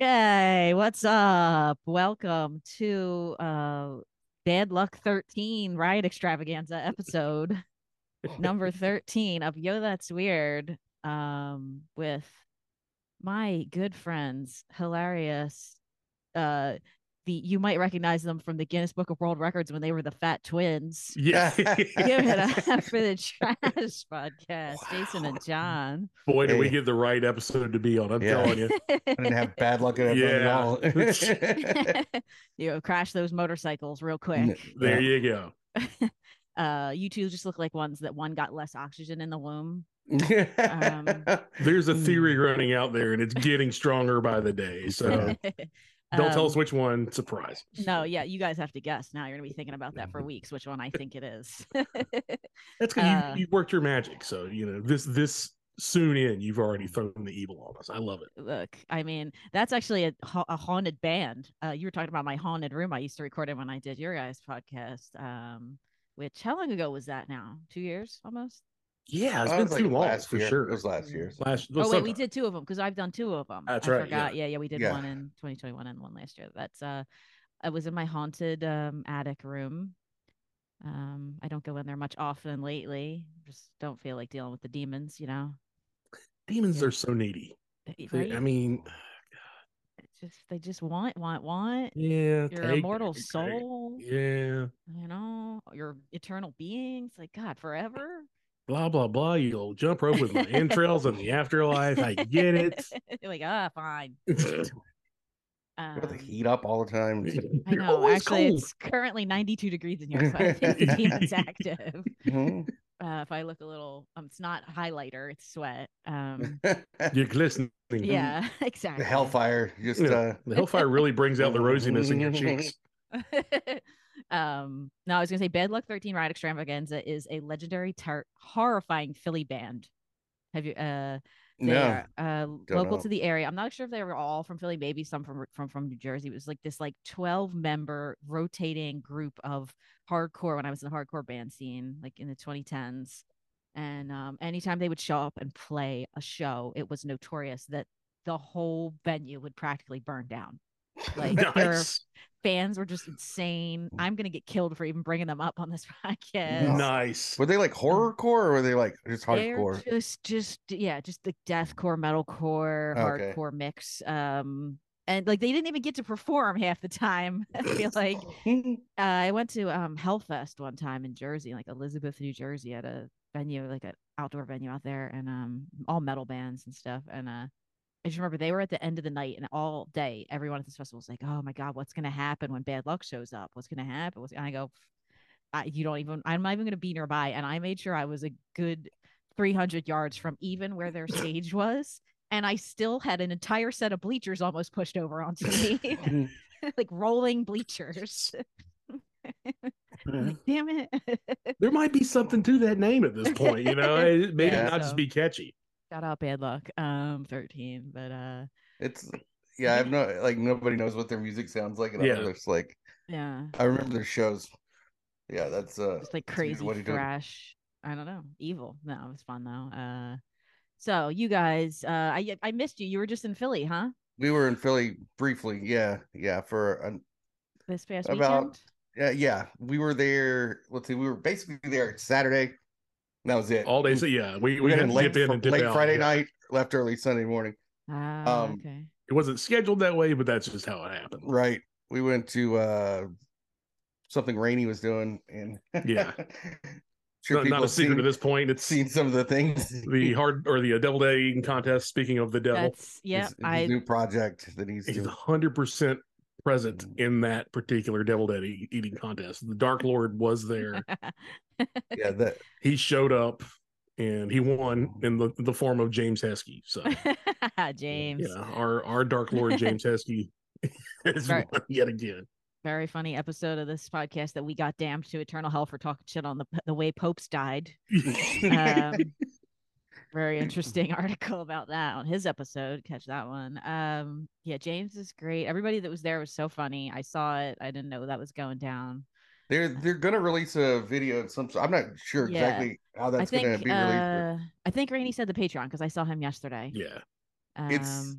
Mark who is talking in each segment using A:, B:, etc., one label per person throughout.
A: Yay, what's up? Welcome to uh Bad Luck 13 Riot Extravaganza episode number 13 of Yo That's Weird um with my good friends hilarious uh the you might recognize them from the Guinness Book of World Records when they were the Fat Twins.
B: Yeah.
A: Give it up for the Trash Podcast, Jason and John.
B: Boy, did we
C: Hey.
B: get the right episode to be on. I'm
C: Yeah.
B: telling you.
C: I didn't have bad luck at
B: Yeah.
C: everything at all.
A: you know, crash those motorcycles real
C: N-
A: quick.
B: There you go.
A: uh, you two just look like ones that one got less oxygen in the womb.
C: Um,
B: There's a
A: Mm.
B: theory running out there and it's getting stronger by the day. So don't tell
A: Um,
B: us which one. Surprise.
A: No, yeah, you guys have to guess. Now you're gonna be thinking about that for weeks, which one I think it is.
B: That's because
A: uh,
B: you, you worked your magic. So, you know, this, this soon in, you've
C: Mm.
B: already thrown the evil on us. I love it.
A: look, I mean, that's actually a, ha- a haunted band. Uh, you were talking about my haunted room I used to record in when I did your guys' podcast. Um, which how long ago was that now? Two years almost.
B: Yeah.
C: It's
B: It's been too long
C: last
B: for
C: year.
B: sure.
C: It was last year.
B: Last,
A: oh
B: well,
A: wait, we
B: sometime.
A: did two of them because I've done two of them.
B: That's
A: I
B: right, yeah.
A: Forgot. Yeah, yeah, we did
C: Yeah.
A: one in 2021 and one last year. That's uh, I was in my haunted um attic room. Um, I don't go in there much often lately. Just don't feel like dealing with the demons, you know.
B: Demons
A: Yeah.
B: are so needy.
A: They-
B: They-
A: right?
B: I mean,
A: It's just they just want, want, want. Your
B: yeah. take it,
A: immortal
B: take it.
A: soul,
B: Yeah.
A: you know, your eternal beings, like God, forever.
B: Blah, blah, blah. You'll jump rope with my entrails in the afterlife. I get it.
A: You're like, ah, fine. Um,
C: With the heat up all the time.
A: I
B: You're
A: know.
B: always
A: Actually,
B: cold.
A: it's currently 92 degrees in here, so I think the demon's active.
C: Mhm.
A: Uh, if I look a little, um, it's not highlighter, it's sweat. Um,
C: the
B: You're glistening.
A: yeah, exactly.
C: hellfire just
B: Yeah.
C: uh
B: The hellfire really brings out the rosiness in your cheeks.
A: um, no, I was gonna say, Bad Luck 13 Ride Extravaganza is a legendary, tar- horrifying Philly band. Have you? Uh, They
C: no.
A: are uh, local
C: know.
A: to the area. I'm not sure if they were all from Philly, maybe some from from from New Jersey. It was like this like 12 member rotating group of hardcore when I was in the hardcore band scene, like in the 2010s. And um, anytime they would show up and play a show, it was notorious that the whole venue would practically burn down. Like their
B: Nice.
A: fans were just insane.
C: Mm.
A: I'm gonna get killed for even bringing them up on this podcast.
C: No.
B: Nice.
C: Were they like horrorcore or were they like just
A: They're
C: hardcore?
A: Just, just yeah, just the deathcore, metalcore,
C: Okay.
A: hardcore mix. Um, and like they didn't even get to perform half the time. I feel like uh, I went to um Hellfest one time in Jersey, like Elizabeth, New Jersey, at a venue, like an outdoor venue out there, and um, all metal bands and stuff. And uh, I just remember they were at the end of the night and all day. Everyone at this festival was like, "Oh my god, what's gonna happen when bad luck shows up? What's gonna happen?" What's... And I go, I, "You don't even. I'm not even gonna be nearby." And I made sure I was a good 300 yards from even where their stage was, and I still had an entire set of bleachers almost pushed over onto me, like rolling bleachers. I'm like, Damn it!
B: There might be something to that name at this point, you know. It may
C: Yeah.
B: not just be catchy.
A: Shout out bad luck. Um, 13, but uh,
C: It's yeah, I've no like nobody knows what their music sounds like and
B: Yeah.
C: I'm just like
A: yeah,
C: I remember their shows. Yeah, that's uh
A: just like
C: that's usually
A: crazy
C: what he does.
A: thrash. I don't know, evil. No, it was fun though. Uh, so you guys, uh, I I missed you. You were just in Philly, huh?
C: we were in Philly briefly, yeah, yeah, for an
A: This past
C: About-
A: weekend.
C: Yeah, Uh, yeah, we were there. Let's see, we were basically there Saturday. and That was it.
B: All days, yeah. We we
C: got
B: had
C: in
B: to
C: late,
B: dip in
C: fr-
B: and dip
C: late
B: out.
C: Friday
B: yeah.
C: night, left early Sunday morning.
A: Ah,
C: um,
A: okay.
B: It wasn't scheduled that way, but that's just how it happened.
C: Right. We went to uh something Rainy was doing, and
B: Yeah.
C: sure,
B: not,
C: people
B: not a
C: have
B: secret
C: seen,
B: at this point. It's
C: seen some of the things.
B: the hard or the uh, devil day eating contest. Speaking of the devil,
A: That's yeah.
C: his, his
A: I
C: new project that he's
B: he's
C: doing.
B: hundred percent present
A: Mm.
B: in that particular devil day e- eating contest. The Dark Lord was there.
C: Yeah, that
B: he showed up and he won
A: Oh.
B: in the, the form of James Heskey. So
A: James,
B: yeah, our our Dark Lord James Heskey has
A: Right.
B: won yet again.
A: very funny episode of this podcast that we got damned to eternal hell for talking shit on the the way popes died. um, very interesting article about that on his episode. Catch that one. Um, yeah, James is great. Everybody that was there was so funny. I saw it. I didn't know that was going down.
C: they're they're gonna release a video of some. sort. I'm not sure
A: Yeah.
C: exactly how that's
A: I
C: gonna
A: think
C: be released.
A: uh, I think Rainey said the Patreon because I saw him yesterday.
B: yeah,
A: Um,
C: It's-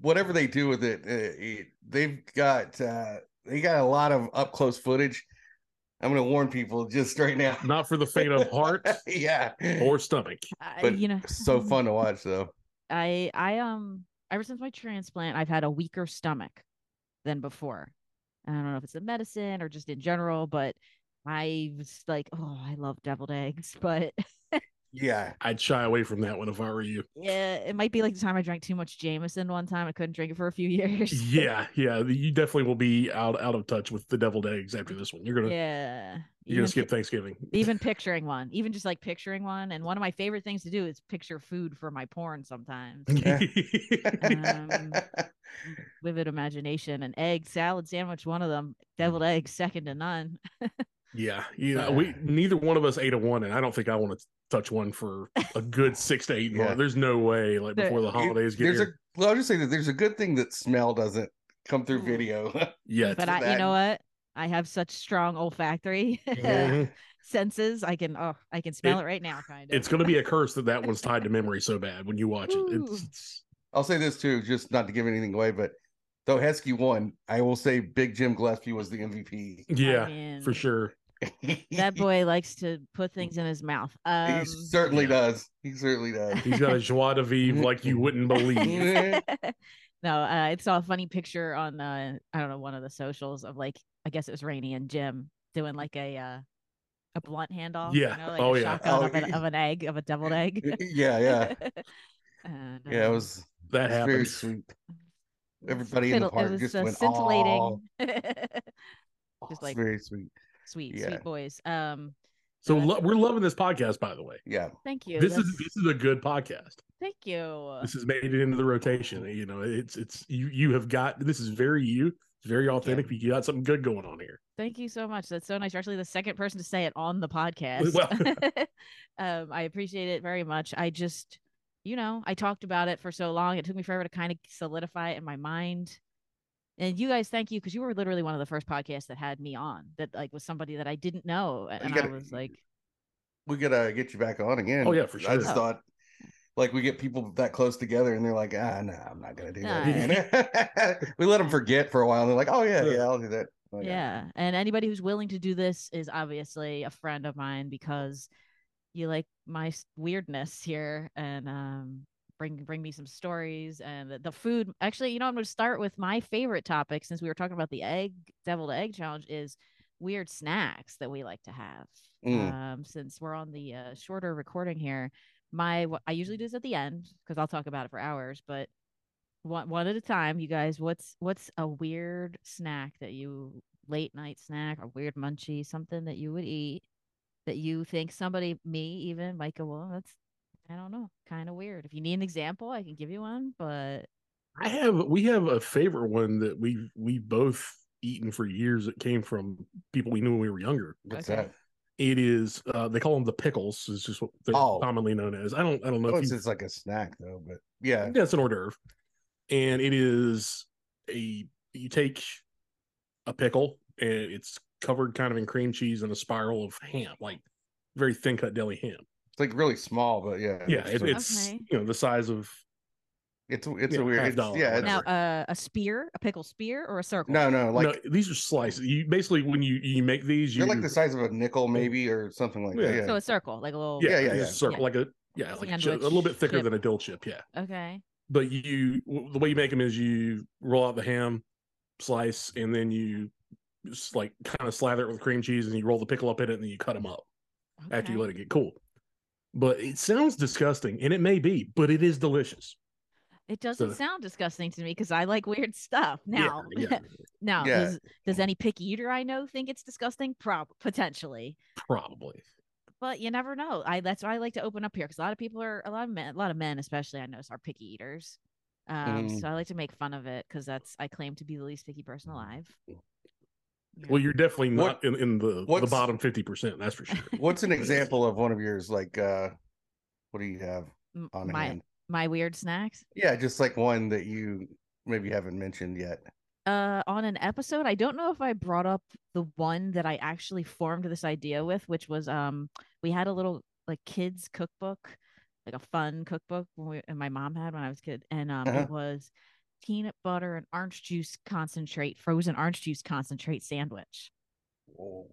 C: whatever they do with it, uh, it- they've got uh, they got a lot of up close footage. I'm gonna warn people just right now.
B: Not for the faint of heart
C: yeah,
B: or stomach.
A: I-
C: But
A: you know,
C: so fun to watch though.
A: I I um ever since my transplant, I've had a weaker stomach than before. I don't know if it's the medicine or just in general, but I was like, oh, I love deviled eggs, but
C: Yeah,
B: I'd shy away from that one if I were you.
A: yeah, it might be like the time I drank too much Jameson one time. I couldn't drink it for a few years.
B: Yeah, yeah. You definitely will be out out of touch with the deviled eggs after this one. You're gonna
A: Yeah.
B: you're gonna
A: Even
B: skip Thanksgiving.
A: even picturing one, even just like picturing one. And one of my favorite things to do is picture food for my porn sometimes.
C: Yeah.
A: Um, Vivid imagination, an egg salad sandwich, one of them, deviled
B: Mm.
A: eggs, second to none.
B: yeah, yeah. We neither one of us ate a one, and I don't think I want to touch one for a good six to eight
C: Yeah.
B: months. There's no way. Like
A: There-
B: before the holidays get
C: there's
B: here.
C: a well, I'll just say that there's a good thing that smell doesn't come through
A: Ooh.
C: video.
B: Yet.
A: but
C: to
A: I, you
C: that.
A: know what? I have such strong olfactory
C: Yeah.
B: Mhm.
A: senses. I can, oh, I can smell
B: It-
A: it, right now. Kind of.
B: It's gonna be a curse that that one's tied to memory so bad when you watch it. It's,
A: Ooh.
B: it's-
C: I'll say this too, just not to give anything away, but though Heskey won, I will say Big Jim Gillespie was the MVP.
A: I
B: yeah, for
A: mean,
B: sure.
A: That boy likes to put things in his mouth. Um,
C: he certainly does. He certainly does.
B: He's got a joie de vivre like you wouldn't believe.
C: Yeah.
A: no, uh, I saw a funny picture on uh, I don't know one of the socials of like I guess it was Rainy and Jim doing like a uh, a blunt handoff.
B: Yeah.
A: You know, like
B: Oh,
A: a
B: yeah.
A: Shotgun
C: Oh,
A: of, an,
C: yeah.
A: of an egg of a deviled egg.
C: yeah, yeah,
A: And,
C: yeah. It
A: um,
C: was,
B: That
C: it was very
B: happens.
C: sweet.
A: it was
C: everybody in the
A: fiddle-
C: park
A: It was
C: just
A: uh,
C: went, "Aw."
A: scintillating. Just
C: It's
A: like-
C: very sweet.
A: sweet,
C: Yeah.
A: sweet boys. Um,
B: So
A: Yeah.
B: lo- we're loving this podcast, by the way.
C: Yeah,
A: thank you.
B: this is
A: that's-
B: this is a good podcast.
A: thank you.
B: This has made it into the rotation. You know, it's it's you you have got this is very you. It's very authentic. You got something good going on here.
A: Thank you so much. That's so nice. You're actually the second person to say it on the podcast.
B: Well-
A: um, I appreciate it very much. I just, you know, I talked about it for so long. It took me forever to kind of solidify it in my mind. And you guys, thank you because you were literally one of the first podcasts that had me on that like was somebody that I didn't know, and I
C: gotta-
A: was like,
C: we gotta get you back on again.
B: Oh, yeah, for
C: I
B: sure.
C: just thought. Like we get people that close together, and they're like, "Ah, no, I'm not gonna do
A: Nah.
C: that." again." we let them forget for a while, and they're like, "Oh yeah,
B: Yeah.
C: yeah, I'll do that." Oh,
A: yeah. And anybody who's willing to do this is obviously a friend of mine because you like my s- weirdness here and um bring bring me some stories and the, the food. Actually, you know, I'm going to start with my favorite topic since we were talking about the egg deviled egg challenge is weird snacks that we like to have.
C: Mm.
A: Um since we're on the uh, shorter recording here, my wh- I usually do this at the end because I'll talk about it for hours, but one one at a time, you guys. What's what's a weird snack that you late night snack, a weird munchie, something that you would eat that you think somebody, me even, might go, well, that's I don't know, kind of weird. If you need an example, I can give you one, but
B: I have we have a favorite one that we we both eaten for years. It came from people we knew when we were younger.
C: What's
A: Okay.
C: that?
B: It is uh they call them the pickles. It's just what they're
C: Oh.
B: commonly known as. I don't I don't know
C: Oh,
B: if
C: it's
B: you
C: just like a snack though, but yeah,
B: that's an hors d'oeuvre and it is a you take a pickle and it's covered kind of in cream cheese and a spiral of ham like very thin cut deli ham
C: it's like really small, but yeah,
B: yeah it,
C: it's
B: it's
A: Okay.
B: you know the size of
C: it's it's
B: yeah,
C: a weird,
B: half
C: it's,
B: dollar,
C: yeah, it's,
A: now
B: whatever.
A: uh, a spear, a pickle spear, or a circle.
C: no, no, like
B: no these are slices you basically when you you make these you
C: they're like the size of a nickel maybe or something like
B: Yeah.
C: that.
A: So
C: Yeah,
A: a circle, like a little.
B: yeah,
C: Yeah,
B: yeah,
C: yeah, yeah.
B: circle like a yeah like a, chip-
A: Sandwich
B: a little bit thicker
A: chip.
B: than a dill chip yeah
A: Okay.
B: but you w- the way you make them is you roll out the ham slice and then you just like kind of slather it with cream cheese and you roll the pickle up in it and then you cut them up after you
A: okay.
B: let it get cool. But it sounds disgusting, and it may be, but it is delicious.
A: It doesn't
B: So-
A: sound disgusting to me because I like weird stuff. Now,
B: yeah, yeah,
A: now,
C: Yeah.
A: does, does any picky eater I know think it's disgusting? Prob potentially,
B: probably.
A: but you never know. I that's why I like to open up here because a lot of people are a lot of men, a lot of men especially I notice are picky eaters. Um,
C: Mm.
A: so I like to make fun of it because that's I claim to be the least picky person alive. Yeah.
B: Well, you're definitely not
C: What-
B: in, in the the
C: what's-
B: bottom fifty percent. That's for sure.
C: what's an example of one of yours? Like, uh, what do you have
A: M-
C: on
A: my
C: hand?
A: my weird snacks.
C: Yeah, just like one that you maybe haven't mentioned yet.
A: uh on an episode i don't know if i brought up the one that i actually formed this idea with which was um we had a little like kids cookbook like a fun cookbook when we, and my mom had when i was a kid and um
C: Uh-huh.
A: it was peanut butter and orange juice concentrate, frozen orange juice concentrate sandwich.
C: Whoa.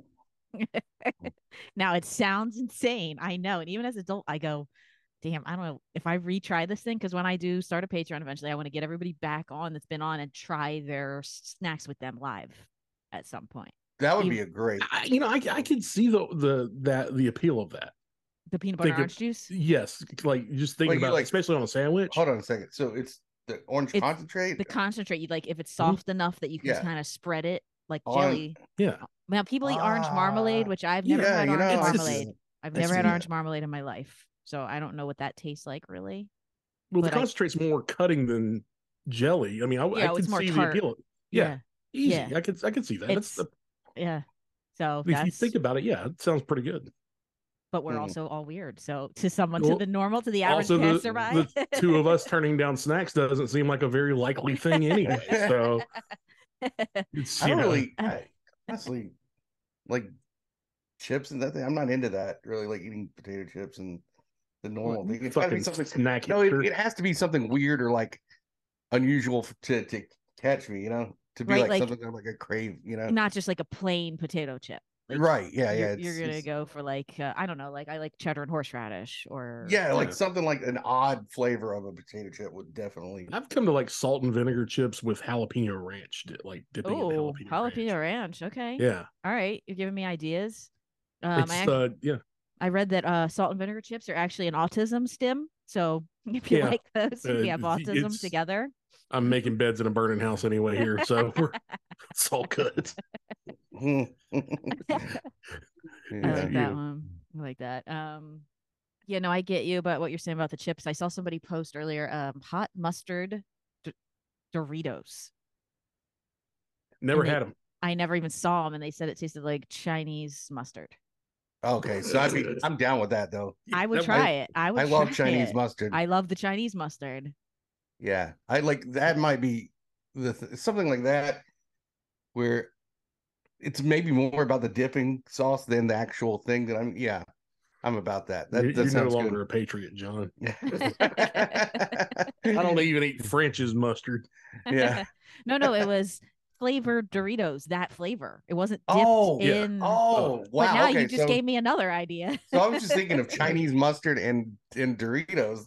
A: Now it sounds insane. I know. And even as an adult, I go, damn, I don't know if I retry this thing. Cause when I do start a Patreon eventually, I want to get everybody back on that's been on and try their s- snacks with them live at some point.
C: That would
A: You-
C: be a great.
B: I, you know, I, I could see the the that the appeal of that.
A: The peanut butter
B: Think of-
A: orange juice.
B: Yes, like just
C: Well,
B: thinking
C: you
B: about, it,
C: like-
B: especially on a sandwich.
C: Hold on a second. So it's the orange
A: It's
C: concentrate.
A: The concentrate, you like if it's soft enough that you can
C: Yeah.
A: kind of spread it like
B: Oh,
C: On-
A: jelly.
B: Yeah,
A: Now people eat orange marmalade,
C: Ah.
A: which I've never
C: Yeah,
A: had
C: you
A: orange
C: know,
B: it's just-
A: marmalade. I've
B: it's
A: never had
B: neat.
A: orange marmalade in my life. So I don't know what that tastes like really.
B: well, the
A: But I-
B: concentrate's more cutting than jelly. I mean, I, I
A: Yeah, it's
B: could
A: more
B: see
A: tart.
B: the appeal. Yeah, Easy.
A: yeah.
B: I could I could see that. That's
A: It's-
B: the,
A: Yeah. yeah. So
B: if
A: that's,
B: you think about it, yeah, it sounds pretty good.
A: but we're
C: Mhm.
A: also all weird. So to someone,
B: Well,
A: to the normal, to the average
B: also the-
A: passerby,
B: Two of us turning down snacks doesn't seem like a very likely thing anyway. So it's
C: I
B: you
C: don't
B: know,
C: really, I, honestly, like chips and that thing. I'm not into that really, like eating potato chips and the normal thing. It's got to
B: fucking
C: be something.
B: snack.
C: No, it,
B: hipster.
C: it has to be something weird or like unusual f- to to catch me. You know, to be
A: Right,
C: like,
A: like-
C: something I'm like a crave. You know,
A: not just like a plain potato chip. Like,
C: right? Yeah, yeah.
A: you're, you're
C: it's-
A: gonna
C: it's-
A: go for like uh, I don't know, like I like cheddar and horseradish, or
C: Yeah, like
B: Yeah.
C: something like an odd flavor of a potato chip would definitely.
B: I've come to like salt and vinegar chips with jalapeno ranch, di- like dipping in
A: oh
B: jalapeno,
A: jalapeno
B: ranch.
A: ranch. Okay,
B: Yeah,
A: all right, you're giving me ideas. Um,
B: it's
A: I, ac-
B: uh, yeah,
A: I read that uh, salt and vinegar chips are actually an autism stem. So if you
B: Yeah.
A: like those,
B: Uh,
A: we have
B: it's-
A: autism
B: it's-
A: together.
B: I'm making beds in a burning house anyway here, so we're, it's all good.
C: yeah.
A: Um, I like that
B: you.
A: one. I like that. Um, yeah, no, I get you about what you're saying about the chips. I saw somebody post earlier, um, hot mustard D- Doritos.
B: Never
A: And they-
B: had them.
A: I never even saw them, and they said it tasted like Chinese mustard.
C: Okay, so I'd be, I'm down with that though.
A: I would
B: Never-
A: try it. I would.
C: I love
A: try
C: Chinese
A: it.
C: mustard.
A: I love the Chinese mustard.
C: Yeah, I like that. Might be the th- something like that where it's maybe more about the dipping sauce than the actual thing that I'm. Yeah, I'm about that. That,
B: you're
C: that
B: you're no
C: sounds
B: longer
C: good.
B: a patriot, John. I
C: I
B: don't even eat French's mustard.
C: Yeah.
A: no, no, it was flavored Doritos. That flavor. It wasn't dipped
C: Oh,
B: yeah.
A: in.
C: Oh wow!
A: But now
C: okay,
A: you just
C: so,
A: gave me another idea.
C: so I was just thinking of Chinese mustard and and Doritos.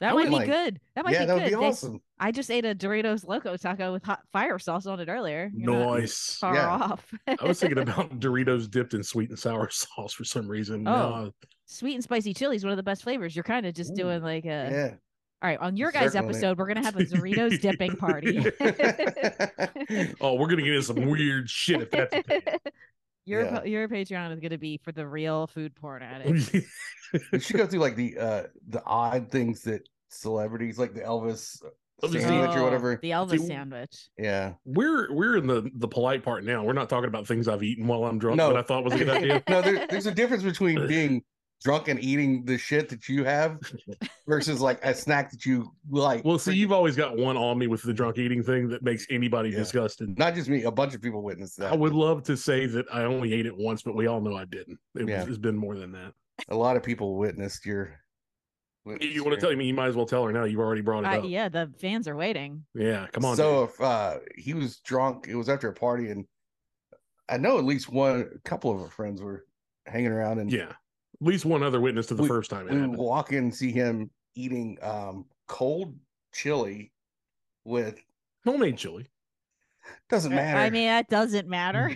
A: That
C: I
A: might
C: would
A: be
C: like-
A: good. That might
C: Yeah,
A: be
C: that would
A: good.
C: be
A: They-
C: awesome.
A: I just ate a Doritos Loco Taco with hot fire sauce on it earlier. You're not
B: Nice.
A: far
C: Yeah.
A: off.
B: I was thinking about Doritos dipped in sweet and sour sauce for some reason.
A: Oh.
B: No,
A: Sweet and spicy chili is one of the best flavors. You're kind of just
C: Ooh,
A: doing like a.
C: Yeah.
A: All right, on your
C: You're
A: guys'
C: circling it.
A: episode, we're gonna have a Doritos dipping party.
B: oh, we're gonna get into some weird shit if that's the case.
A: your
C: Yeah.
A: pa- your Patreon is gonna be for the real food porn addicts.
C: we should go through like the uh the odd things that celebrities like the Elvis
B: Elvis
C: sandwich or
A: Oh,
C: whatever.
A: The Elvis
B: See,
A: sandwich.
C: Yeah.
B: we're we're in the the polite part now. We're not talking about things I've eaten while I'm drunk.
C: No.
B: but I thought was a good idea.
C: No, there, there's a difference between being drunk and eating the shit that you have versus like a snack that you like.
B: Well, see, you've always got one on me with the drunk eating thing that makes anybody
C: Yeah.
B: disgusted.
C: not just me, a bunch of people witnessed that.
B: I would love to say that I only ate it once, but we all know I didn't. It
C: Yeah.
B: was, it's been more than that.
C: A lot of people witnessed your. witnessed
B: You want to
C: your-
B: tell me? You might as well tell her now. You've already brought it
A: I-
B: up. Yeah.
A: Uh, yeah, the fans are waiting.
B: come on.
C: So if uh, he was drunk, it was after a party, and I know at least one, a couple of our friends were hanging around, and
B: dude. yeah, at least one other witness to the
C: We-
B: first time it
C: we
B: happened.
C: walk in and see him eating um cold chili with
B: Homemade chili.
C: doesn't matter
A: I mean, that doesn't matter.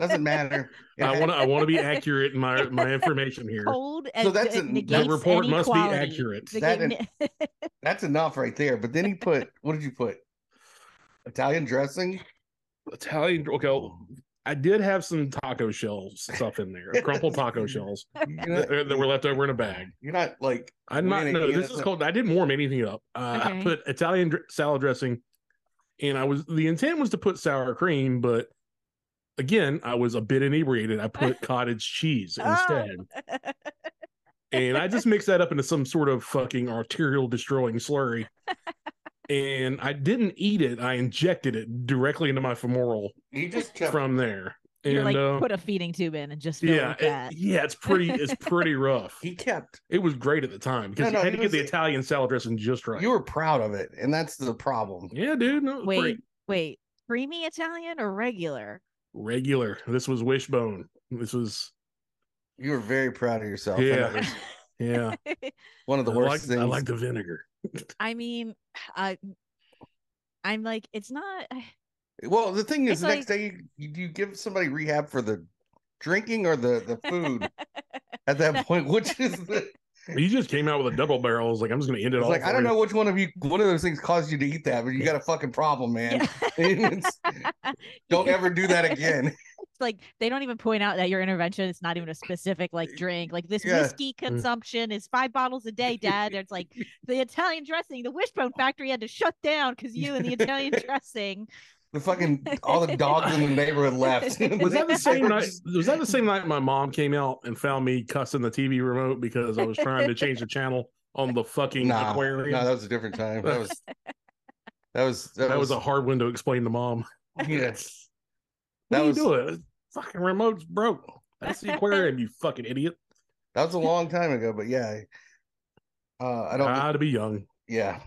C: doesn't matter It
B: I
C: had-
B: want to. I want to be accurate in my my information here.
A: Cold and
C: So that's
A: it
C: an- the
B: The
A: negates
B: report
A: any
B: must
A: quality.
B: be accurate.
A: The
C: That
A: gig-
C: that's enough right there but then he put what did you put italian dressing
B: Italian. Okay, I did have some taco shells stuff in there, crumpled taco shells
C: you're
B: that,
C: not,
B: that were left over in a bag.
C: you're not like
B: I'm not.
C: Really?
B: No,
C: Yeah,
B: this
C: that's
B: is
C: a-
B: called. I didn't warm anything up. Uh,
A: Okay.
B: I put Italian dr- salad dressing, and I was the intent was to put sour cream, but again, I was a bit inebriated. I put cottage cheese
A: Oh.
B: instead, and I just mixed that up into some sort of fucking arterial destroying slurry. And I didn't eat it. I injected it directly into my femoral
C: he just kept
B: from there.
A: You're
B: and
A: like
B: uh,
A: put a feeding tube in and just fill it
B: yeah,
A: with
B: it-
A: that.
B: yeah, it's pretty, it's pretty rough.
C: He kept.
B: It was great at the time because
C: No, no,
B: you had
C: it
B: to get the
C: was-
B: Italian salad dressing just right.
C: You were proud of it, and that's the problem.
B: yeah, dude. No, it was
A: Wait,
B: pretty
A: wait, creamy Italian or regular?
B: regular. This was wishbone. This was
C: You were very proud of yourself. and
B: Yeah.
C: it was
B: yeah.
C: one of the
B: I
C: worst
B: like,
C: things.
B: I like the vinegar.
A: I mean, I, I'm like, it's not.
C: Well, the thing
A: It's
C: is, the next day you, you give somebody rehab for the drinking or the the food at that point, which is the,
B: He just came out with a double barrel. I was like, I'm just gonna end it
C: it's
B: all.
C: like I
B: for
C: don't
B: you.
C: know which one of you one of those things caused you to eat that, but you got a fucking problem, man. It's- don't
A: Yeah.
C: ever do that again.
A: It's like they don't even point out that your intervention is not even a specific like drink. Like this
C: Yeah.
A: whiskey consumption is five bottles a day, Dad. It's like the Italian dressing. The Wishbone Factory had to shut down because you and the Italian dressing.
C: The fucking all the dogs in the neighborhood
B: Was
C: left.
B: that the
C: They
B: same
C: were
B: night?
C: just-
B: Was that the same night my mom came out and found me cussing the TV remote because I was trying to change the channel on the fucking
C: Nah,
B: aquarium?
C: no, that was a different time. That was that was that,
B: that was a hard one to explain to mom.
C: yeah,
B: What are
C: That
B: you
C: was-
B: doing? Fucking remote's broke. That's the aquarium, you fucking idiot.
C: that was a long time ago, but yeah. Uh, I
B: I
C: don't.
B: to be young.
C: yeah.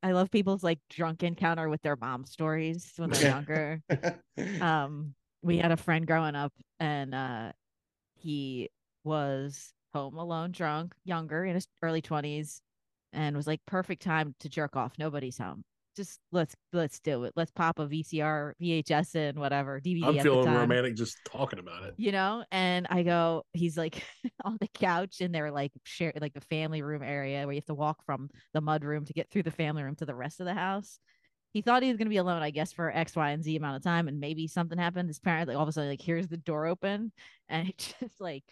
A: I love people's like drunk encounter with their mom stories when they're
C: Yeah.
A: younger.
B: uh,
A: um we had a friend growing up and uh he was home alone drunk younger in his early 20s and was like perfect time to jerk off nobody's home just let's let's do it let's pop a vcr vhs in whatever dvd
B: I'm
A: at the
B: feeling
A: time
B: romantic just talking about it.
A: you know and i go he's like on the couch and they're like share like the family room area where you have to walk from the mud room to get through the family room to the rest of the house he thought he was going to be alone i guess for x y and z amount of time and maybe something happened his parent like all of a sudden like hears the door open and he just like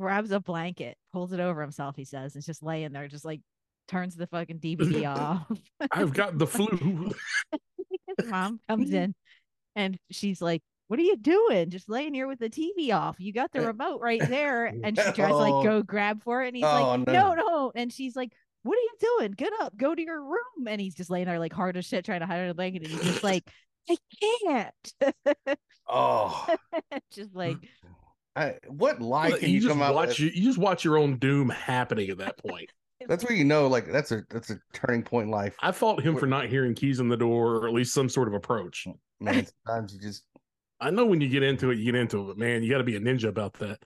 A: grabs a blanket pulls it over himself he says and it's just laying there just like turns the fucking dvd off
B: I've got the flu.
A: his mom comes in and she's like, What are you doing? Just laying here with the TV off. You got the
B: Eh.
A: remote right there. And she tries to
C: Oh.
A: like go grab for it. And he's
C: Oh,
A: like,
C: no.
A: no. no, And she's like, What are you doing? Get up, go to your room. And he's just laying there like hard as shit, trying to hide under the blanket. And he's just like, I can't.
C: Oh,
A: just like,
C: I, what lie can
B: you
C: you,
B: just
C: come out
B: watch
C: with?
B: you, you just watch your own doom happening at that point.
C: That's where you know, like that's a that's a turning point in life.
B: I fault him for not hearing keys in the door or at least some sort of approach.
C: Man, sometimes you just
B: I know when you get into it, you get into it, but man, you got to be a ninja about that.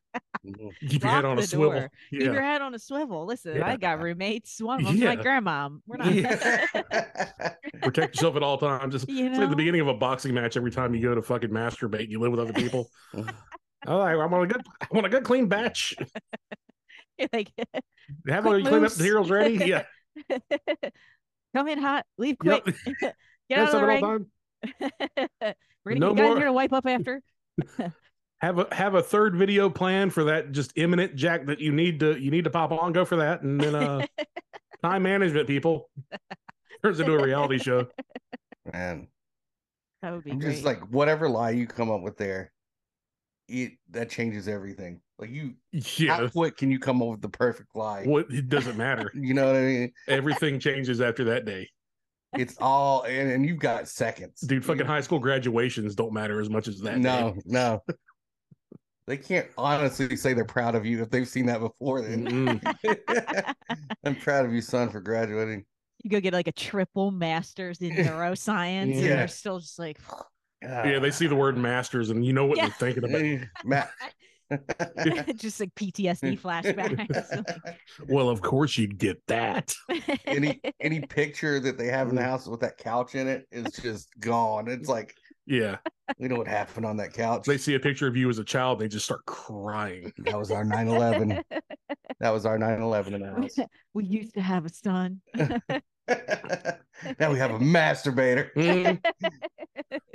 C: Mhm.
B: Keep your head
A: Lock
B: on a
A: the
B: swivel.
A: door.
B: Yeah.
A: keep your head on a swivel. Listen, I
B: Yeah.
A: got roommates. One of them's my
B: Yeah.
A: grandmom. We're not,
C: Yeah.
B: Protect yourself at all times. Just
A: you
B: It's like
A: know,
B: the beginning of a boxing match. Every time you go to fucking masturbate, you live with other people. oh, I, I want a good, I want a good clean batch.
A: like,
B: Have
A: Quick
B: all your clean up
A: loose.
B: materials ready. Yeah,
A: come in hot, leave quick,
B: Yep.
A: get out of the
B: Have some at
A: ring.
B: all time.
A: We're gonna
B: No
A: get you guys
B: more-
A: here to wipe up after.
B: Have a have a third video plan for that just imminent jack that you need to you need to pop on. Go for that, and then uh, time management people turns into a reality show.
C: Man,
A: That would be
C: I'm
A: great.
C: just like whatever lie you come up with there, it that changes everything. Like you, how
B: Yeah,
C: quick can you come up with the perfect lie?
B: what it doesn't matter.
C: You know what I mean?
B: Everything changes after that day,
C: It's all and, and you've got seconds,
B: dude. Fucking high school graduations don't matter as much as that.
C: Mm. No, no. They can't honestly say they're proud of you if they've seen that before.
B: day.
C: Then
B: Mm-mm.
C: I'm proud of you, son, for graduating.
A: you go get like a triple master's in neuroscience, and
C: Yeah.
A: they're still just like,
B: Yeah,
C: Ah.
B: they see the word masters, and you know what
A: Yeah.
B: they're thinking about.
C: Matt.
A: just like PTSD flashbacks.
B: Well, of course you'd get that.
C: any any picture that they have
B: Mm.
C: in the house with that couch in it is just gone. It's like
B: Yeah.
C: we know what happened on that couch.
B: They see a picture of you as a child, they just start crying.
C: That was our 9/11. That was our 9/11 in the house.
A: we used to have a son.
C: now we have a masturbator,
B: Mm,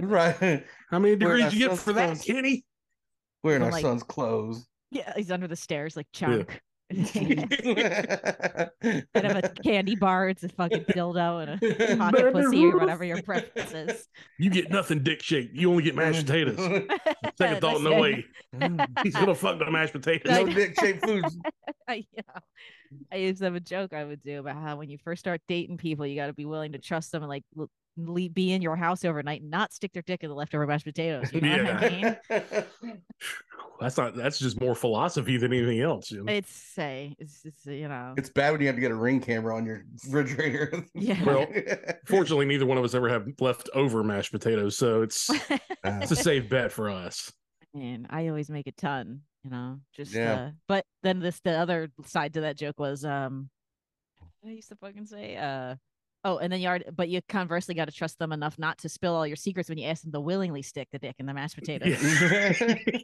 C: right?
B: How many
C: We're
B: degrees you get
C: ourselves
B: for that,
C: first.
B: Kenny?
C: Wearing
A: I'm
C: our
A: like-
C: son's clothes.
A: Yeah, he's under the stairs like
B: Yeah.
A: chunk. Instead of a
C: Instead
A: candy bar, it's a fucking dildo and a pocket pussy or whatever your preference is.
B: You get nothing dick shake. You only get mashed
A: Mm-hmm.
B: potatoes. Mm. Second thought,
A: Listen,
B: no way. He's gonna fuck the mashed potatoes.
C: no dick shaped foods.
A: I, you know, I used to have a joke I would do about how when you first start dating people, you got to be willing to trust them and like l- le- be in your house overnight and not stick their dick in the leftover mashed potatoes. You know what I mean?
B: That's not. That's just more philosophy than anything else. you know?
A: It's say it's, it's you know
C: it's bad when you have to get a ring camera on your refrigerator.
A: yeah.
B: Well- Fortunately, neither one of us ever have leftover mashed potatoes, so it's
C: Uh,
B: it's a safe bet for us.
A: Man, I always make a ton, you know. Just
C: Yeah.
A: uh, but then this the other side to that joke was um what I used to fucking say uh oh and then you are but you conversely got to trust them enough not to spill all your secrets when you ask them to willingly stick the dick in the mashed potatoes.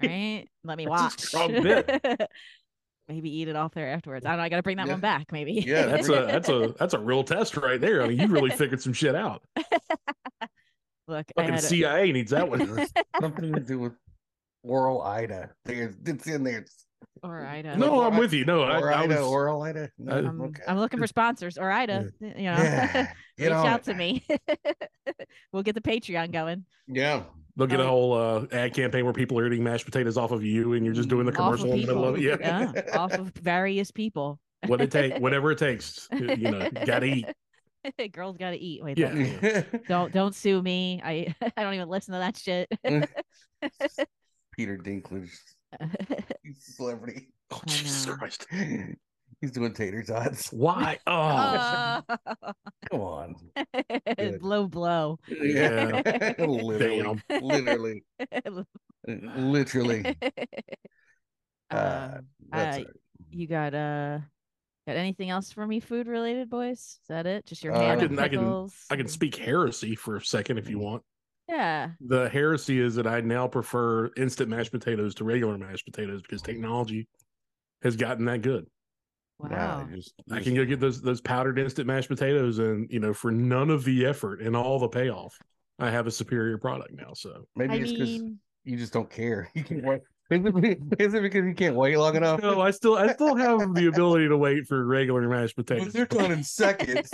A: Right? Let me
B: That's a
A: watch.
B: strong bit.
A: maybe eat it off there afterwards. I don't know, I got to bring that
C: Yeah.
A: one back maybe.
C: Yeah,
B: That's a that's a that's a real test right there. I mean, you really figured some shit out.
A: Look, I
B: Fucking
A: had a-
B: CIA needs that one.
C: Something to do with oral Ida. There's, it's in there.
A: or Ida.
B: No, I'm with you. No, I,
C: Or
B: I
C: Ida,
B: was.
C: oral Ida. No,
B: I- Um,
A: I'm,
C: okay.
A: I'm looking for sponsors or Ida, you know.
C: yeah. get
A: Reach
C: on
A: out
C: it.
A: to me. we'll get the Patreon going.
C: Yeah.
B: They'll get a
A: Oh.
B: whole uh, ad campaign where people are eating mashed potatoes off of you, and you're just doing the
A: Mm, off of
B: commercial in the middle of it.
A: people.
B: Yeah,
A: Yeah, off of various people.
B: what it take, whatever it takes. You know, gotta eat.
A: Girls gotta eat. Wait,
B: Yeah.
A: don't- don't don't sue me. I I don't even listen to that shit.
B: Mm.
C: Mm. Peter Dinklage, he's a celebrity.
B: Oh, Jesus
A: know.
B: Christ!
C: He's doing tater tots.
B: Why? Oh,
A: Oh.
C: Come on. Good.
A: blow blow.
B: Yeah.
C: literally.
B: damn.
C: Literally. Literally. Uh,
A: Um,
C: That's
A: uh,
C: it.
A: you got uh got anything else for me food related, boys? Is that it? Just your
C: Uh, I
A: ham and
B: can- I can-
A: pickles
B: I can
A: and-
B: speak heresy for a second if you want.
A: Yeah.
B: The heresy is that I now prefer instant mashed potatoes to regular mashed potatoes because technology has gotten that good.
A: Wow.
C: I just-
B: I can go get those those powdered instant mashed potatoes, and you know, for none of the effort and all the payoff, I have a superior product now. So
C: Maybe
A: I
C: it's because
A: mean,
C: you just don't care. You can't wait. Is it be- is it because you can't wait long enough?
B: no, I still I still have the ability to wait for regular mashed
C: If
B: potatoes.
C: they're done in seconds,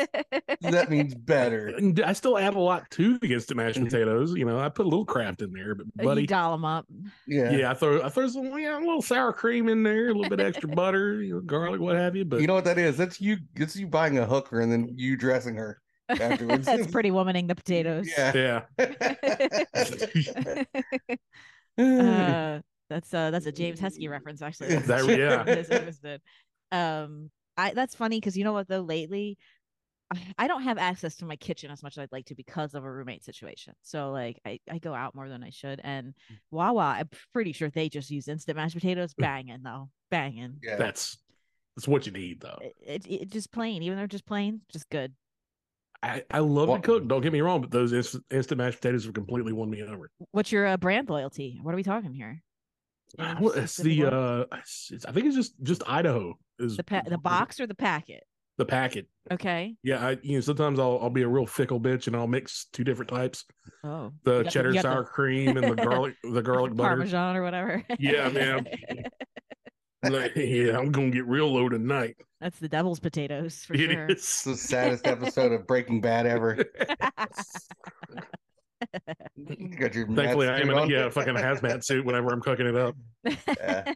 C: that means better.
B: And I still add a lot to the instant mashed potatoes. You know, I put a little craft in there, but
A: you
B: buddy,
A: doll them up.
C: Yeah.
B: yeah, I throw I throw some yeah, a little sour cream in there, a little bit extra butter, you know, garlic, what have you. But
C: You know what that is? That's you. That's you buying a hooker and then you dressing her afterwards.
A: That's pretty womaning the potatoes.
C: Yeah.
B: yeah,
A: uh, that's uh that's a James Heskey reference actually.
C: Yeah,
A: That's-
B: that- yeah.
A: that's interesting. Um I that's funny because you know what though lately I- I don't have access to my kitchen as much as I'd like to because of a roommate situation. So like I, I go out more than I should and
B: Hmm.
A: Wawa, I'm pretty sure they just use instant mashed potatoes banging though. Banging.
C: yeah.
B: that's that's what you need though.
A: It, it, it just plain, even though they're just plain, just good.
B: I, I love
C: Well-
B: to cook. Don't get me wrong, but those instant, instant mashed potatoes have completely won me over.
A: What's your uh, brand loyalty? What are we talking here? Any
B: Ah, well, it's
A: specific
B: the
A: one?
B: uh, it's, it's- I think it's just just Idaho is
A: the pa- the box or the packet?
B: the packet.
A: Okay.
B: Yeah, I you know sometimes I'll I'll be a real fickle bitch and I'll mix two different types:
A: Oh,
B: the
A: you got you
B: cheddar
A: got
B: sour cream and the garlic the garlic butter.
A: parmesan or whatever.
B: Yeah, man. Like, yeah, I'm gonna get real low tonight.
A: That's the devil's potatoes for
B: It is.
A: sure.
C: It's the saddest episode of Breaking Bad ever. You got your
B: Thankfully,
C: mad
B: I am E in
C: suit
B: a,
C: on.
B: yeah a fucking hazmat suit whenever I'm cooking it up.
C: Yeah.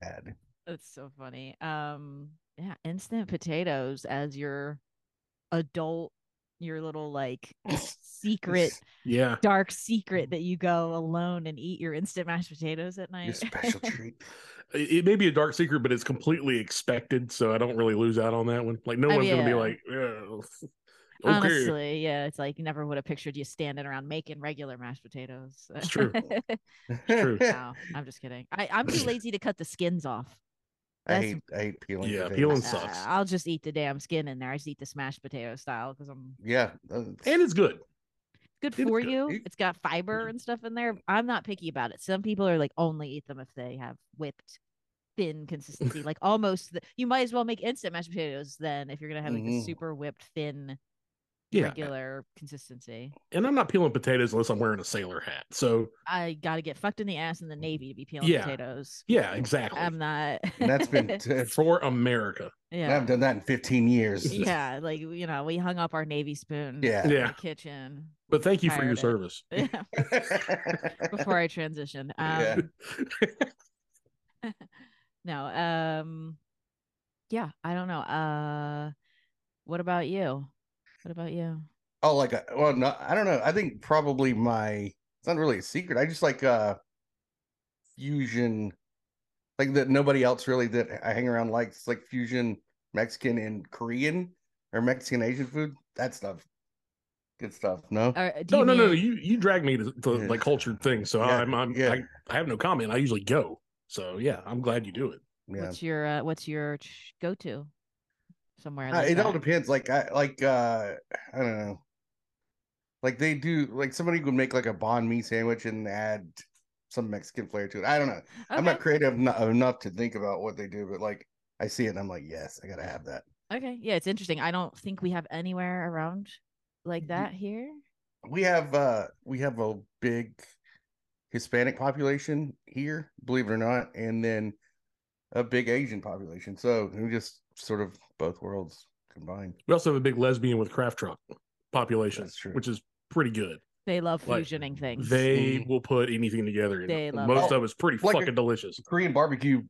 C: Bad.
A: That's so funny. Um, yeah, instant potatoes as your adult, your little like secret,
B: Yeah,
A: dark secret that you go alone and eat your instant mashed potatoes at
C: Your
A: night.
C: special treat.
B: it, it may be a dark secret, but it's completely expected, so I don't really lose out on that one. Like no
A: Oh,
B: one's gonna be
A: yeah.
B: like, yeah, okay.
A: Honestly, yeah, it's like you never would have pictured you standing around making regular mashed potatoes.
B: It's true.
C: True.
A: no, I'm just kidding. I, I'm too lazy to cut the skins off.
C: I
A: That's-
C: hate. I hate peeling.
B: Yeah,
C: potatoes.
B: peeling sucks.
A: Uh, I'll just eat the damn skin in there. I just eat the smashed potato style because I'm
C: Yeah. uh,
B: and it's good.
A: good
B: It's
A: for
B: good. Mm-hmm.
A: you.
C: You-
A: It's got fiber and stuff in there. I'm not picky about it. Some people are like only eat them if they have whipped thin consistency, like almost. The, you might as well make instant mashed potatoes then if you're gonna have like
C: Mhm.
A: a super whipped thin
B: Mm-hmm. Yeah,
A: regular consistency.
B: and I'm not peeling potatoes unless I'm wearing a sailor hat. So
A: I gotta get fucked in the ass in the navy to be peeling
B: Yeah.
A: potatoes.
B: yeah, exactly.
A: I'm not.
C: and that's been. that's-
B: for America.
C: I
A: yeah.
C: haven't done that in 15 years.
A: Yeah, like you know, we hung up our navy spoon
C: Yeah.
A: in
B: Yeah.
A: the kitchen
B: But thank you for your
A: Pirate it.
B: service.
A: before I transition. Um,
C: Yeah.
A: No. Um yeah, I don't know. Uh what about you? What about you?
C: Oh, like a, well, no, I don't know. I think probably my it's not really a secret. I just like uh fusion, like that nobody else really that I hang around likes, like fusion Mexican and Korean or Mexican Asian food. That stuff, good stuff. No,
A: Or uh, do
B: No,
A: you
B: no, no, no.
A: mean-
B: You you drag me to, to
C: Yeah.
B: like cultured things, so
C: Yeah,
B: I'm, I'm
C: yeah.
B: I, I have no comment. I usually go, so yeah, I'm glad you do it.
C: yeah.
A: What's your uh, what's your ch- go to somewhere?
C: Uh,
A: Like
C: it all
A: that?
C: depends. Like I like uh I don't know. Like they do like somebody would make like a banh mi sandwich and add some Mexican flair to it. I don't know. I'm not
A: Okay,
C: creative eno- enough to think about what they do, but like I see it and I'm like, yes, I gotta have that.
A: okay, yeah, it's interesting. I don't think we have anywhere around like
C: Ye-
A: that here.
C: We have uh we have a big Hispanic population here, believe it or not, and then a big Asian population. So we just sort of both worlds combined.
B: We also have a big lesbian with craft truck population,
C: That's true.
B: which is pretty good.
A: They love
B: Like,
A: fusioning things.
B: They
C: Mhm.
B: will put anything together. and
A: They love
B: most
C: it.
B: of it's pretty
C: Like a-
B: fucking delicious.
C: Korean barbecue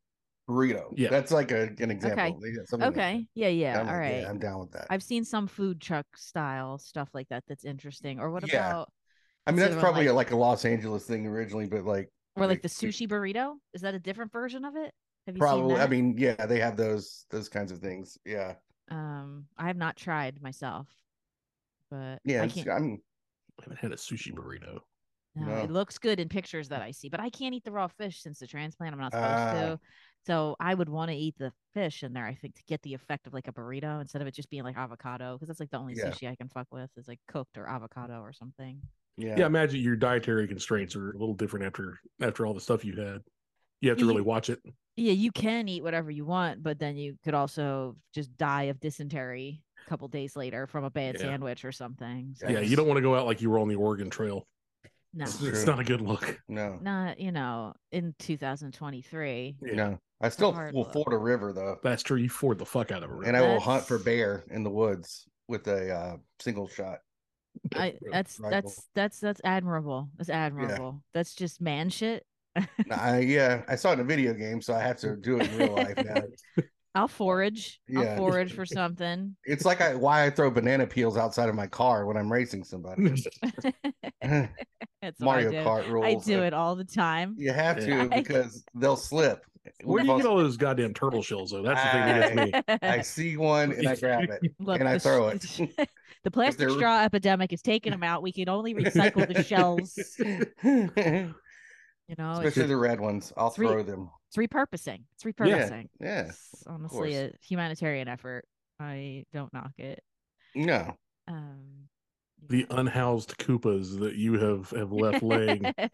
C: burrito.
B: Yeah.
C: That's like a, an example. They have something like that.
A: okay, yeah, yeah,
C: I'm
A: all
C: like,
A: right.
C: I'm down with that.
A: I've seen some food truck style stuff like that. That's interesting. Or what
C: Yeah.
A: about
C: I mean,
A: so
C: that's
A: they're
C: probably like, a Los Angeles thing originally, but like
A: or like the
C: Like,
A: sushi burrito? Is that a different version of it? Have you seen
C: probably.
A: that?
C: I mean, yeah, they have those those kinds of things. Yeah,
A: um, I have not tried myself, but
C: yeah.
A: I
C: it's-
A: can't.
C: I'm
B: I haven't had a sushi burrito.
A: No, it
C: No.
A: looks good in pictures that I see, but I can't eat the raw fish since the transplant. I'm not supposed
C: Ah.
A: to. So I would want to eat the fish in there, I think, to get the effect of like a burrito instead of it just being like avocado, because that's like the only
C: Yeah.
A: sushi I can fuck with is like cooked or avocado or something.
C: yeah.
B: Yeah. imagine your dietary constraints are a little different after after all the stuff you had. You have to
A: You-
B: really watch it.
A: Yeah, you can eat whatever you want, but then you could also just die of dysentery a couple days later from a bad
B: Yeah.
A: sandwich or something. So
B: Yeah,
C: Yes.
B: you don't want to go out like you were on the Oregon Trail.
A: no,
B: It's,
C: True.
B: it's not a good look.
C: No,
A: not you know, in 2023.
B: Yeah.
C: no. I still
A: hard
C: will
A: look.
C: ford a river though,
B: That's true. You ford the fuck out of it.
C: and I will hunt for
A: That's-
C: bear in the woods with a uh, single shot.
A: I, that's
C: rifle.
A: that's that's that's admirable. That's admirable. That's just man shit.
C: I, yeah, I saw it in a video game, so I have to do it in real life now.
A: I'll forage. I'll
C: Yeah.
A: forage for something.
C: It's like I, why I throw banana peels outside of my car when I'm racing somebody.
A: That's
C: Mario
A: what
C: Kart
A: I do.
C: rules.
A: I do
C: like,
A: it all the time.
C: You have
B: Yeah.
C: to because they'll slip.
B: Where do
C: We've
B: you
C: all-
B: get all those goddamn turtle shells though? That's the thing that gets me.
C: I see one and I grab it.
A: Look,
C: and I
A: the sh-
C: throw
A: the
C: it.
A: sh- the plastic
C: they're-
A: straw epidemic is taking them out. We can only recycle the shells.
B: Oh,
A: You know, it's,
C: Especially the red ones. I'll
A: Three-
C: throw them.
A: it's repurposing. It's
B: Yeah.
A: repurposing.
C: Yeah.
A: It's honestly a
C: course.
A: humanitarian effort. I don't knock it.
C: No.
A: Um,
B: The unhoused Koopas that you have have left laying
A: yeah.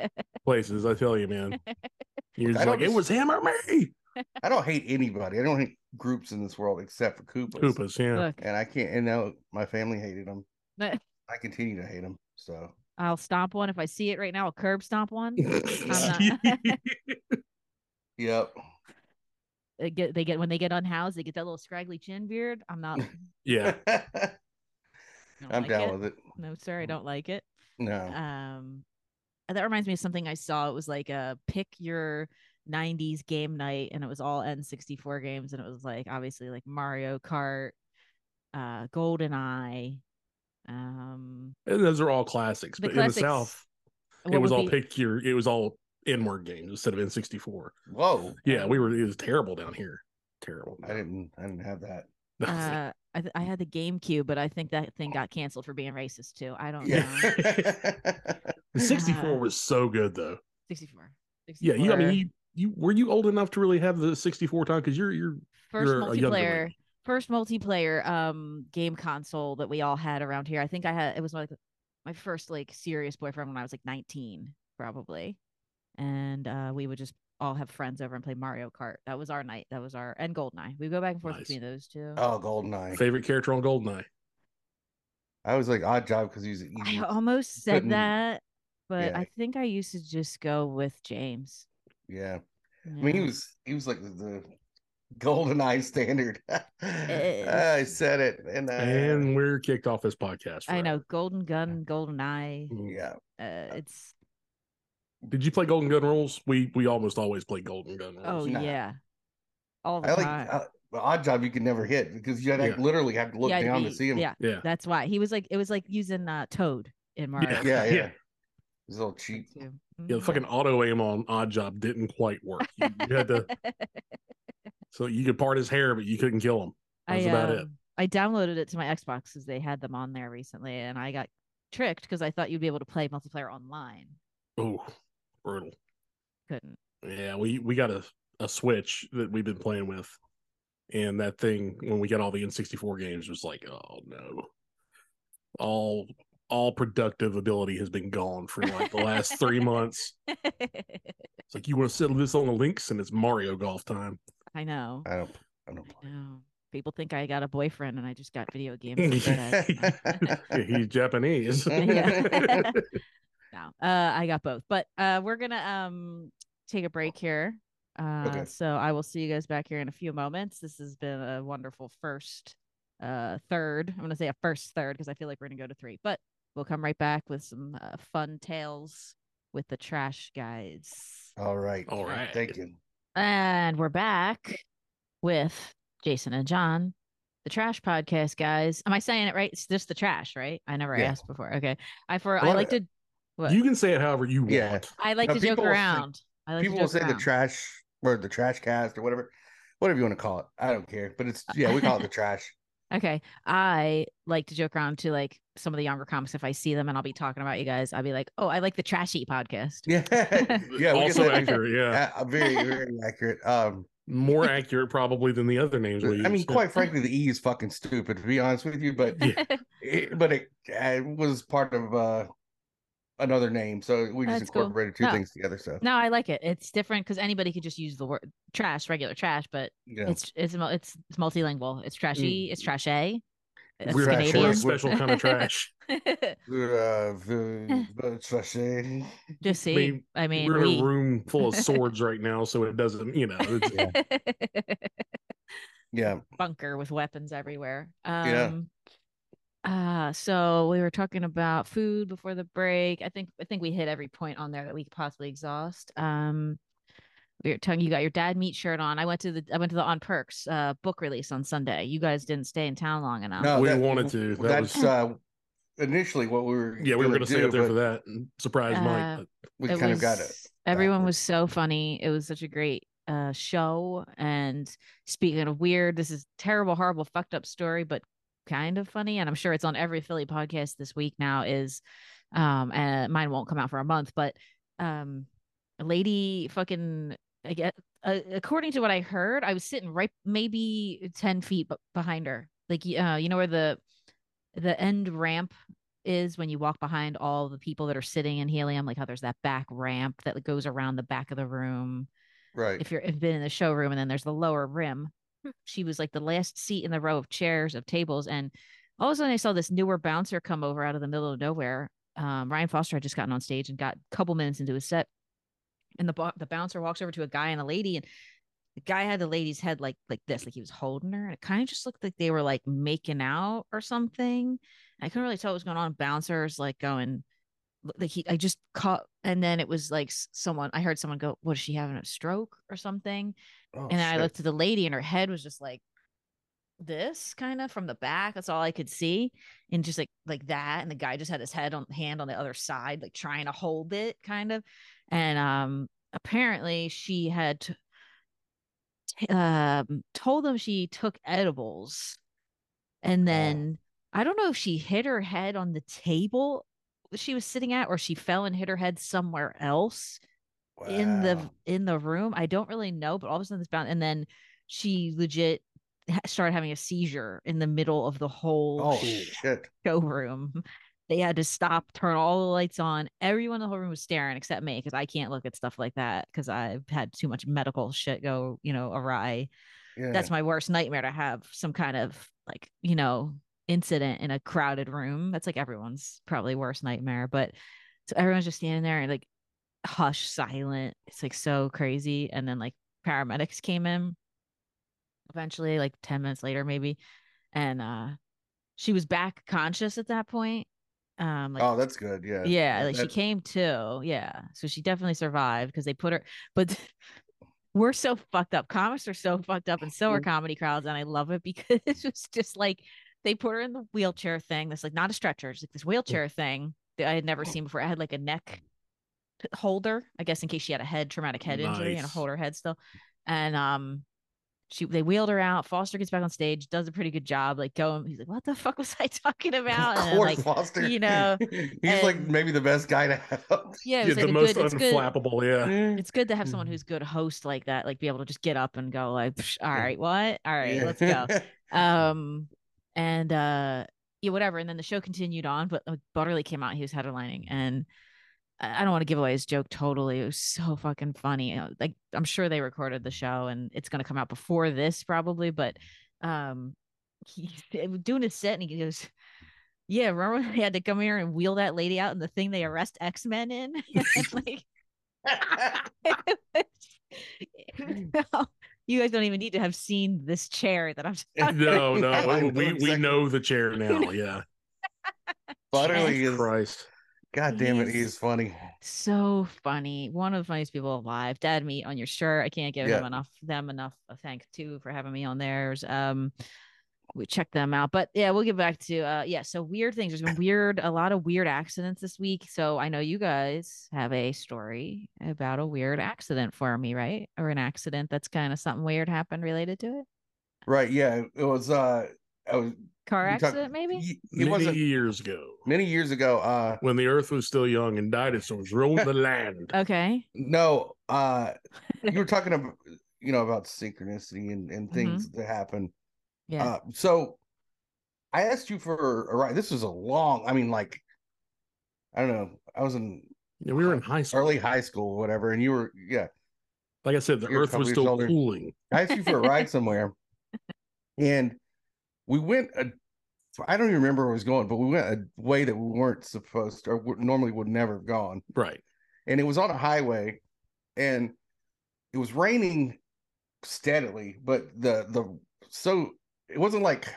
B: places. I tell you, man. You're
C: I
B: just
C: don't
B: like it
C: just-
B: was him or me.
C: I don't hate anybody. I don't hate groups in this world except for Koopas.
B: Koopas, yeah.
A: Look,
C: And I can't. And now my family hated them.
A: But-
C: I continue to hate them. So
A: I'll stomp one if I see it right now. I'll curb stomp one.
C: yep.
A: They get, they get when they get unhoused, they get that little scraggly chin beard. I'm not.
B: yeah.
A: I don't
C: I'm
A: like
C: down
A: it.
C: with it. Mm.
A: No, sir, I don't like it.
C: No.
A: Um, and that reminds me of something I saw. It was like a pick your 90s game night, and it was all N64 games, and it was like obviously like Mario Kart, uh, GoldenEye. Um,
B: And those are all classics.
A: The
B: but
A: classics.
B: in the South, it
A: what
B: was
A: would
B: all
A: be-
B: pick your it was all N-word games instead of N64.
C: Whoa.
B: Yeah, we
A: Oh.
B: were it was terrible down here. Terrible.
C: I didn't. I didn't have that.
A: Uh, I, th- I had the GameCube, but I think that thing got canceled for being racist too. I don't know.
C: Yeah.
B: the 64
A: uh,
B: was so good though.
A: 64.
B: Yeah, you I mean
A: 64.
B: you you were you old enough to really have the 64 time because you're you're
A: first
B: you're a younger
A: multiplayer
B: lady.
A: first multiplayer um game console that we all had around here. I think I had it was like my first like serious boyfriend when I was like 19 probably. And uh we would just all have friends over and play Mario Kart. That was our night. That was our and Goldeneye. We go back and forth
B: Nice.
A: between those two.
C: oh, Goldeneye.
B: favorite character on Goldeneye.
C: I was like odd job because he was an
A: I
C: easy.
A: almost said
C: mm. couldn't-
A: that, but
C: yeah.
A: I think I used to just go with James.
C: Yeah. I mean, he
A: Yeah.
C: was he was like the, the golden eye standard. I
A: Eh.
C: said it, and, uh,
B: and we're kicked off this podcast.
A: I know
B: forever.
A: Golden Gun, Golden Eye.
B: Mm.
C: yeah,
A: Uh, it's
B: Did you play Golden Gun Rules? We we almost always played Golden Gun Rules.
A: oh
C: nah.
A: yeah, all the
C: I like
A: time.
C: I, the odd job you could never hit because you had
B: Yeah.
C: to literally have to look
A: Yeah, it'd
C: down
A: be-
C: to see him.
A: Yeah,
B: Yeah.
A: that's why he was like it was like using uh, Toad in Mario.
B: Yeah.
C: yeah, yeah.
B: Yeah.
C: It's all cheap.
A: too.
B: Yeah, the
A: Mhm.
B: fucking auto aim on odd job didn't quite work. You, you had to, so you could part his hair, but you couldn't kill him. That was
A: I,
B: about it.
A: um, I downloaded it to my Xbox because they had them on there recently, and I got tricked because I thought you'd be able to play multiplayer online.
B: Oh, brutal.
A: Couldn't.
B: Yeah, we we got a a Switch that we've been playing with, and that thing when we got all the N64 games was like, oh no, all all productive ability has been gone for like the last three months. It's like you want to settle this on the links, and it's Mario Golf time.
A: I know.
C: I don't. I don't.
A: I know. People think I got a boyfriend and I just got video games instead.
B: Yeah, He's Japanese.
A: Yeah. no, uh, I got both. But uh, we're gonna um take a break here. Uh,
C: Okay.
A: So I will see you guys back here in a few moments. This has been a wonderful first, uh, third. I'm gonna say a first third because I feel like we're gonna go to three. But we'll come right back with some uh, fun tales with the trash guys,
C: All right.
B: All right.
C: Thank you.
A: and we're back with Jason and John. The trash podcast guys. Am I saying it right? It's just the trash, right? I never
C: Yeah.
A: asked before. Okay. I for I
C: Well,
A: like to what?
B: You can say it however you want.
C: Yeah.
A: I like
C: Now,
A: to joke
C: people will think-
A: around. I like
C: People
A: to
C: will
A: joke
C: say
A: around.
C: the trash or the trash cast or whatever, whatever you want to call it. I don't care, but it's yeah, we call it the trash.
A: okay, I like to joke around to like some of the younger comics if I see them and I'll be talking about you guys. I'll be like, "Oh, I like the trashy podcast."
C: Yeah, yeah. we
B: also
C: get that.
B: accurate. Yeah.
C: Uh, very, very accurate. Um,
B: more accurate probably than the other names we use.
C: I mean, quite frankly, the E is fucking stupid to be honest with you, but
B: Yeah.
C: it, but it, it was part of uh another name, so we just
A: That's cool.
C: incorporated two
A: No.
C: things together. So
A: No, I like it. It's different because anybody could just use the word trash, regular trash, but
C: yeah. Mm.
A: it's it's mul- it's it's multilingual. It's trashy. It's trashy. It's
B: we're,
C: Trash.
B: we're a
A: Canadian.
B: special kind of trash.
C: Uh, v- v- trash, eh?
A: just see.
B: mean,
A: I mean,
B: we're in
A: we.
B: a room full of swords right now, so it doesn't, you know, it's,
C: yeah,
A: bunker with weapons everywhere.
C: Yeah.
A: Um uh so we were talking about food before the break. I think I think we hit every point on there that we could possibly exhaust. Um we were talking you got your dad meat shirt on. I went to the I went to the on perks uh book release on Sunday. You guys didn't stay in town long enough.
C: No,
B: we
C: that-
B: wanted to. That
C: that's
B: was,
C: uh initially what we were.
B: yeah, we were going
C: gonna
B: to stay
C: do,
B: up there
C: but
B: for that and surprise Mike.
A: Uh,
B: but
C: We kind of got it.
A: was- Everyone
C: backwards.
A: was so funny. It was such a great uh show. And speaking of weird, this is terrible, horrible, fucked up story, but kind of funny. And I'm sure it's on every Philly podcast this week now. Is um and mine won't come out for a month, but um a lady fucking I guess uh, according to what I heard, I was sitting right maybe ten feet b- behind her. Like y- uh, you know where the the end ramp is when you walk behind all the people that are sitting in helium, like how there's that back ramp that goes around the back of the room.
C: Right.
A: If you're if you've been in the showroom, and then there's the lower rim. She was like the last seat in the row of chairs of tables, and all of a sudden I saw this newer bouncer come over out of the middle of nowhere. Um, Ryan Foster had just gotten on stage and got a couple minutes into his set, and the bo- the bouncer walks over to a guy and a lady, and the guy had the lady's head like like this, like he was holding her, and it kind of just looked like they were like making out or something. I couldn't really tell what was going on. Bouncers like going, l- like he, I just caught, and then it was like s- someone. I heard someone go, "Was she having a stroke or something?"
C: Oh,
A: and then I
C: shit.
A: looked at the lady, and her head was just like this, kind of from the back. That's all I could see, and just like like that. And the guy just had his head on hand on the other side, like trying to hold it, kind of. And um, apparently she had t- um told them she took edibles, and
C: Wow.
A: then I don't know if she hit her head on the table that she was sitting at, or she fell and hit her head somewhere else in the
C: Wow.
A: in the room. I don't really know, but all of a sudden this bound, and then she legit ha- started having a seizure in the middle of the whole
C: oh
A: sh-
C: shit.
A: showroom. They had to stop, turn all the lights on. Everyone in the whole room was staring except me because I can't look at stuff like that because I've had too much medical shit go, you know, awry.
C: Yeah.
A: That's my worst nightmare to have some kind of like, you know, incident in a crowded room. That's like everyone's probably worst nightmare. But so everyone's just standing there and like hush, silent. It's like so crazy. And then like paramedics came in eventually, like 10 minutes later, maybe. And uh she was back conscious at that point. Um like
C: oh, that's good. Yeah.
A: yeah, like she
C: That-
A: came to. Yeah. So she definitely survived because they put her, but we're so fucked up. Comics are so fucked up, and so
C: Mm-hmm.
A: are comedy crowds. And I love it because it's just like they put her in the wheelchair thing. That's like not a stretcher. It's like this wheelchair thing that I had never seen before. I had like a neck holder, I guess, in case she had a head traumatic head injury and a
B: Nice.
A: hold her head still. And um, she they wheeled her out. Foster gets back on stage, does a pretty good job. Like going, he's like, "What the fuck was I talking about?"
C: of
A: And then,
C: course,
A: like,
C: Foster.
A: you know,
C: he's like
A: and-
C: maybe the best guy to have.
A: yeah, it
B: Yeah,
A: was
B: the
A: like a
B: most
A: good. It's good.
B: unflappable. Yeah.
A: it's good to have someone
C: Mhm.
A: who's good host like that, like be able to just get up and go like, "Psh, all right, what? All right,
C: Yeah.
A: let's go. Um, and uh, yeah, whatever. And then the show continued on, but like, Butterly came out. He was headlining, and I I don't want to give away his joke totally. It was so fucking funny. Uh, Like I'm sure they recorded the show, and it's gonna come out before this probably. But um, he they were doing his set, and he goes. Yeah, remember when they had to come here and wheel that lady out in the thing they arrest X Men in? And, like, No, you guys don't even need to have seen this chair that I'm talking
B: No, no.
C: I know
B: we- we we
C: exactly.
B: know the chair now. Yeah.
C: Butterly is
B: Christ.
C: God damn it,
A: He's-
C: he's funny.
A: So funny. One of the funniest people alive. Dad meat on your shirt. I can't give
C: Yeah.
A: him enough them enough a thank too for having me on theirs. Um we check them out. But yeah, we'll get back to uh yeah, so weird things. There's been weird a lot of weird accidents this week. So I know you guys have a story about a weird accident for me, right? Or an accident that's kind of something weird happened related to it.
C: Right, yeah. It was uh I was
A: Car
C: we talked-
A: accident maybe?
C: y- It
B: Many
C: wasn't
B: years ago,
C: many years ago. Uh
B: when the Earth was still young and dinosaurs ruled the land.
A: Okay.
C: no, uh you were talking about you know about synchronicity and, and things that happen.
A: Yeah.
C: Uh so I asked you for a ride. This was a long I mean like I don't know. I was in
B: Yeah, we were in high school.
C: early high school or whatever, and you were yeah.
B: Like I said, the
C: You're a
B: Earth was
C: couple years
B: still
C: older.
B: cooling.
C: I asked you for a ride somewhere, and we went. A, I don't even remember where I was going, but we went a way that we weren't supposed to, or would- normally would never have gone.
B: Right.
C: And it was on a highway, and it was raining steadily, but the the so it wasn't like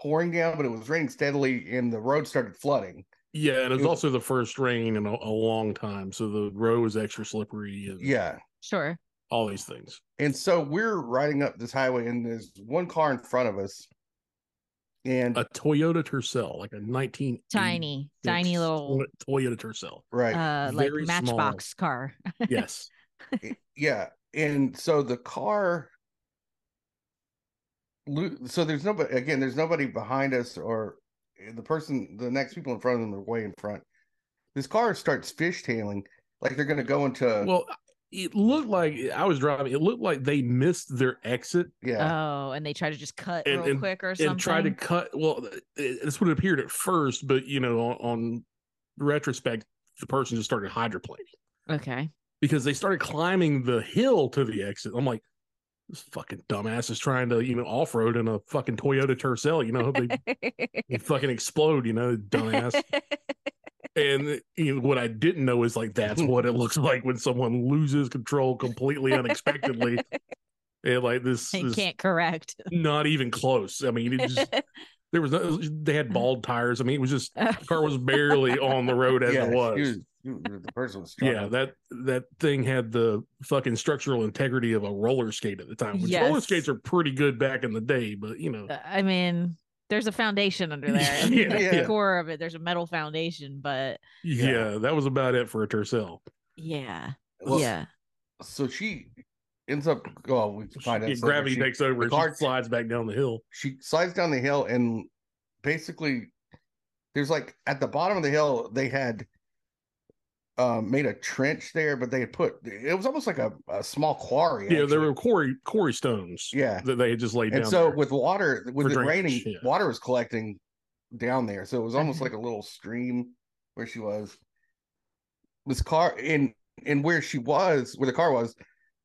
C: pouring down, but it was raining steadily, and the road started flooding.
B: Yeah, and it was
C: It-
B: also the first rain in a, a long time, so the road was extra slippery and
C: Yeah,
A: Sure.
B: all these things.
C: and so we're riding up this highway, and there's one car in front of us, and
B: A Toyota Tercel, like a nineteen
A: Tiny, tiny little
B: Toyota Tercel.
C: right.
A: uh like
B: very small.
A: matchbox car.
B: Yes.
C: Y- Eh, yeah and so the car lo- so there's nobody again there's nobody behind us or eh, the person the next people in front of them are way in front this car starts fishtailing like they're going to go into
B: well, it looked like I was driving. It looked like they missed their exit
C: yeah
A: Oh, and they try to just cut
B: And-
A: real
B: and-
A: quick or something.
B: and tried to cut. Well, it, it's what it appeared at first, but you know, on, on retrospect, the person just started hydroplaning
A: Okay.
B: because they started climbing the hill to the exit. I'm like. This fucking dumbass is trying to, you know, off road in a fucking Toyota Tercel. You know, hope they you fucking explode, you know, dumbass. and you know, what I didn't know is like that's what it looks like when someone loses control completely unexpectedly. and like this
A: and
B: is
A: can't correct.
B: not even close. I mean, it just there was no, they had bald tires. I mean, it was just the car was barely on the road as
C: yeah
B: it
C: she
B: was.
C: was- she was- the person was
B: yeah,
C: struggling.
B: that that thing had the fucking structural integrity of a roller skate at the time. Which roller
A: Yes.
B: skates are pretty good back in the day, but you know,
A: Uh, I mean, there's a foundation under there. I mean,
B: Yeah,
A: at
C: yeah.
A: the core of it, there's a metal foundation, but
B: yeah, that was about it for a Tercel.
A: yeah.
C: Well,
A: yeah.
C: so she ends up oh we can find out
B: Yeah,
C: later.
B: gravity
C: She-
B: takes over.
C: the
B: and she
C: car-
B: slides back down the hill.
C: she slides down the hill and basically there's like at the bottom of the hill they had um made a trench there but they had put it was almost like a, a small quarry
B: Yeah, there
C: actually.
B: were quarry quarry stones.
C: Yeah.
B: that they had just laid
C: and
B: down.
C: so
B: there.
C: with water with
B: For
C: it
B: drainage,
C: raining
B: yeah. Mm-hmm.
C: water was collecting down there so it was almost
A: Mhm.
C: like a little stream where she was this car in and where she was where the car was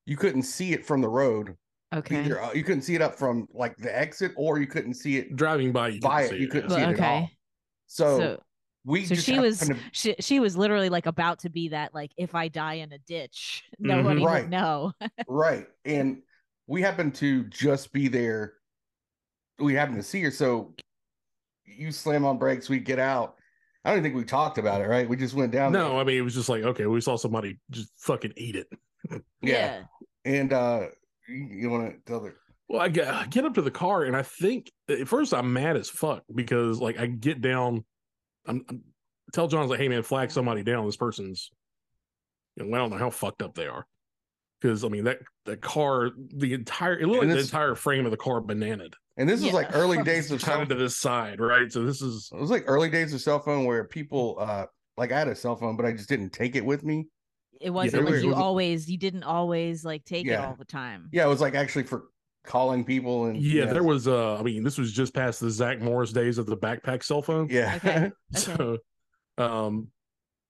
C: you couldn't see it from the road
A: Okay.
C: either uh, you couldn't see it up from like the exit or you couldn't see it
B: driving by, you
C: By
B: couldn't
C: it,
B: see
C: you couldn't
B: yeah.
A: Well,
C: see it at
A: okay.
C: all. so,
A: so
C: we
A: so
C: just
A: she was
C: happened to-
A: she, she was literally like about to be that like if I die in a ditch, nobody
C: Right.
A: would know.
C: right and we happened to just be there we happened to see her so you slam on brakes we get out i don't even think we talked about it right we just went down
B: No, I mean it was just like okay, we saw somebody just fucking eat it.
C: there. yeah And uh you, you want to tell the
B: Well, I get, I get up to the car and I think at first I'm mad as fuck because like I get down, I'm, I'm- tell John's like, hey man, flag somebody down. This person's, you know, I don't know how fucked up they are. Because I mean that that car, the entire it looked
C: And
B: like the
C: this-
B: entire frame of the car bananaed,
C: and this is like
A: Yeah.
C: early days of cell
B: kind of to this side, right? So this is
C: it was like early days of cell phone where people uh like I had a cell phone, but I just didn't take it with me.
A: It wasn't
C: there
A: like
C: was-
A: you
C: was a-
A: always you didn't always like take it
C: Yeah.
A: all the time.
C: Yeah, it was like actually for calling people and
B: yeah,
C: yeah,
B: there was uh I mean this was just past the Zach Morris days of the backpack cell phone.
C: yeah.
A: Okay.
B: So, um,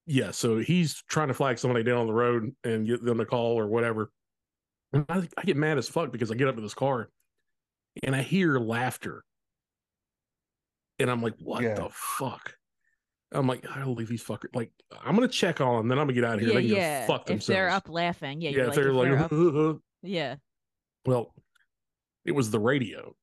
B: yeah, so he's trying to flag somebody down on the road and get them to call or whatever. And I, I get mad as fuck because I get up to this car and I hear laughter. And I'm like, what
C: Yeah.
B: the fuck? I'm like, I'll leave these fuckers. Like, I'm going to check on them, then I'm going to get out of here.
A: Yeah,
B: they can go
A: yeah.
B: fuck
A: if
B: themselves.
A: they're up laughing, yeah,
B: yeah,
A: you're
B: if
A: like,
B: they're
A: if
B: like,
A: they're up- yeah.
B: well, it was the radio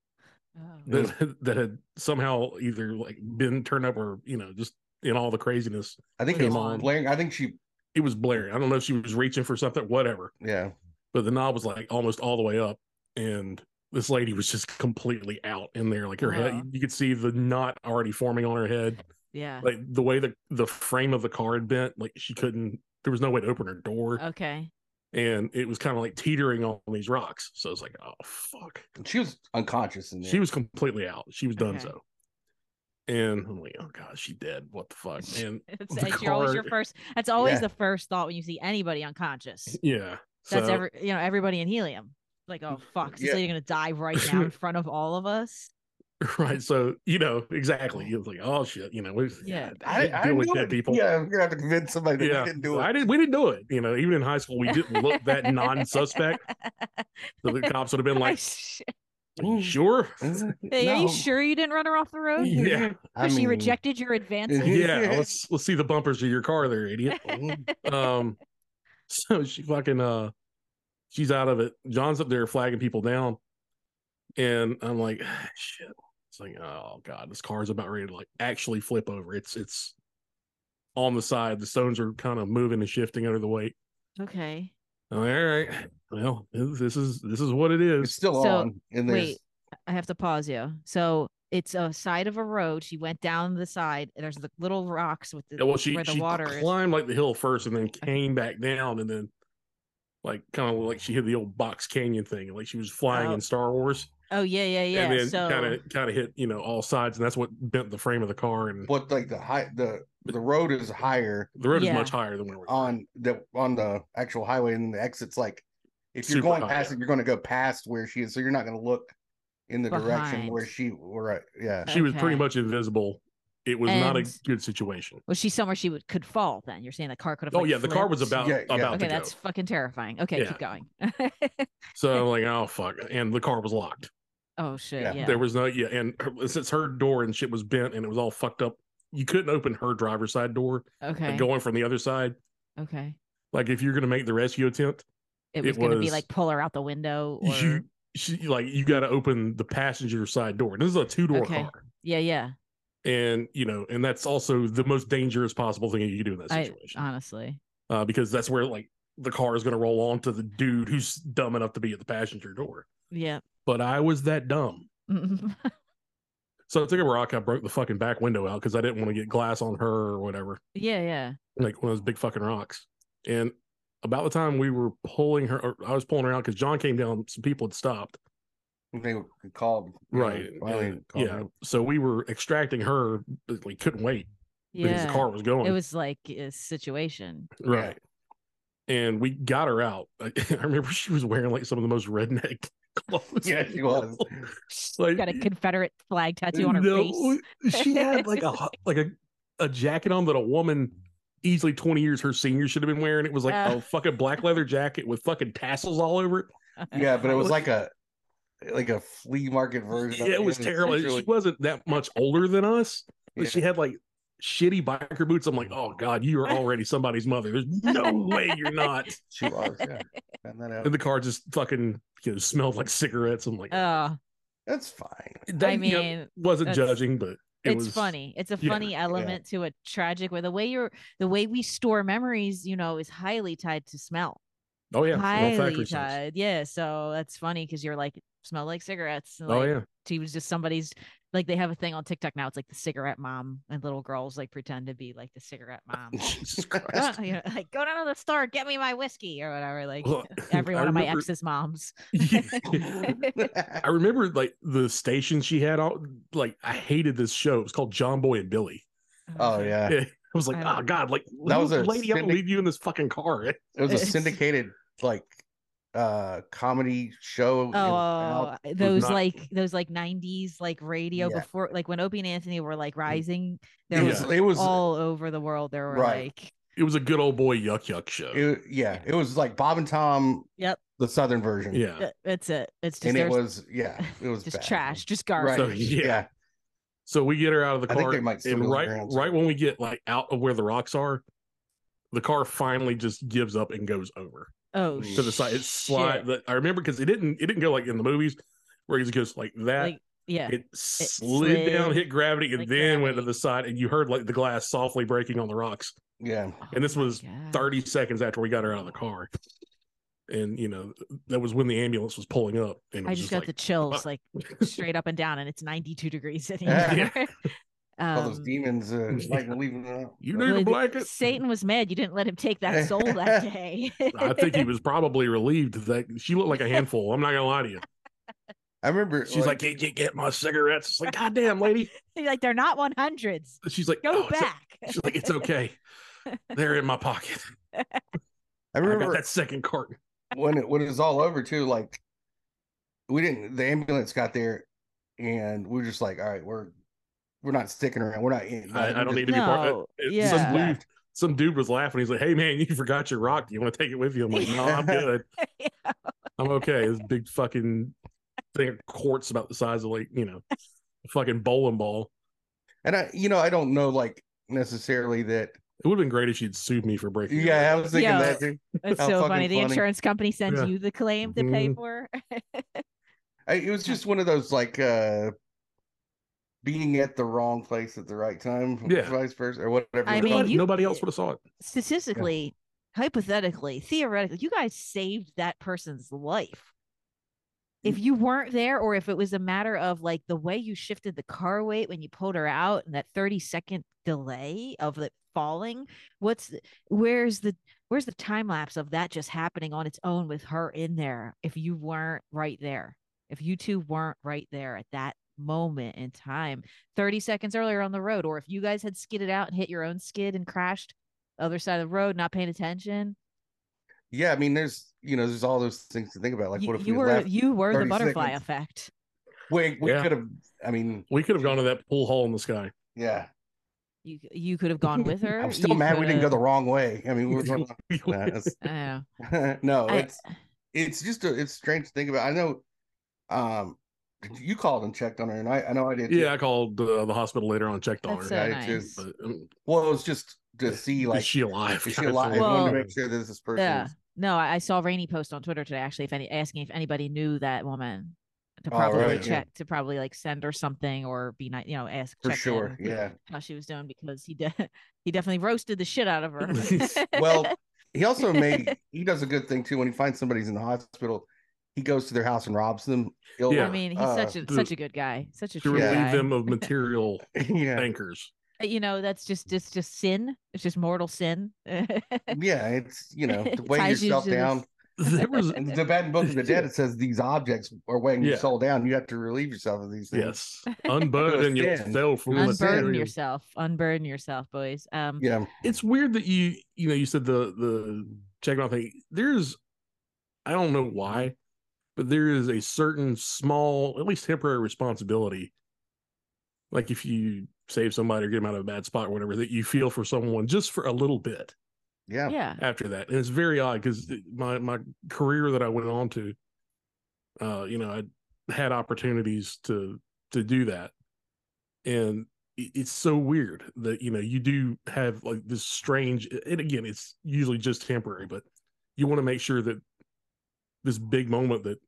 A: Oh.
B: that, that had somehow either like been turned up or, you know, just in all the craziness.
C: I think it
B: Came
C: was
B: on.
C: blaring. I think she
B: it was blaring. I don't know if she was reaching for something, whatever.
C: yeah.
B: But the knob was like almost all the way up, and this lady was just completely out in there. Like her
A: Uh-huh.
B: head, you could see the knot already forming on her head.
A: Yeah.
B: Like the way the the frame of the car had bent, like she couldn't. There was no way to open her door,
A: Okay.
B: and it was kind of like teetering on these rocks. So it's like, oh fuck,
C: She was unconscious in there.
B: she was completely out. She was done
A: Okay.
B: so. And I'm like, oh god, she dead. What the fuck? And
A: It's,
B: The
A: it's your, always your
B: car-
A: first. That's always
C: Yeah.
A: the first thought when you see anybody unconscious.
B: yeah,
A: That's
B: so-
A: every you know everybody in helium. Like oh fuck,
C: Yeah.
A: so you're gonna die right now in front of all of us.
B: right. So you know exactly. It's like, oh shit, you know, we,
A: Yeah.
B: I, didn't deal with
C: know
B: dead
C: it.
B: people.
C: Yeah, I'm gonna have to convince somebody that
B: yeah,
C: we didn't do it.
B: I didn't. We didn't do it. You know, even in high school, we didn't look that non-suspect. So the cops would have been like, "Are you sure?"
A: Hey, Are
C: No.
A: you sure you didn't run her off the road?
B: Yeah.
C: I
A: 'Cause she
C: mean,
A: rejected your advances.
B: Yeah, let's let's see the bumpers of your car, there, idiot. Um, so she fucking uh, she's out of it. John's up there flagging people down, and I'm like, "Ah, shit. It's like, oh god, this car's about ready to like actually flip over. It's it's on the side. The stones are kind of moving and shifting under the weight.
A: Okay.
B: I'm like, All right, well, this is this is what it is.
C: It's still
A: So,
C: on. And there's
A: wait. I have to pause you. So it's a side of a road. She went down the side. and There's the little rocks with the
B: Yeah, well, she,
A: where the
B: she
A: water is.
B: climbed like the hill first and then came back down and then like kind of like she hit the old box canyon thing like she was flying
A: Oh.
B: in Star Wars
A: Oh yeah, yeah, yeah.
B: and then
A: so
B: kind of kind of hit you know all sides and that's what bent the frame of the car and
C: what like the high the the road is higher
B: the road
A: Yeah.
B: is much higher than where we were.
C: on the on the actual highway, and then the exit's like if you're
B: Super
C: going
B: high,
C: past
B: yeah.
C: it, you're going to go past where she is, so you're not going to look in the direction
A: Behind.
C: where she were. Yeah,
B: she was pretty
A: okay.
B: much invisible. It was not a
A: And-
B: good situation.
A: Well, she's somewhere she would could fall. Then you're saying the car could have.
B: Oh
A: like,
B: yeah, the car was
A: flipped?
B: about
C: Yeah, yeah.
B: about
A: Okay,
B: to
A: that's
B: go.
A: fucking terrifying. Okay,
B: Yeah.
A: keep going.
B: So I'm like, oh fuck, and the car was locked.
A: oh shit,
C: Yeah,
A: yeah.
B: There was no yeah, and her, since her door and shit was bent and it was all fucked up, you couldn't open her driver's side door.
A: okay,
B: Going from the other side,
A: okay.
B: like if you're gonna make the rescue attempt
A: It
B: it
A: was gonna be
B: was-
A: like pull her out the window. Or...
B: you she, like you got to open the passenger side door this is a two-door
A: Okay.
B: car
A: Yeah, yeah.
B: and you know and that's also the most dangerous possible thing you can do in that
A: I
B: situation
A: honestly,
B: uh, because that's where like the car is going to roll on to the dude who's dumb enough to be at the passenger door
A: yeah.
B: but i was that dumb
A: Mm,
B: so i took a rock i broke the fucking back window out because i didn't want to get glass on her or whatever
A: yeah, yeah.
B: like one of those big fucking rocks and about the time we were pulling her or i was pulling her out because john came down some people had stopped
C: they called you know,
B: right
C: finally
B: and-
C: called
B: yeah
C: her.
B: so we were extracting her but we couldn't wait
A: Yeah.
B: because the car was going
A: It was like a situation.
B: right and we got her out i remember she was wearing like some of the most redneck clothes
C: Yeah, she was.
B: like
A: Got a Confederate flag tattoo on her face.
B: face she had like a hu- like a, a jacket on that a woman easily 20 years her senior should have been wearing it was like
A: Uh.
B: a fucking black leather jacket with fucking tassels all over it
C: Yeah, but it was
B: Look-
C: like a like a flea market version. of
B: yeah, it was terrible she
C: essentially.
B: wasn't that much older than us But
C: Yeah.
B: she had like shitty biker boots. I'm like, oh god, you are already somebody's mother. There's no way you're not.
C: She was. Yeah. Found that out.
B: And the car just fucking you know, smelled like cigarettes. I'm like,
A: Oh,
C: That's fine.
B: that,
A: I
B: you
A: mean,
B: know, wasn't
A: that's-
B: judging, but it
A: it's
B: was
A: funny. It's a
B: yeah,
A: funny element to a tragic way. The way you're, the way we store memories, you know, is highly tied to smell.
B: Oh yeah, no
A: highly
B: factory sex.
A: tied. Yeah, so that's funny because you're like smell like cigarettes. and,
B: Oh
A: like,
B: yeah,
A: she was just somebody's. Like they have a thing on TikTok now. It's like the cigarette mom and little girls like pretend to be like the cigarette mom.
B: Jesus
A: Go,
B: Christ.
A: you know, like go down to the store, get me my whiskey or whatever. Like
B: Well,
A: every
B: I
A: one of my
B: remember-
A: ex's moms.
B: I remember like the station she had on. Like I hated this show. It was called John Boy and Billy.
C: oh yeah,
B: I was like,
A: I-
B: oh god, like
C: That was a
B: lady. I'm
C: syndic-
B: gonna leave you in this fucking car.
C: it was a
A: It's-
C: syndicated like uh comedy show. It was
A: Oh,
C: out.
A: uh, those
B: not-
A: like those like '90s like radio
C: Yeah.
A: before like when Opie and Anthony were like rising. There
C: it was
A: was
C: it was
A: all over the world. There were
C: Right.
A: like
B: It was a good old boy yuck yuck show.
C: it, yeah, it was like Bob and Tom.
A: Yep.
C: the southern version.
B: yeah.
A: th- uh, that's it. It's just
C: and
A: there's
C: it was yeah, it was
A: just
C: bad.
A: trash, just garbage.
B: So,
C: Right. yeah.
B: yeah. So we get her out of the
C: I think
B: car,
C: they might still be
B: and
C: on the
B: right,
C: grounds.
B: right when we get like out of where the rocks are, the car finally just gives up and goes over
A: Oh,
B: to the side. It
A: shit.
B: slide. The, I remember because it didn't. It didn't go like in the movies where it just goes like that.
A: Like yeah,
B: it, slid, down,
A: slid
B: hit gravity, and
A: like
B: then went to
A: gravity.
B: the side, and you heard like the glass softly breaking on the rocks.
C: yeah.
B: and this
A: Oh my
B: was
A: God.
B: Thirty seconds after we got her out of the car, and you know that was when the ambulance was pulling up. And it
A: I
B: was
A: just got the chills,
B: fuck.
A: like straight up and down, and it's 92 degrees in
C: Yeah.
A: here.
C: All those
A: Um,
C: demons uh,
B: yeah.
C: like leaving it out.
B: You
C: But-
B: need a
A: Well, the-
B: blanket.
A: Satan was mad you didn't let him take that soul that day.
B: I think he was probably relieved that she looked like a handful. I'm not gonna lie to you.
C: I remember
B: She's like, "Can't get, get my cigarettes." It's like, "Goddamn, lady."
A: He's like they're not 100s.
B: She's like,
A: Go
B: "Oh, it's o-
A: back.
B: She's like, "It's okay. They're in my pocket.
C: I
B: I
C: remember
B: got that second carton."
C: when it when it was all over too, like we didn't the ambulance got there and we are just like, all right, we're we're not sticking around. We're not in.
B: I,
C: Like,
B: I
C: we
B: don't need
C: just
B: to be part.
A: No,
B: of it. It-
A: yeah.
B: Some dude, some dude was laughing. He's like, "Hey, man, you forgot your rock. You want to take it with you?" I'm like, "No, I'm good.
A: Yeah.
B: I'm okay." This big fucking thing of quartz about the size of like you know, a fucking bowling ball.
C: And I, you know, I don't know like necessarily that.
B: It would have been great if she'd sued me for breaking. her
C: Yeah, I was thinking
A: Yeah.
C: that too.
A: It's
C: How
A: so funny.
C: fucking
A: The
C: funny.
A: insurance company sends
B: Yeah.
A: you the claim to pay
B: Mhm.
A: for.
C: I, it was just one of those like uh being at the wrong place at the right time,
B: Yeah.
C: vice versa, or whatever.
A: I
C: it
B: Nobody,
A: mean,
C: was.
A: you-
B: nobody else would have saw it.
A: Statistically, hypothetically, theoretically, you guys saved that person's life. If you weren't there, or if it was a matter of like the way you shifted the car weight when you pulled her out and that 30 second delay of it falling, what's the- where's the where's the time lapse of that just happening on its own with her in there if you weren't right there? If you two weren't right there at that moment in time, 30 seconds earlier on the road, or if you guys had skidded out and hit your own skid and crashed other side of the road, not paying attention.
C: yeah, I mean, there's you know, there's all those things to think about. Like,
A: you,
C: what if
A: you
C: we
A: were
C: left?
A: you were the
C: 30
A: butterfly
C: seconds?
A: effect.
C: We, we
B: Yeah.
C: could have. I mean,
B: We could have gone to that pool hole in the sky.
C: yeah.
A: You you could have gone with her.
C: I'm still mad we didn't go the wrong way. I mean, we were going- Nah, that's-
A: I know.
C: no,
A: I-
C: it's it's just a, it's strange to think about. I know, um, you called and checked on her, and I I know I did. too.
B: Yeah, I called uh, the hospital later on, checked on
A: That's
B: her.
A: so
C: Right, it
A: nice.
C: is.
B: But um,
C: Well, it was just to see like
B: is she alive?
C: is she alive? I
A: Well-
C: wanted to make sure that this person.
A: Yeah.
C: was-
A: No, I, I saw Rainey post on Twitter today actually if any asking if anybody knew that woman to
C: Oh,
A: probably
C: right, yeah.
A: check to probably like send her something or be nice, you know, ask
C: For
A: check
C: sure,
A: in
C: yeah.
A: how she was doing because he de- he definitely roasted the shit out of her.
C: Well, he also made he does a good thing too. When he finds somebody's in the hospital, he goes to their house and robs them. Ill-
B: Yeah.
A: I mean, he's
C: uh,
A: such a
B: to-
A: such a good guy, such a
B: to
A: true
B: relieve
A: guy.
B: them of material
C: uh, yeah,
B: anchors.
A: You know, that's just just just sin. It's just mortal sin.
C: yeah. It's you know to weigh
A: Ties you
C: yourself
A: to the
C: down.
B: There was
C: And the Tibetan Book of the Dead, it says these objects are weighing your
B: Yeah.
C: soul down. You have to relieve yourself of these things.
B: yes, unburden
C: Yeah.
B: yourself from
C: Well, it's
A: unburden
B: material.
A: yourself unburden yourself boys um
C: Yeah.
B: It's weird that you you know you said the the check out thing. There's I don't know why, but there is a certain small, at least temporary responsibility. Like if you save somebody or get them out of a bad spot or whatever, that you feel for someone just for a little bit.
C: Yeah.
A: yeah
B: after that. And it's very odd because my my career that I went on to, uh, you know, I had opportunities to to do that, and i- it's so weird that you know you do have like this strange. And again, it's usually just temporary, but you want to make sure that this big moment that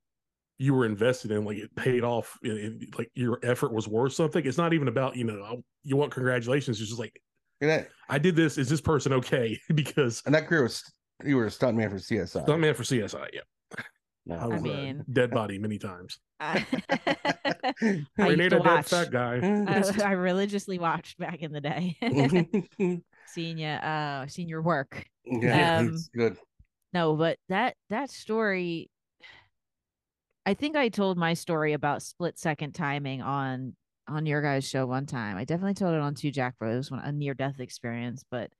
B: you were invested in like it paid off and, and, like your effort was worth something it's not even about you know I- you want congratulations it's just like
C: And that,
B: i did this is this person okay because
C: and that career was you were a stuntman for CSI.
B: Stuntman for CSI. Yeah,
C: No.
B: I
A: I
B: was a
A: mean,
B: dead body many times.
A: I, I
B: we
A: used
B: need
A: to
B: a dead
A: watch.
B: fat guy.
A: I I religiously watched back in the
C: Mm-hmm.
A: day, seeing you, uh, seeing your work.
C: yeah,
A: Um,
C: it's good.
A: No, but that that story I think I told my story about split second timing on on your guys' show one time. I definitely told it on two Jack Bros when a near death experience, but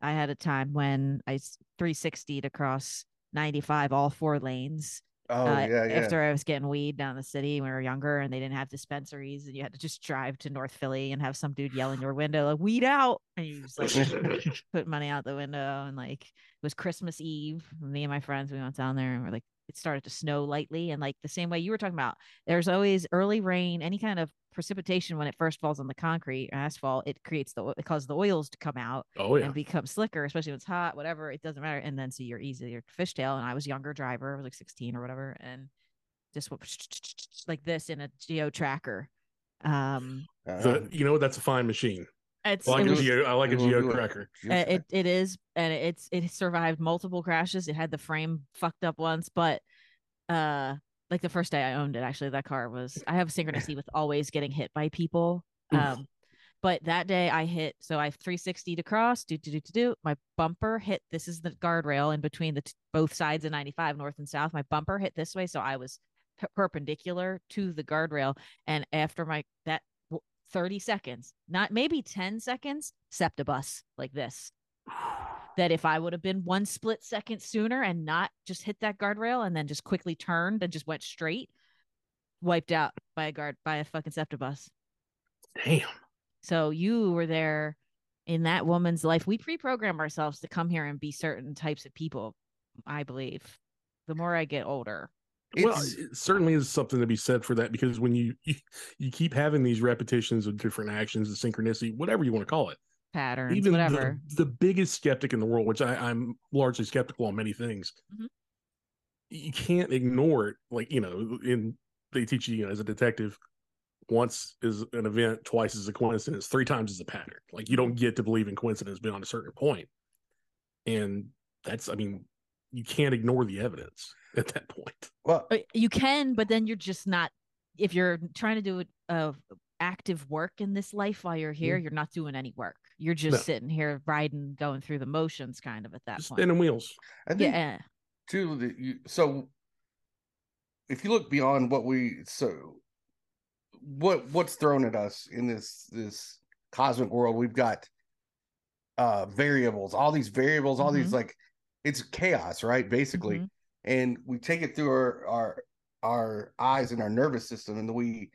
A: I had a time when I 360 to cross 95 all four lanes
C: Oh
A: uh,
C: yeah, yeah.
A: after I was getting weed down the city when we were younger and they didn't have dispensaries and you had to just drive to North Philly and have some dude yell in your window like weed out and you just like put money out the window and like it was Christmas Eve. Me and my friends, we went down there and we're like, it started to snow lightly. And like the same way you were talking about, there's always early rain, any kind of precipitation when it first falls on the concrete or asphalt, it creates the o- it causes the oils to come out
B: oh yeah,
A: and become slicker, especially when it's hot, whatever, it doesn't matter. And then so you're easier to fishtail. And I was younger driver, I was like 16 or whatever, and just went like this in a geo tracker. Um
C: Uh,
B: The- you know what? That's a fine machine.
A: it's
B: I like
A: it
B: a
A: was-
B: geo. I like a
C: it was-
B: geo cracker.
A: Uh,
C: just-
A: it it is, and it's it survived multiple crashes. It had the frame fucked up once, but uh, like the first day I owned it, actually that car was. I have synchronicity with always getting hit by people.
B: Oof.
A: Um, but that day I hit, so I 360 to cross, do do do do do. My bumper hit. This is the guardrail in between the t- both sides of 95, north and south. My bumper hit this way, so I was per- perpendicular to the guardrail. And after my that w- 30 seconds, not maybe 10 seconds, septibus like this. That if I would have been one split second sooner and not just hit that guardrail and then just quickly turned and just went straight, wiped out by a guard by a fucking septibus.
B: Damn.
A: So you were there in that woman's life. We pre-program ourselves to come here and be certain types of people, I believe. The more I get older,
B: well,
C: It's-
B: it certainly is something to be said for that because when you, you you keep having these repetitions of different actions, the synchronicity, whatever you want to call it,
A: patterns,
B: even
A: whatever.
B: the, the biggest skeptic in the world, which I, I'm largely skeptical on many things,
C: Mm-hmm.
A: Mhm.
B: you can't ignore it. Like you know, in they teach you, you know, as a detective, once is an event, twice is a coincidence, three times is a pattern. Like you don't get to believe in coincidence beyond a certain point, and that's, I mean, you can't ignore the evidence at that point.
C: well,
A: Uh, You can, but then you're just not. If you're trying to do it- uh, active work in this life while you're
C: Mm-hmm.
A: here, you're not doing any work. You're just
B: No.
A: sitting here riding, going through the motions, kind of at that
B: Just
A: point.
B: spinning wheels.
C: I think
A: yeah,
C: too that you so if you look beyond what we so what what's thrown at us in this this cosmic world we've got uh variables all these variables all these
A: Mhm.
C: like it's chaos right basically
A: Mhm.
C: and we take it through our our our eyes and our nervous system and we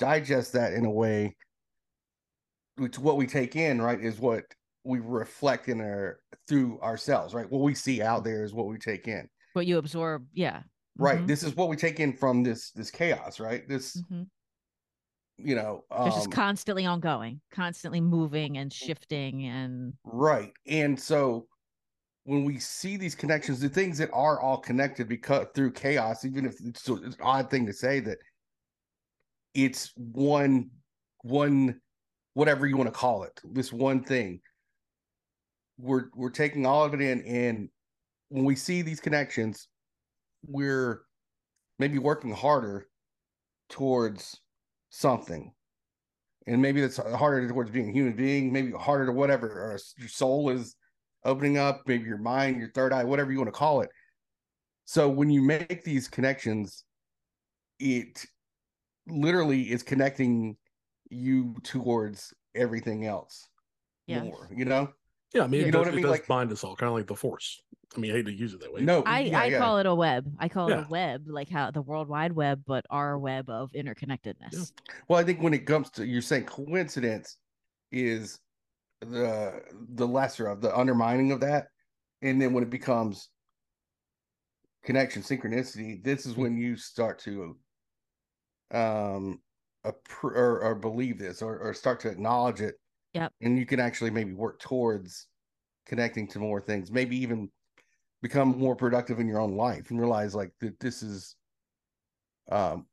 C: digest that in a way which what we take in right is what we reflect in our through ourselves right what we see out there is what we take in
A: what you absorb. Yeah,
C: right
A: Mhm.
C: this is what we take in from this this chaos right this
A: Mhm.
C: you know um,
A: Mm.
C: Mm-hmm.
A: It's just constantly ongoing, constantly moving and shifting, and
C: right and so when we see these connections the things that are all connected because through chaos even if it's, so- it's an odd thing to say that it's one one whatever you want to call it this one thing we're we're taking all of it in and when we see these connections we're maybe working harder towards something and maybe that's harder towards being a human being maybe harder to whatever or s- your soul is opening up maybe your mind your third eye whatever you want to call it so when you make these connections it literally is connecting you towards everything else
A: yeah.
C: more you know
B: Yeah, I mean,
A: You
B: it does,
C: know what I
B: it
C: mean?
B: does
C: Like-
B: bind us all, kind of like the force. I mean, I hate to use it that way.
C: no
A: I,
C: yeah,
A: I
C: yeah.
A: call it a web. I call it
B: Yeah.
A: a web, like how the World Wide Web, but our web of interconnectedness.
C: Well, I think when it comes to you're saying coincidence is the the lesser of the undermining of that, and then when it becomes connection synchronicity, this is when you start to um appro- or, or believe this or, or start to acknowledge it.
A: Yep.
C: And you can actually maybe work towards connecting to more things, maybe even become more productive in your own life and realize like that this is um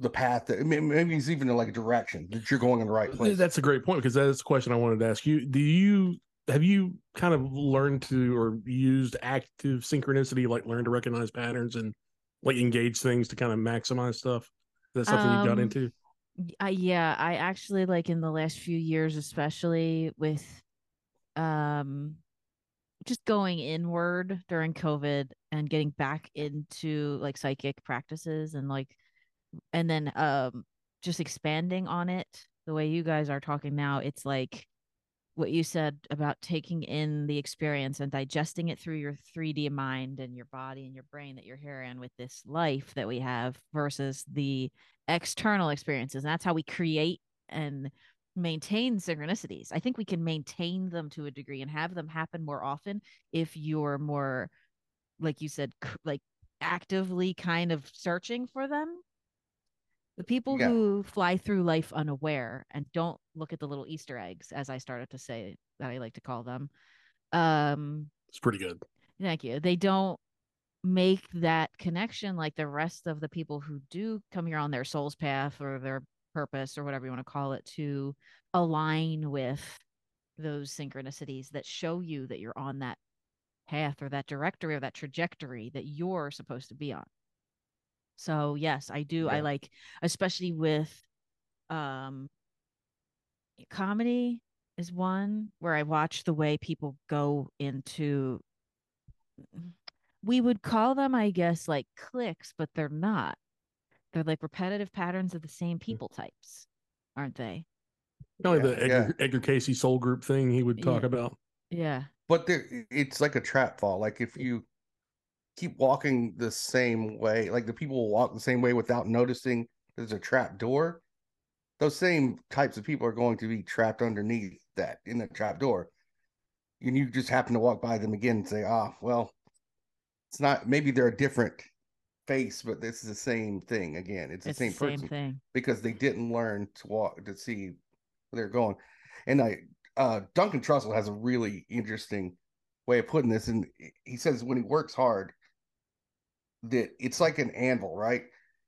C: the path that I mean, maybe it's even like a direction that you're going in the right
B: Th-
C: place.
B: That's a great point because that's a question I wanted to ask you. Do you have you kind of learned to or used active synchronicity, like learn to recognize patterns and like engage things to kind of maximize stuff? Is that something you got
A: Um,
B: into?
A: Y- I yeah, I actually like in the last few years, especially with um just going inward during COVID and getting back into like psychic practices and like and then um just expanding on it the way you guys are talking now, it's like what you said about taking in the experience and digesting it through your 3D mind and your body and your brain that you're here in with this life that we have versus the external experiences. And that's how we create and maintain synchronicities. I think we can maintain them to a degree and have them happen more often if you're more, like you said, c- like actively kind of searching for them. The people
C: Yeah.
A: who fly through life unaware and don't look at the little Easter eggs, as I started to say that I like to call them, um,
B: It's pretty good.
A: Thank you. They don't make that connection like the rest of the people who do come here on their soul's path or their purpose or whatever you want to call it to align with those synchronicities that show you that you're on that path or that directory or that trajectory that you're supposed to be on. So, yes, I do. I
C: Yeah.
A: like especially with um comedy is one where I watch the way people go into we would call them, I guess, like clicks, but they're not. They're like repetitive patterns of the same people types, aren't they?
B: Kind of
C: Yeah,
B: like the Edgar, Edgar Casey soul group thing he would talk
A: Yeah.
B: about.
A: Yeah.
C: but there it's like a trap fall like if you keep walking the same way like the people will walk the same way without noticing there's a trap door those same types of people are going to be trapped underneath that in the trap door and you just happen to walk by them again and say ah well it's not maybe they're a different face but this is the same thing again it's the
A: it's
C: same,
A: the same
C: person
A: thing.
C: because they didn't learn to walk to see where they're going. And I uh Duncan Trussell has a really interesting way of putting this. And he says when he works hard, that it's like an anvil, right?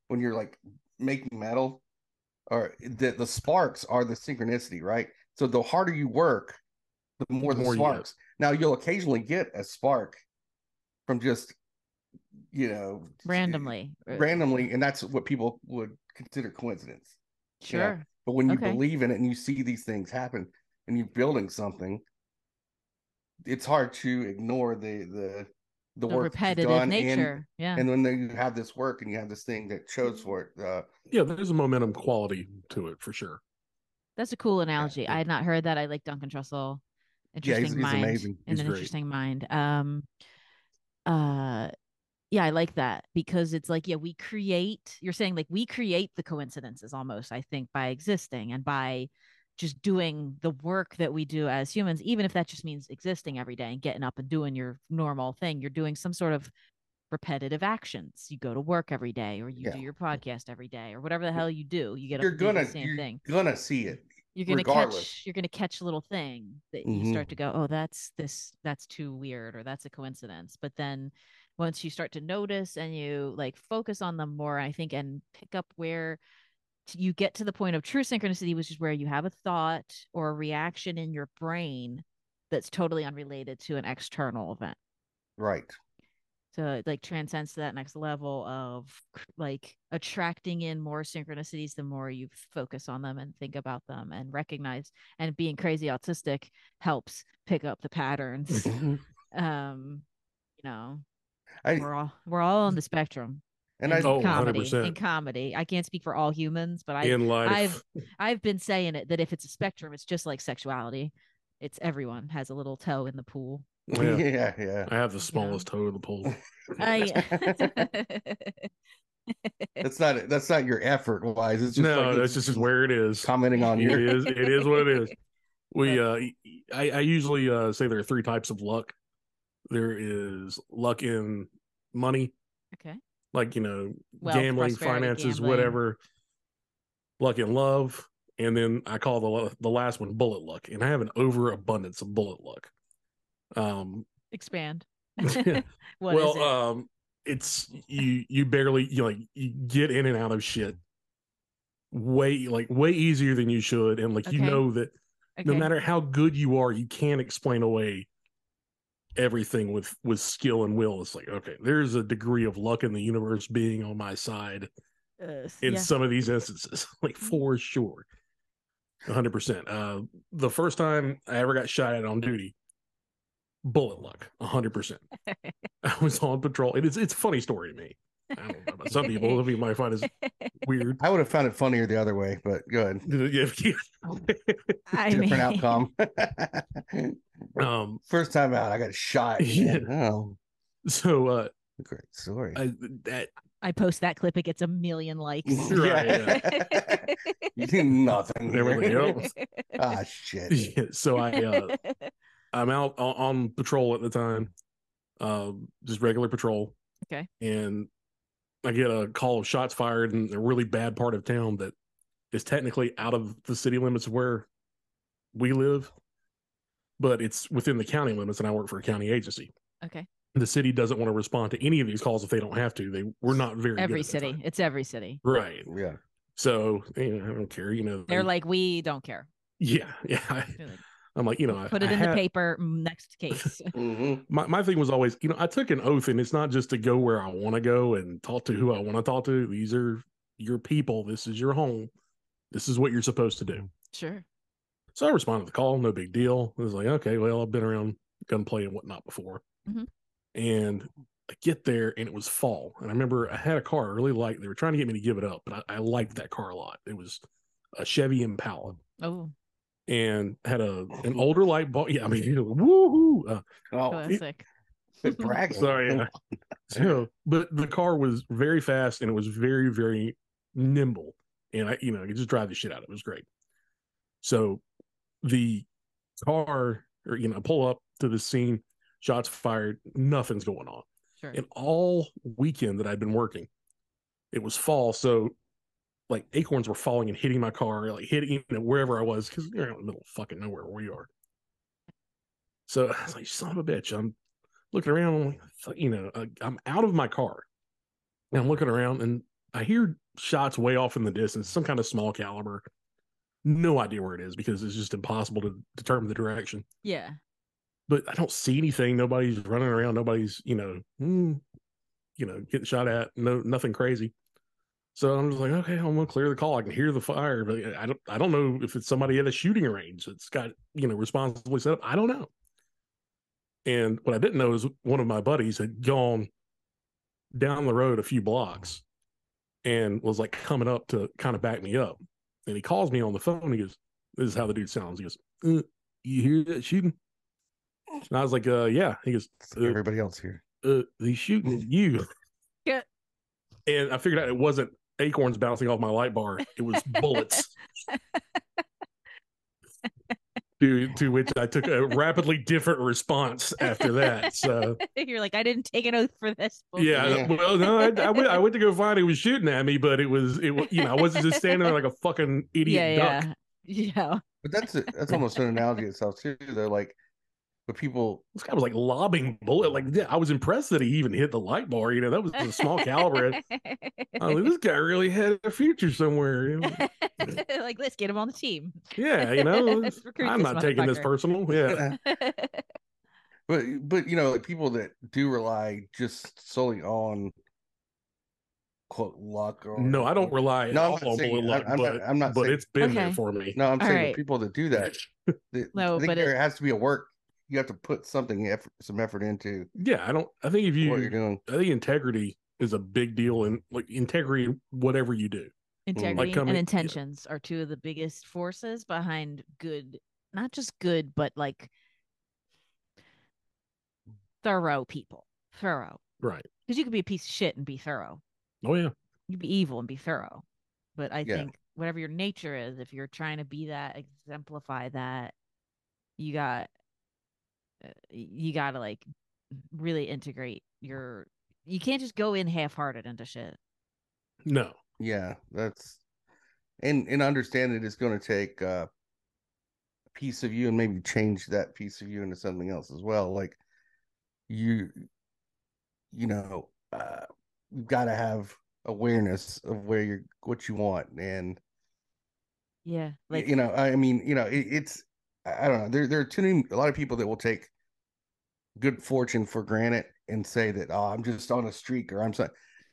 C: When you're like making metal, or that the sparks are the synchronicity, right? So the harder you work, the more
B: The
C: the
B: more you get.
C: sparks. Now you'll occasionally get a spark from just you know
A: Randomly. uh, or-
C: randomly, and that's what people would consider coincidence.
A: Sure.
C: But when you
A: Okay.
C: believe in it and you see these things happen and you're building something, it's hard to ignore the the
A: The,
C: the, work that you've
A: repetitive
C: done
A: nature. yeah.
C: And, and when you have this work and you have this thing that shows for it, uh,
B: Yeah, there's a momentum quality to it for sure.
A: That's a cool analogy.
C: yeah.
A: I had not heard that. I like Duncan Trussell.
C: Yeah,
A: Interesting
C: he's- he's
A: mind.
C: amazing.
A: And
B: He's
A: an
B: great.
A: interesting mind. Um uh yeah, I like that because it's like, yeah, we create you're saying like we create the coincidences almost, I think, by existing and by just doing the work that we do as humans, even if that just means existing every day and getting up and doing your normal thing. You're doing some sort of repetitive actions. You go to work every day or you
C: Yeah.
A: do your podcast every day or whatever the hell you do. You get up
C: you're
A: and do the
C: gonna
A: same
C: you're
A: thing
C: gonna see it.
A: you're gonna
C: regardless.
A: catch you're gonna catch a little thing that
C: Mhm.
A: you start to go oh that's this that's too weird or that's a coincidence but then once you start to notice and you like focus on them more i think and pick up where t- you get to the point of true synchronicity which is where you have a thought or a reaction in your brain that's totally unrelated to an external event
C: Right.
A: so it like transcends to that next level of cr- like attracting in more synchronicities the more you focus on them and think about them and recognize and being crazy autistic helps pick up the patterns
B: Mm-hmm.
A: um you know
C: I
A: we're all we're all on the spectrum
C: and
A: in
C: I
B: Oh,
A: comedy
B: 100%.
A: in comedy i can't speak for all humans but i
B: in life,
A: I've- I've been saying it that if it's a spectrum it's just like sexuality it's everyone has a little toe in the pool
B: yeah,
C: yeah, yeah.
B: I have the smallest toe in the pool.
A: I-
C: That's not that's not your effort wise. It's just
B: no,
C: like
B: that's just where it is.
C: commenting on
B: It
C: your
B: is. It is what it is. We, uh, I, I usually uh, say there are three types of luck. There is luck in money,
A: okay
B: like you know,
A: Wealth,
B: gambling,
A: prosperity,
B: finances,
A: gambling.
B: whatever. Luck in love, and then I call the lo- the last one bullet luck, and I have an overabundance of bullet luck. Um,
A: expand
B: Yeah.
A: What is
B: well,
A: it?
B: um, it's you you barely you like you get in and out of shit way like way easier than you should, and like you
A: Okay.
B: know that
A: Okay.
B: no matter how good you are you can't explain away everything with with skill and will it's like okay there's a degree of luck in the universe being on my side
A: Uh,
B: in
A: yeah. Mm-hmm.
B: some of these instances like for sure 100% uh the first time i ever got shot at on duty bullet luck 100% i was on patrol and it's it's a funny story to me i don't know about some people some people might find it weird
C: I would have found it funnier the other way, but go ahead.
A: I
C: Different
A: mean,
C: outcome.
B: um
C: First time out, I got shot.
B: Yeah.
C: Man, Oh,
B: so uh
C: great story.
B: I, that
A: I post that clip, it gets a million likes.
B: Right,
C: you did nothing.
B: There we
C: here.
B: go.
C: ah, shit.
B: yeah, so i uh I'm out o- on patrol at the time, um, just regular patrol.
A: Okay.
B: And I get a call of shots fired in a really bad part of town that is technically out of the city limits of where we live, but it's within the county limits, and I work for a county agency.
A: okay.
B: The city doesn't want to respond to any of these calls if they don't have to. They we're not very good
A: Every
B: at that
A: city.
B: time.
A: It's every city.
B: right?
C: Yeah.
B: So you know, I don't care. You know,
A: They're
B: they-
A: like, we don't care.
B: yeah, yeah. I,
A: They're like,
B: am like, you know, I-
A: Put it
B: I
A: in
B: had-
A: the paper. mm, Next case.
C: Mhm.
B: my, my thing was always, you know, I took an oath and it's not just to go where I want to go and talk to who I want to talk to. These are your people. This is your home. This is what you're supposed to do.
A: sure.
B: So I responded to the call, no big deal. It was like, okay, well, I've been around gunplay and whatnot before.
A: Mhm.
B: And I get there and it was fall. And I remember I had a car I really liked. They were trying to get me to give it up, but I, I liked that car a lot. It was a Chevy Impala
A: Oh,
B: and had a an older light bulb. Yeah, I mean, woohoo. Uh,
C: Oh,
A: classic.
C: quit bragging.
B: Sorry, yeah. So, but the car was very fast and it was very, very nimble. And I, you know, I could just drive the shit out of it. It was great. So the car, or, you know, pull up to the scene, shots fired, nothing's going on.
A: Sure.
B: And all weekend that I'd been working, it was fall. So like acorns were falling and hitting my car, like hitting you know, wherever I was, because you're out in the middle of fucking nowhere where we are. So I was like, son of a bitch. I'm looking around, I'm like, fuck, you know, uh, I'm out of my car. And I'm looking around and I hear shots way off in the distance, some kind of small caliber. No idea where it is because it's just impossible to determine the direction
A: Yeah.
B: but I don't see anything. Nobody's running around. Nobody's, you know, mm, you know, getting shot at. No, nothing crazy. So I'm just like, okay, I'm gonna clear the call. I can hear the fire, but I don't, I don't know if it's somebody at a shooting range that's got, you know, responsibly set up. I don't know. And what I didn't know is one of my buddies had gone down the road a few blocks and was like coming up to kind of back me up. And he calls me on the phone. He goes, "This is how the dude sounds." He goes, uh, "You hear that shooting?" And I was like, uh, yeah. He goes,
C: It's like everybody else here.
B: uh, he's shooting at you.
A: Yeah.
B: And I figured out it wasn't acorns bouncing off my light bar, it was bullets. to, to which I took a rapidly different response after that. So,
A: You're like, I didn't take an oath for this. bullshit."
B: yeah.
C: Yeah.
B: Well, no, I, I, went, I went to go find who was shooting at me, but it was, it was, you know, I wasn't just standing there like a fucking
A: Yeah.
B: idiot duck.
A: Yeah. Yeah.
C: But that's a, that's almost an analogy itself too. They're like, but people
B: This guy was like lobbing bullet. Like, yeah, I was impressed that he even hit the light bar. You know, that was a small caliber. I Oh, was like, this guy really had a future somewhere. you know?
A: like, let's get him on the team.
B: Yeah, you know,
A: Let's recruit
B: I'm
A: this
B: not taking this
A: motherfucker.
B: personal. Yeah,
C: but but you know like people that do rely just solely on quote luck or
B: no, I don't rely at
C: No, I'm
B: all
C: not
B: on
C: saying-
B: bullet
C: I-
B: luck,
C: I'm not-
B: but
C: I'm not
B: but
C: saying-
B: it's been there
A: Okay.
B: for me.
C: no i'm saying the
A: Alright.
C: people that do that they,
A: No,
C: I think
A: but it-
C: there has to be a work you have to put something effort, some effort into
B: Yeah, I don't. I think if
C: what you're
B: you,
C: doing
B: I think integrity is a big deal, and like integrity, whatever you do,
A: Integrity
B: coming-
A: and
B: yeah.
A: intentions are two of the biggest forces behind good, not just good, but like thorough people. Thorough.
B: right?
A: Because you could be a piece of shit and be thorough.
B: Oh yeah,
A: you be evil and be thorough. But I
C: Yeah.
A: think whatever your nature is, if you're trying to be that, exemplify that, you got uh, you got to like really integrate your. You can't just go in half-hearted into shit.
B: no,
C: yeah that's and and understand that it's going to take uh a piece of you and maybe change that piece of you into something else as well like you you know uh you've got to have awareness of where you're what you want and
A: Yeah,
C: like
A: like
C: you know i mean you know it, it's I I don't know. There, there are too many, a lot of people that will take good fortune for granted and say that, oh, I'm just on a streak or I'm so.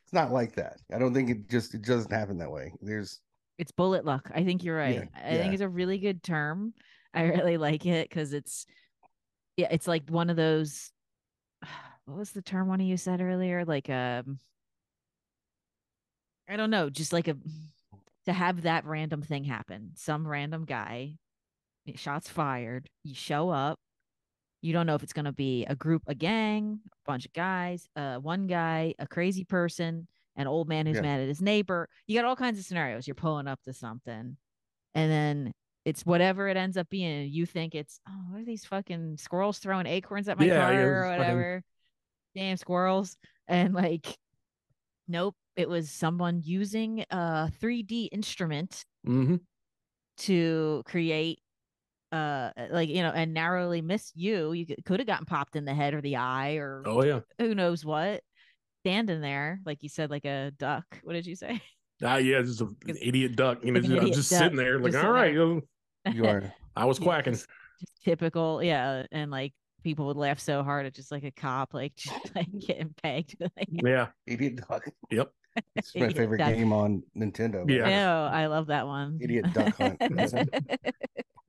C: It's not like that. I don't think it just, it doesn't happen that way. There's,
A: It's bullet luck. I think you're right. I
C: yeah.
A: think it's a really good term. I really like it because it's yeah, it's like one of those what was the term one of you said earlier? Like um I don't know, just like a to have that random thing happen. Some random guy, shots fired, you show up, you don't know if it's gonna be a group, a gang, a bunch of guys, uh one guy, a crazy person, an old man who's
C: Yeah.
A: mad at his neighbor. You got all kinds of scenarios. You're pulling up to something. And then it's whatever it ends up being. You think it's oh, what are these fucking squirrels throwing acorns at my
B: Yeah,
A: car
B: yeah,
A: or
B: fucking-
A: whatever? Damn squirrels. And like, nope, it was someone using a 3D instrument
B: Mm-hmm.
A: to create uh like you know and narrowly miss you you could have gotten popped in the head or the eye or
B: Oh yeah.
A: who knows what standing there like you said like a duck what did you say
B: Ah, yeah, just an
A: It's-
B: idiot duck. You know,
A: it's an
B: I'm
A: idiot
B: just
A: duck,
B: sitting there, like,
A: just
B: all right,
A: sitting
B: you know,
C: you are,
B: I was
A: Yeah,
B: quacking.
A: just- just typical yeah and like people would laugh so hard at just like a cop like just like getting pegged like
B: Yeah,
C: Idiot Duck.
B: Yep.
C: It's my
A: Idiot
C: favorite
A: Duck.
C: game on Nintendo.
B: Yeah.
A: no i love that one
C: Idiot Duck Hunt.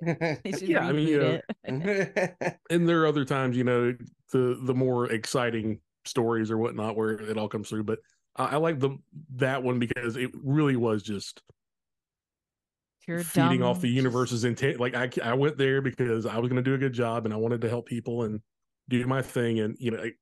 A: they should
B: Yeah, I mean,
A: reboot
B: you know,
A: it.
B: and there are other times, you know, the the more exciting stories or whatnot where it all comes through. But I, I like the that one because it really was just
A: You're
B: feeding off
A: dumb,
B: the
A: just-
B: universe's intent. Like I, I went there because I was going to do a good job and I wanted to help people and do my thing. And you know, it,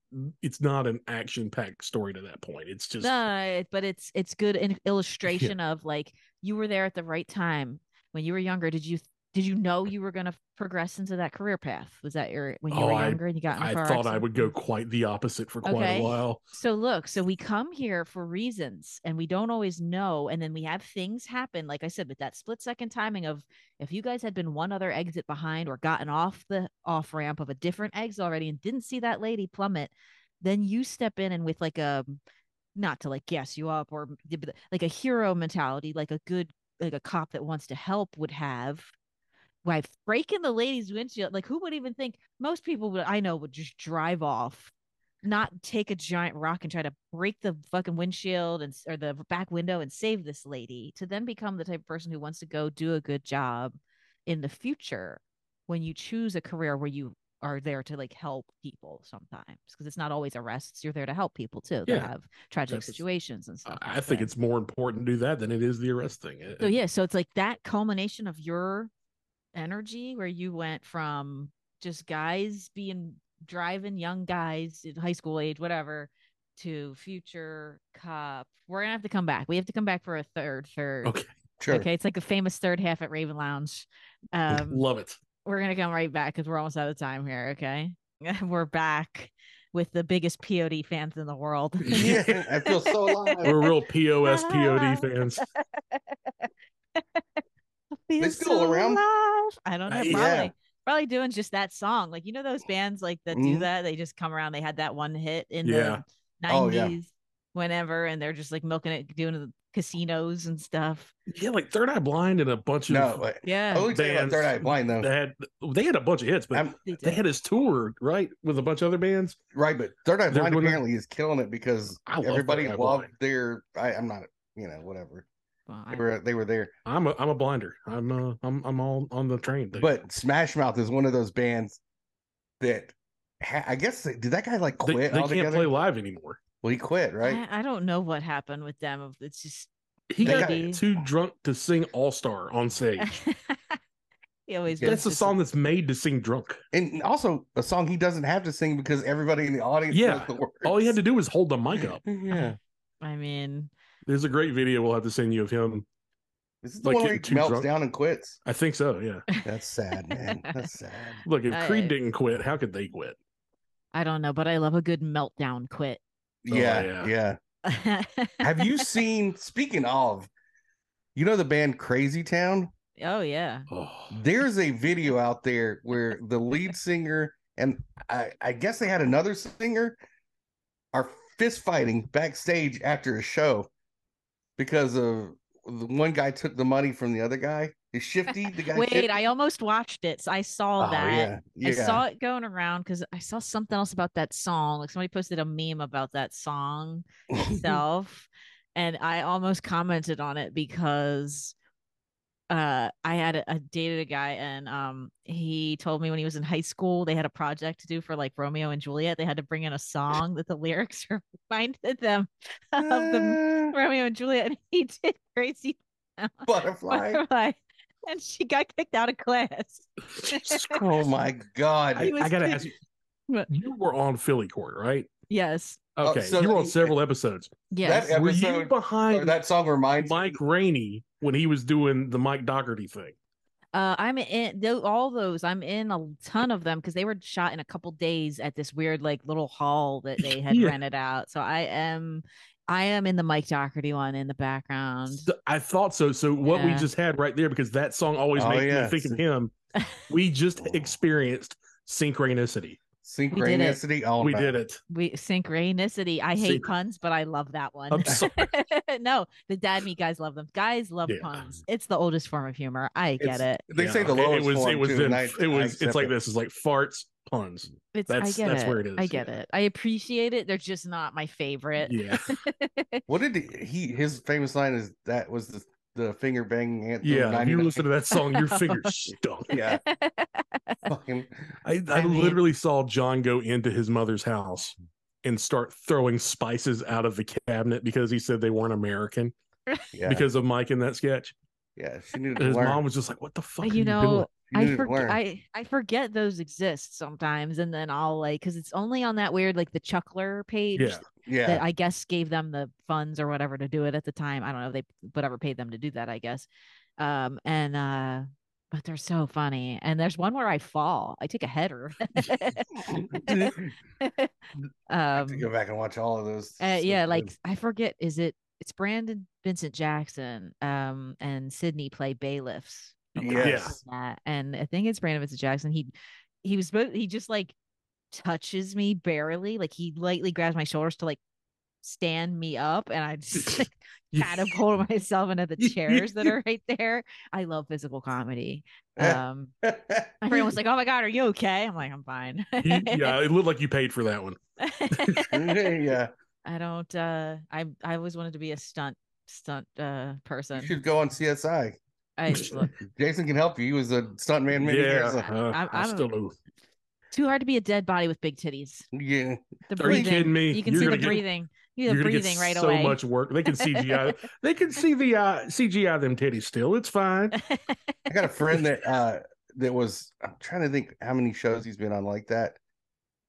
B: it's not an action packed story to that point. It's just
A: No, no, it- but it's it's good in illustration of like you were there at the right time when you were younger. Did you did you know you were going to progress into that career path? Was that your when you
B: Oh,
A: were
B: I-
A: younger and you got in a
B: I
A: car
B: thought I
A: accident?
B: would go quite the opposite for quite
A: Okay.
B: a while.
A: So look, so we come here for reasons and we don't always know and then we have things happen like I said with that split second timing of if you guys had been one other exit behind or gotten off the off ramp of a different exit already and didn't see that lady plummet, then you step in and with like um, a not to like gas you up or d- but like a hero mentality, like a good like a cop that wants to help would have by breaking the lady's windshield. Like who would even think most people would I know would just drive off, not take a giant rock and try to break the fucking windshield and s- or the back window and save this lady to then become the type of person who wants to go do a good job in the future when you choose a career where you are there to like help people sometimes because it's not always arrests you're there to help people too that
B: Yeah.
A: have tragic
B: That's-
A: situations and
B: I
A: stuff
B: I
A: like
B: think
A: that.
B: it's more important to do that than it is the arrest thing. It-
A: So Oh, yeah, so it's like that culmination of your energy where you went from just guys being driving young guys in high school age, whatever, to future cop. We're gonna have to come back. We have to come back for a third, third.
B: Okay.
C: sure.
A: Okay, it's like the famous third half at Raven Lounge. Um,
B: Love it.
A: we're gonna come right back because we're almost out of time here. Okay, we're back with the biggest POD fans in the world.
C: Yeah, I feel so alive.
B: We're real POS POD fans.
A: feel
C: still around?
A: alive. I don't know.
B: Uh,
A: Probably,
B: yeah.
A: probably doing just that song. Like you know those bands like that do
C: Mhm.
A: that. They just come around. They had that one hit in
B: Yeah.
A: the
C: Oh,
A: nineties,
C: yeah.
A: whenever, and they're just like milking it, doing the casinos and stuff.
B: Yeah, like Third Eye Blind and a bunch of
C: No, wait.
B: Oh.
C: I
A: Yeah,
C: would say Oh, about
B: bands
C: Third Eye Blind though.
B: they had they had a bunch of hits, but
C: I'm-
A: they
B: they
A: did.
B: had his tour right with a bunch of other bands.
C: right, but Third Eye
B: They're
C: Blind
B: doing that-
C: apparently is killing it because
B: I love
C: everybody
B: Third Eye
C: loved
B: Blind.
C: their. I, I'm not, you know, whatever.
A: Well,
C: They
A: I-
C: were they were there,
B: I'm a I'm a blinder. I'm uh, I'm I'm all on the train. thing.
C: but Smash Mouth is one of those bands that ha- I guess they, did that guy like
B: they,
C: quit
B: they
C: altogether?
B: can't play live anymore.
C: Well, he quit, right?
A: I, I don't know what happened with them. of- It's just
B: He
C: They
B: got
A: got-
B: too drunk to sing All Star on stage.
A: he always
C: Yeah,
A: was
B: That's a
A: just
B: song that's made to sing drunk.
C: And also a song he doesn't have to sing because everybody in the audience
B: Yeah.
C: knows the words.
B: All he had to do was hold the mic up.
C: Yeah,
A: I mean,
B: There's a great video we'll have to send you of him.
C: this is the
B: Like
C: one where
B: getting
C: he
B: too
C: melts
B: drunk.
C: down and quits.
B: I think so. Yeah.
C: That's sad, man. That's sad.
B: Look, if
A: I-
B: Creed didn't quit, how could they quit?
A: I don't know, but I love a good meltdown quit.
B: Oh,
C: yeah,
B: yeah.
C: yeah, Have you seen? Speaking of, you know the band Crazy Town.
A: oh yeah.
B: Oh,
C: There's a video out there where the lead singer and I, I guess they had another singer are fist fighting backstage after a show because of the one guy took the money from the other guy. Is Shifty the guy?
A: Wait,
C: Shifty?
A: I almost watched it. So I saw
C: Oh,
A: that.
C: Yeah, yeah.
A: I saw it going around because I saw something else about that song. Like somebody posted a meme about that song itself, and I almost commented on it because uh, I had a, I dated a guy, and um, he told me when he was in high school they had a project to do for like Romeo and Juliet. They had to bring in a song that the lyrics reminded them of the
C: Ah,
A: Romeo and Juliet. And he did crazy
C: butterfly.
A: butterfly, and she got kicked out of class.
B: Jesus Christ.
C: oh my god!
B: I,
A: He was
B: I gotta
A: good.
B: ask you.
A: What?
B: You were on Philly Court, right?
A: Yes.
C: Oh,
B: Okay,
C: so
B: you were
C: that-
B: on several episodes.
A: Yes.
C: ep-
B: were you
C: Episode-
B: behind
C: that song reminds
B: Mike
C: me.
B: Rainey when he was doing the Mike Doherty thing?
A: Uh, I'm in tho- all those. I'm in a ton of them because they were shot in a couple days at this weird like little hall that they had
B: Yeah.
A: rented out. So I am, I am in the Mike Doherty one in the background.
B: So- I thought so. So what we
A: Yeah.
B: just had right there, because that song always
C: Oh,
B: makes
C: yeah.
B: me think of him. We just experienced synchronicity.
C: Synchronicity. Oh,
B: we
C: no.
B: did it.
A: We synchronicity. I hate
B: Synch-
A: puns, but I love that one.
B: I'm sorry.
A: no, the dad me guys love them. Guys love
B: Yeah.
A: puns. It's the oldest form of humor. I get it.
C: They
B: Yeah,
C: say the
B: it-
C: lowest
B: It was.
C: form
B: it was.
C: too,
B: then-
C: and I-
B: it
C: I
B: was. It's
C: accept
B: like
C: it.
B: this. It's like farts, puns.
A: It's
B: That's-
A: I get
B: that's
A: it.
B: where it
A: I
B: is,
A: get
B: yeah.
A: it. I appreciate it. They're just not my favorite.
B: Yeah.
C: What did he, he? His famous line is that was the, the finger banging anthem. of
B: Yeah. If you
C: 99.
B: listen to that song, your fingers stunk.
C: Yeah. Fucking
B: I, I,
A: I mean-
B: literally saw John go into his mother's house and start throwing spices out of the cabinet because he said they weren't American
C: yeah.
B: because of Mike in that sketch.
C: yeah, she needed
B: And
C: to
B: his
C: learn.
B: mom was just like, "What the fuck?" are
A: you know,
C: She
A: I,
C: needed to
A: forg
C: learn.
A: I I forget those exist sometimes, and then I'll like because it's only on that weird like the Chuckler page
B: Yeah.
C: yeah.
A: that I guess gave them the funds or whatever to do it at the time. I don't know they whatever paid them to do that. I guess, um, and uh, but they're so funny. And there's one where I fall. I take a header.
C: I have
A: um,
C: to go back and watch all of those.
A: uh,
C: So
A: yeah,
C: good.
A: like I forget. Is it? It's Brandon Vincent Jackson, um, and Sydney play bailiffs. Oh from Cops
B: Yes.
A: and that. and I think it's Brandon Vincent Jackson. He he was supposed. He just like touches me barely, like he lightly grabs my shoulders to like stand me up, and I just like, catapult myself into the chairs that are right there. I love physical comedy.
C: Eh.
A: Um, my friend was like, "Oh my god, are you okay?" I'm like, "I'm fine."
B: You- yeah, it looked like you paid for that one.
C: yeah,
A: I don't uh I I always wanted to be a stunt stunt uh person.
C: you should go on CSI.
A: I look,
C: Jason can help you. He was a stuntman many
B: yeah,
C: years ago.
B: uh,
A: I'm-
B: I
A: I'm-
B: still do.
A: too hard to be a dead body with big titties.
C: Yeah,
A: The
B: Are
A: breathing.
B: you kidding me?
A: You can
B: You're
A: see
B: gonna
A: the
B: get-
A: breathing. You
B: You're
A: see the
B: gonna get
A: breathing right
B: so
A: away.
B: much work. They can CGI. they can see the uh, CGI them titties still. It's fine.
C: I got a friend that uh that was. I'm trying to think how many shows he's been on like that,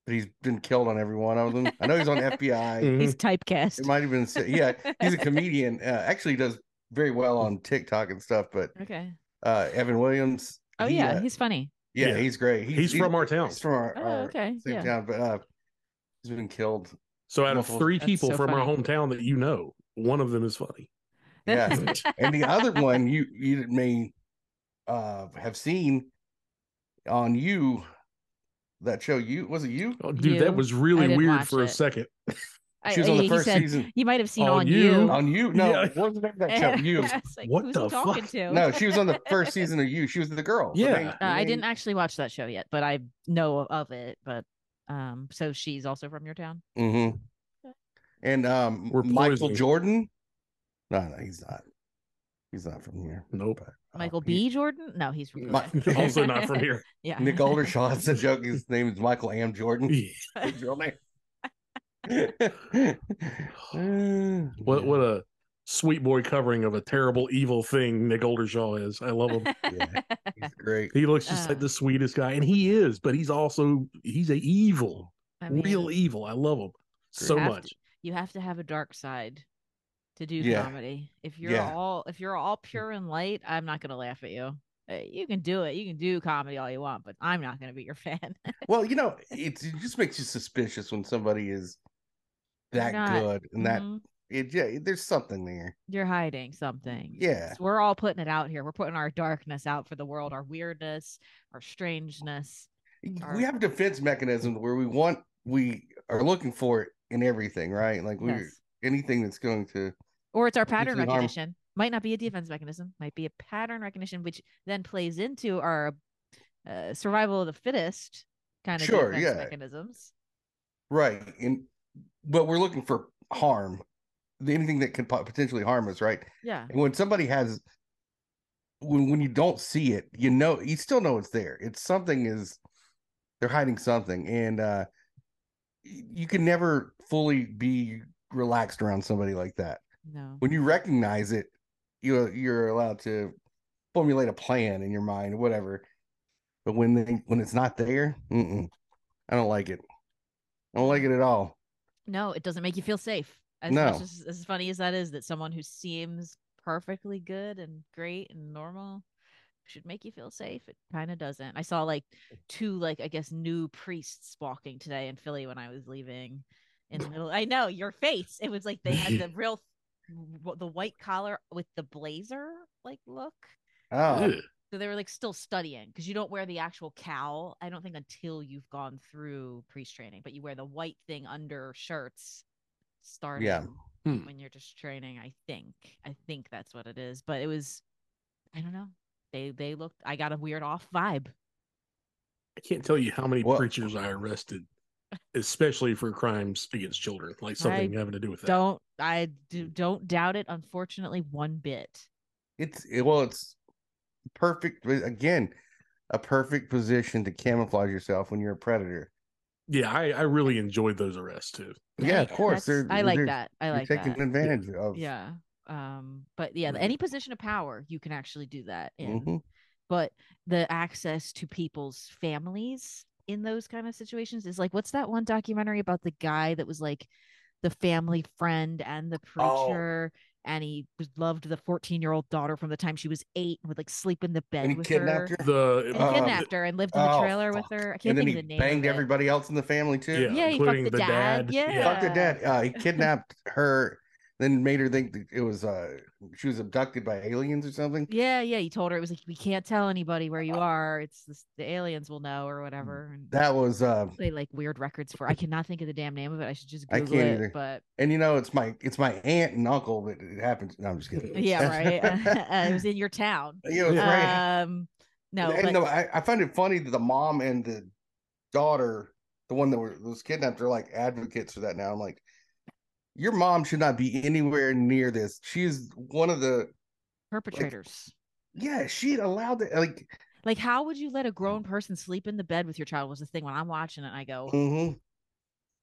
C: but he's been killed on every one of them. I know he's on FBI.
B: Mhm.
A: He's typecast.
C: it might have been. si- Yeah, he's a comedian. Uh, actually, he does very well on TikTok and stuff. But
A: okay.
C: uh Evan Williams.
A: Oh
C: he,
A: yeah,
C: uh,
A: he's funny.
C: yeah,
B: Yeah.
C: he's great.
B: He's, from our town.
C: He's from our,
A: Oh,
C: our
A: okay.
C: same
A: Yeah.
C: town, but uh, he's been killed.
B: So out of
C: Ruffles.
B: three
A: That's
B: people
A: so
B: from our
A: funny.
B: hometown that you know, one of them is funny.
C: Yeah,
B: Right.
C: and the other one you you may uh have seen on you that show. You was it you?
B: Oh, dude,
A: You?
B: that was
A: I
B: really
A: didn't
B: weird
A: watch
B: for
A: it.
B: a second.
A: I-
C: She was on the
A: he
C: first
A: said,
C: season.
A: You might have seen
B: On
A: on
B: You.
A: you.
C: On you? No,
B: Yeah.
C: what was the name of that show? You.
A: I was like,
B: What
A: who's
B: the
A: he talking
B: fuck?
A: to?
C: No, she was on the first season of you. She was the girl. The
B: Yeah.
C: main-
A: Uh,
C: the
A: I
C: main-
A: didn't actually watch that show yet, but I know of it. But um, so she's also from your town.
C: Mhm. And um,
B: We're
C: Michael
B: poisoning.
C: Jordan. No, no, he's not. He's not from here.
B: Nope.
C: Uh,
A: Michael
C: he-
A: B. Jordan? No, he's from
C: My-
A: Georgia.
B: also not from here.
A: yeah.
C: Nick Aldershaw. That's a joke. His name is Michael Am Jordan. His real name.
B: What what a sweet boy covering of a terrible evil thing Nick Oldershaw is. I love him.
C: Yeah. He's great.
B: He looks just like
A: Uh.
B: the sweetest guy, and he is, but he's also he's a evil,
A: I mean,
B: real evil. I love him so
A: Have
B: much.
A: to- you have to have a dark side to do
C: Yeah.
A: comedy. If you're
C: Yeah.
A: all if you're all pure and light, I'm not gonna laugh at you. Uh, You can do it. You can do comedy all you want, but I'm not gonna be your fan.
C: Well, you know, it's, it just makes you suspicious when somebody is that
A: not-
C: good and that
A: Mhm.
C: it, yeah, there's something there.
A: you're hiding something.
C: Yeah.
A: So we're all putting it out here. We're putting our darkness out for the world, our weirdness, our strangeness.
C: We have defense mechanisms where we want we are looking for it in everything, right? Like we are
A: Yes.
C: anything that's going to
A: Or it's our pattern
C: harm.
A: recognition. might not be a defense mechanism, might be a pattern recognition, which then plays into our uh, survival of the fittest kind of
C: Sure,
A: defense
C: yeah.
A: mechanisms.
C: Right. And but we're looking for harm. Anything that could po- potentially harm us, right?
A: Yeah.
C: And when somebody has when when you don't see it, you know you still know it's there. It's something is they're hiding something. And uh y- you can never fully be relaxed around somebody like that.
A: No.
C: When you recognize it, you you're allowed to formulate a plan in your mind, whatever. But when they, when it's not there, mm-mm, I don't like it. I don't like it at all.
A: No, it doesn't make you feel safe. As
C: No.
A: much as, as funny as that is, that someone who seems perfectly good and great and normal should make you feel safe. It kind of doesn't. I saw like two, like I guess, new priests walking today in Philly when I was leaving. In the middle, I know your face. It was like they had the real, w- the white collar with the blazer like look.
C: Oh,
B: Ugh.
A: So they were like still studying because you don't wear the actual cowl, I don't think, until you've gone through priest training, but you wear the white thing under shirts starting
B: Hmm.
A: when you're just training, I think. I think that's what it is. But it was I don't know. They they looked I got a weird off vibe.
B: I can't tell you how many
C: Well-
B: preachers I arrested, especially for crimes against children, like something having to do with that.
A: Don't I do, don't doubt it, unfortunately, one bit.
C: it's it- well, it's perfect again, a perfect position to camouflage yourself when you're a predator.
B: Yeah, I, I really enjoyed those arrests too.
C: Yeah, of course.
A: That's-
C: they're-
A: I like
C: they're-
A: that. I
C: You're
A: like
C: taking
A: that.
C: advantage of.
A: Yeah. Um, but yeah,
B: Right.
A: any position of power you can actually do that in.
C: Mhm.
A: but the access to people's families in those kind of situations is like what's that one documentary about the guy that was like the family friend and the
C: Oh.
A: preacher and he was- loved the 14 year old daughter from the time she was eight and would like sleep in the bed
C: And he
A: with
C: kidnapped
A: her,
C: her.
B: The
A: and
C: Oh.
A: he kidnapped her and lived in the
C: Oh,
A: trailer
C: fuck.
A: with her i can't
C: And then
A: think
C: he
A: of the name of
C: banged
A: it.
C: everybody else in the family
B: yeah,
C: too.
A: Yeah, he fucked
B: including
A: the
B: the,
A: dad.
B: dad.
A: Yeah.
C: Fuck the dad. Uh, he kidnapped her, then made her think that it was uh she was abducted by aliens or something.
A: yeah yeah he told her it was like we can't tell anybody where you are it's this, the aliens will know or whatever and
C: Uh, That was uh,
A: they like weird records for i cannot think of the damn name of it i should just
C: I
A: google
C: can't
A: it
C: either.
A: but
C: and you know it's my it's my aunt and uncle that it happens. No, I'm just kidding.
A: Yeah, right. uh, it was in your town.
C: Yeah, it was right.
A: Um, no,
C: And
A: but
C: no, I, I find it funny that the mom and the daughter, the one that were, was kidnapped, are like advocates for that now. I'm like, your mom should not be anywhere near this. She's one of the
A: perpetrators.
C: yeah. She allowed it. Like,
A: Like, how would you let a grown person sleep in the bed with your child? Was the thing when I'm watching it, and I go,
C: mhm.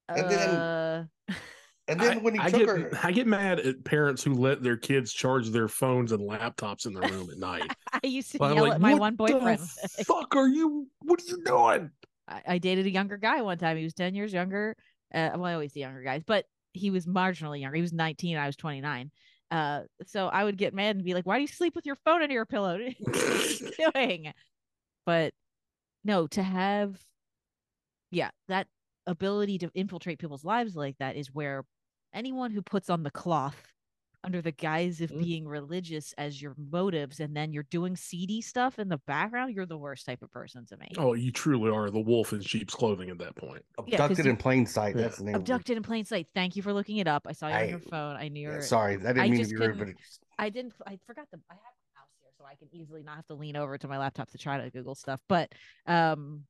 C: And then-
A: uh,
C: and then
B: Mm-hmm. I,
C: when he
B: I
C: took
B: get,
C: her,
B: I get mad at parents who let their kids charge their phones and laptops in their room at night.
A: I used to
B: But I'm
A: yell
B: like,
A: at my
B: "What
A: one
B: the
A: boyfriend.
B: fuck are you? What are you doing?
A: I, I dated a younger guy one time. He was 10 years younger. Uh, well, I always see younger guys, but he was marginally younger. He was 19. I was 29. Uh, so I would get mad and be like, why do you sleep with your phone under your pillow? What are you doing? But no, to have, yeah, that ability to infiltrate people's lives like that is where anyone who puts on the cloth under the guise of
B: Mhm.
A: being religious as your motives and then you're doing seedy stuff in the background, you're the worst type of person to me.
B: Oh, you truly are the wolf in sheep's clothing at that point.
A: yeah, 'cause
C: abducted
A: you-
C: in plain sight.
B: Yeah.
C: That's the name. of it.
A: Abducted in plain sight. Thank you for looking it up. I saw you on your
C: I-
A: phone. I knew you
C: Yeah,
A: were.
C: sorry, I didn't
A: I
C: mean to
A: just
C: be rude, but
A: couldn't-
C: it just-
A: I didn't. I forgot the. I have my house here, so I can easily not have to lean over to my laptop to try to Google stuff. But um,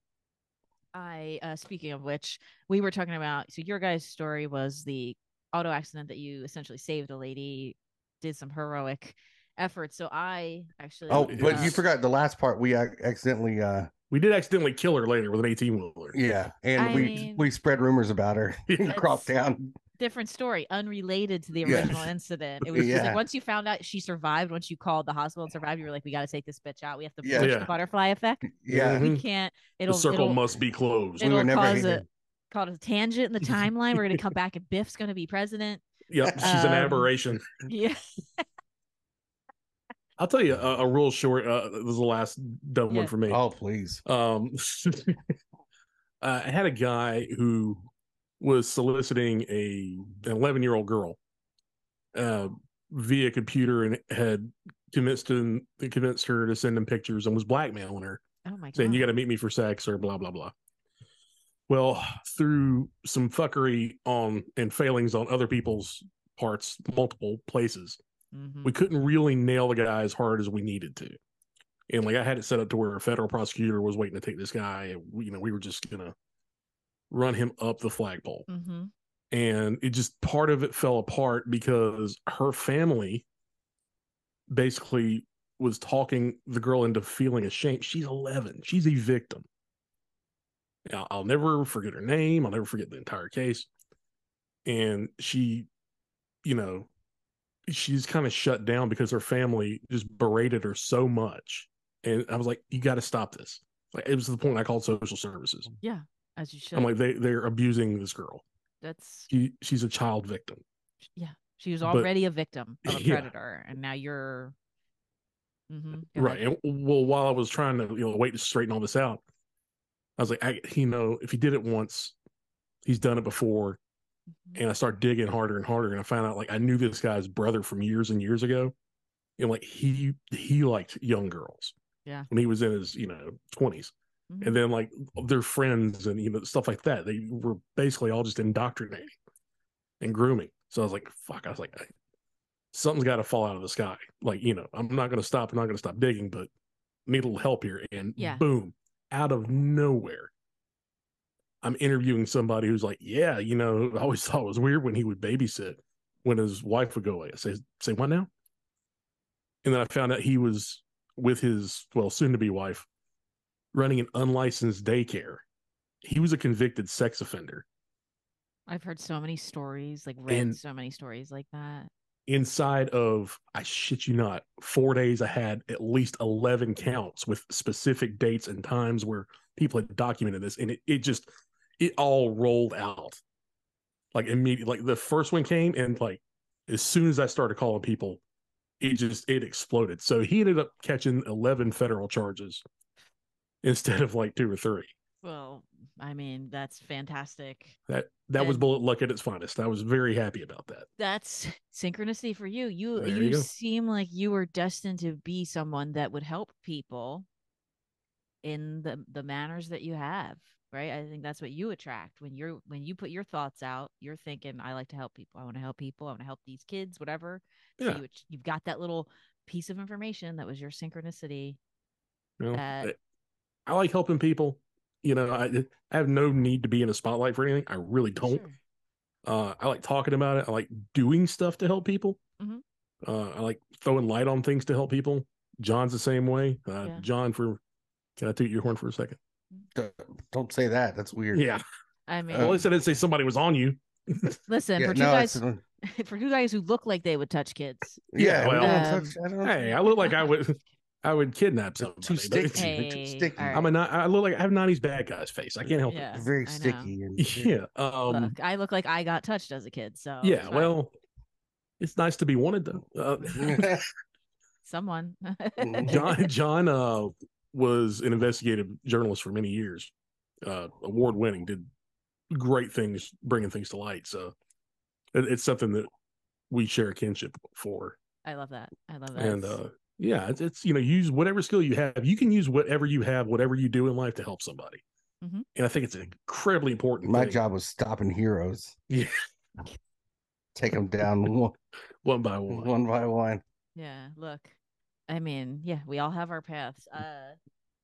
A: I uh, speaking of which, we were talking about. So your guys' story was the auto accident that you essentially saved a lady, did some heroic efforts. So I actually.
C: oh,
B: it
C: but you
B: was-
C: forgot the last part. We ac- accidentally, uh,
B: We did accidentally kill her later with an 18 wheeler.
C: yeah, and
A: I
C: we
A: mean-
C: we spread rumors about her in
A: That's-
C: crop town.
A: different story, unrelated to the
C: Yeah.
A: original incident. It was just
C: Yeah.
A: like once you found out she survived, once you called the hospital and survived, you were like, "We got to take this bitch out. We have to
C: Yeah.
A: push the
B: Yeah.
A: butterfly effect.
C: Yeah,
B: Mhm.
A: We can't.
B: The
A: It'll
B: circle
A: it'll,
B: must be closed.
C: We
A: it'll
C: were never
A: cause
C: hanging.
A: a called a tangent in the timeline. We're gonna come back and Biff's gonna be president.
B: Yep, she's
A: Um,
B: an aberration.
C: Mm.
A: Yeah,
B: I'll tell you a, a real short. Uh, this is the last dumb
A: Yeah.
B: one for me.
C: Oh, please.
B: Um, I had a guy who was soliciting a an eleven year old girl uh, via computer and had convinced him convinced her to send him pictures and was blackmailing her,
A: Oh my god.
B: saying you got to meet me for sex or blah blah blah. Well, through some fuckery on and failings on other people's parts, multiple places,
A: Mhm.
B: we couldn't really nail the guy as hard as we needed to. And like I had it set up to where a federal prosecutor was waiting to take this guy, and we, you know, we were just gonna run him up the flagpole.
A: Mhm.
B: And it just part of it fell apart because her family basically was talking the girl into feeling ashamed. She's 11. She's a victim. Now, I'll never forget her name. I'll never forget the entire case. And she, you know, she's kind of shut down because her family just berated her so much. And I was like, you got to stop this. Like, it was to the point I called social services.
A: As you should.
B: I'm like, they, they're abusing this girl.
A: That's
B: She, she's a child victim.
A: yeah. She was
B: But-
A: already a victim of a
B: Yeah.
A: predator, and now you're. Mhm. Go
B: Right.
A: ahead.
B: And well, while I was trying to, you know, wait to straighten all this out, I was like, I, you know, if he did it once, he's done it before.
A: Mhm.
B: And I start digging harder and harder. And I found out like I knew this guy's brother from years and years ago. And like he he liked young girls.
A: Yeah.
B: When he was in his, you know, 20s
A: Mhm.
B: And then like their friends and you know stuff like that. They were basically all just indoctrinating and grooming. So I was like, fuck. I was like, I, something's got to fall out of the sky. Like you know, I'm not going to stop. I'm not going to stop digging, but need a little help here. And
A: Yeah.
B: boom, out of nowhere, I'm interviewing somebody who's like, yeah, you know, I always thought it was weird when he would babysit when his wife would go away. I say, say what now? And then I found out he was with his well soon to be wife running an unlicensed daycare. He was a convicted sex offender.
A: I've heard so many stories, like read
B: And-
A: so many stories like that.
B: Inside of, I shit you not, four days, I had at least 11 counts with specific dates and times where people had documented this. And it, it just, it all rolled out like immediately. Like the first one came, and like as soon as I started calling people, it just, it exploded. So he ended up catching 11 federal charges instead of like two or three.
A: Well, I mean, that's fantastic.
B: That that was
A: And-
B: bullet luck at its finest. I was very happy about that.
A: That's synchronicity for you. You
B: There
A: you,
B: you go.
A: seem like you were destined to be someone that would help people in the the manners that you have, right? I think that's what you attract when you're when you put your thoughts out. You're thinking, I like to help people. I want to help people. I want to help these kids, whatever. So
B: Yeah.
A: you, ach- you've got that little piece of information that was your synchronicity.
B: you know?
A: that-
B: I- I like helping people. You know, I, I have no need to be in a spotlight for anything. I really don't.
A: Sure.
B: Uh, I like talking about it. I like doing stuff to help people.
A: Mhm.
B: Uh, I like throwing light on things to help people. John's the same way. Uh,
A: Yeah.
B: John, for can I toot your horn for a second?
C: Don't, don't say that. That's weird.
B: Yeah.
A: I mean,
B: Well, at least I didn't say somebody was on you.
A: listen
C: Yeah,
A: for two
C: no,
A: guys
C: it's- uh,
A: for two guys who look like they would touch kids.
B: Yeah,
C: yeah. I don't
A: well-
C: touch- I don't-
B: Hey, I look like I would. I would kidnap
C: They're
B: somebody.
C: too
B: but-
C: sticky.
A: Hey,
C: They're too sticky.
A: all
B: I'm a. ni- I look like I have '90s bad guy's face. I can't help
A: Yeah,
C: Very
A: I know.
C: sticky. And,
B: it. Yeah. Um,
A: look, I look like I got touched as a kid. So it's
B: yeah.
A: fine.
B: Well, it's nice to be wanted though. Uh,
A: someone.
B: John John uh, was an investigative journalist for many years, uh, award winning, did great things, bringing things to light. So it, it's something that we share a kinship for,
A: I love that. I love that.
B: and uh, yeah, it's, it's you know use whatever skill you have. You can use whatever you have, whatever you do in life to help somebody.
A: Mhm.
B: And I think it's an incredibly important.
C: My
B: thing.
C: job was stopping heroes.
B: Yeah.
C: Take them down one,
B: one by one.
C: one by one.
A: yeah, look. I mean, yeah, we all have our paths. Uh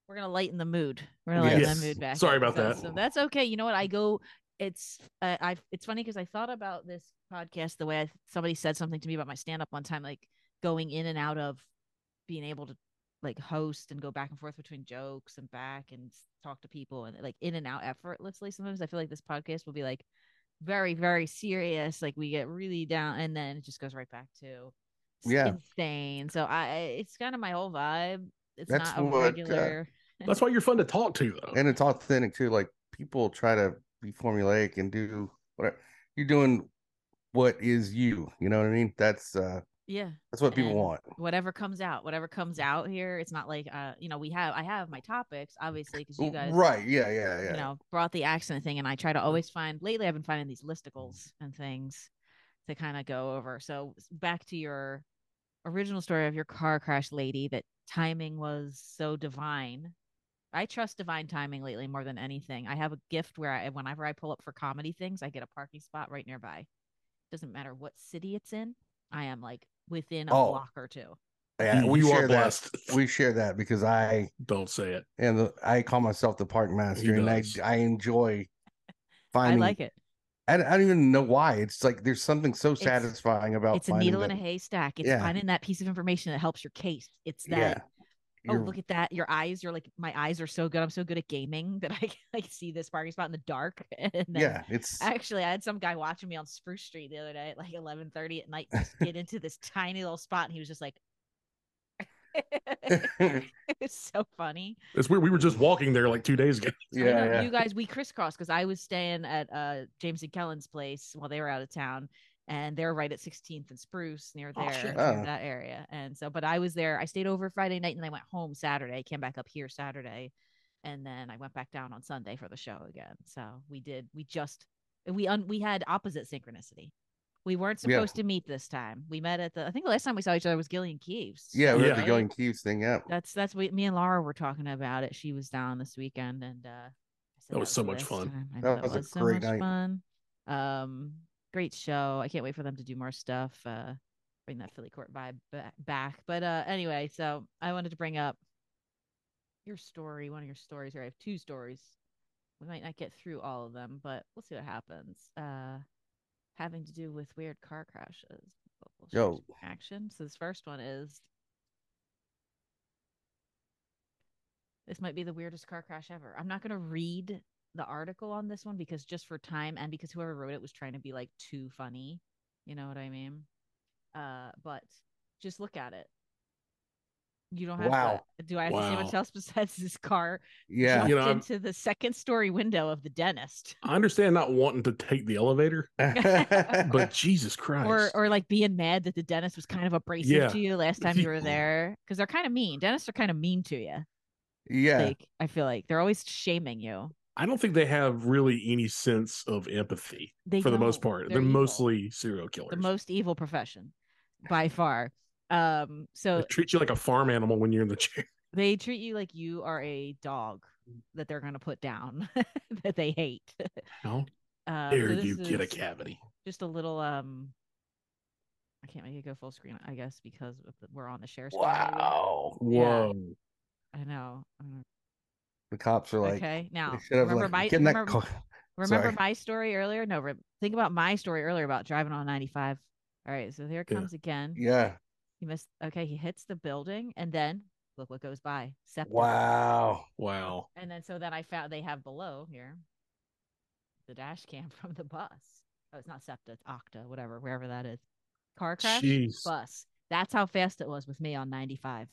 A: we're gonna lighten the mood. We're gonna lighten
B: Yes.
A: the mood back.
B: Sorry
A: up.
B: about
A: So-
B: that.
A: So that's okay. You know what? I go. It's uh, I. It's funny because I thought about this podcast the way I, somebody said something to me about my stand up one time, like going in and out of being able to like host and go back and forth between jokes and back and s- talk to people and like in and out effortlessly. Sometimes I feel like this podcast will be like very very serious, like we get really down, and then it just goes right back to s-
C: Yeah.
A: insane. So I, I- it's kind of my whole vibe. It's
C: That's
A: not a
C: what, uh,
A: regular.
B: That's why you're fun to talk to, though.
C: And it's authentic too. Like people try to be formulaic and do whatever. You're doing what is you. You know what I mean? That's uh
A: Yeah.
C: that's what people
A: And-
C: want.
A: Whatever comes out, whatever comes out here, it's not like uh, you know, we have I have my topics, obviously, because you guys
C: right. Yeah, yeah, yeah. Mm-hmm.
A: you know, brought the accent thing and I try to always find lately I've been finding these listicles and things to kind of go over. So s- back to your original story of your car crash lady that timing was so divine. I trust divine timing lately more than anything. I have a gift where I whenever I pull up for comedy things, I get a parking spot right nearby. Doesn't matter what city it's in. I am like within a
C: Oh.
A: block or two.
C: Yeah,
B: You-
C: uh, we
B: you
C: share
B: are
C: that.
B: blessed.
C: We share that because I
B: Don't say it.
C: and the, I call myself the park master, and I
B: does.
C: I enjoy
A: I,
C: finding.
A: like it.
C: I, don't- I don't even know why. It's like there's something so
A: It's-
C: satisfying about
A: It's a
C: finding
A: needle
C: that-
A: in a haystack. It's
C: Yeah.
A: finding that piece of information that helps your case. It's that
C: Yeah.
A: oh
C: You're-
A: look at that your eyes are like my eyes are so good i'm so good at gaming that i can like see this parking spot in the dark and then
C: yeah, it's
A: actually i had some guy watching me on spruce street the other day at like 11.30 at night just get into this tiny little spot and he was just like it
C: yeah,
A: was so funny
B: It's weird. We were just walking there like two days ago.
A: I know,
C: yeah.
A: you guys we crisscrossed because i was staying at uh james and kellen's place while they were out of town and they're right at 16th and spruce near
B: Oh,
A: there
B: shit.
A: near
C: Oh.
A: that area and so but i was there i stayed over friday night and i went home saturday came back up here saturday and then i went back down on sunday for the show again so we did we just we un, we had opposite synchronicity we weren't
C: Yeah.
A: supposed to meet this time we met at the i think the last time we saw each other was gillian keeves
C: yeah, we
B: Yeah.
C: have to go and Keeves thing up.
A: that's that's what me and Laura were talking about it. She was down this weekend, and uh, I said
B: That was so
A: the
B: much
A: best
B: fun.
A: time. I
C: That
A: know
C: was a
A: so
C: great
A: much
C: night.
A: fun. Um, great show. I can't wait for them to do more stuff. Uh, bring that Philly Court vibe ba- back. But uh, anyway, so I wanted to bring up your story, one of your stories, or I have two stories. We might not get through all of them, but we'll see what happens. Uh, having to do with weird car crashes. We'll share
C: Yo.
A: some action. So this first one is This might be the weirdest car crash ever. I'm not going to read the article on this one because just for time and because whoever wrote it was trying to be like too funny. You know what I mean? Uh, but just look at it. You don't have
C: Wow.
A: to. Do I have to say much
B: Wow.
A: else besides this car
C: Yeah,
A: jumped
B: You know, I'm-
A: into the second story window of the dentist?
B: I understand not wanting to take the elevator, but Jesus Christ.
A: Or, or like being mad that the dentist was kind of abrasive
B: Yeah.
A: to you last time you were there because they're kind of mean. Dentists are kind of mean to you.
C: yeah,
A: Like I feel like they're always shaming you.
B: I don't think they have really any sense of empathy
A: They
B: for the most
A: don't.
B: part. They're,
A: They're evil.
B: mostly serial killers.
A: the most evil profession by far. Um,
B: they
A: so
B: treat you like a farm animal when you're in the chair.
A: they treat you like you are a dog that they're gonna put down that they hate.
B: How
A: Um, so
B: dare you
A: this
B: get a
A: is
B: cavity?
A: Just a little. Um, I can't make it go full screen, I guess, because of the- we're on the share screen. maybe.
C: wow.
B: Whoa.
A: I know. I know.
C: The cops are like,
A: okay,
C: they
A: now
C: should have
A: remember
C: like,
A: my
C: get in that
A: remember,
C: car.
A: remember
C: Sorry.
A: my story earlier. No, re- think about my story earlier about driving on ninety five. All right, so here it
B: Yeah.
A: comes again.
C: Yeah,
A: He missed. Okay, he hits the building, and then look what goes by. Septic.
C: wow.
B: Wow.
A: And then so then I found they have below here the dash cam from the bus. Oh, it's not SEPTA, it's Octa, whatever, wherever that is. Car crash,
B: Jeez.
A: bus. That's how fast it was with me on 95.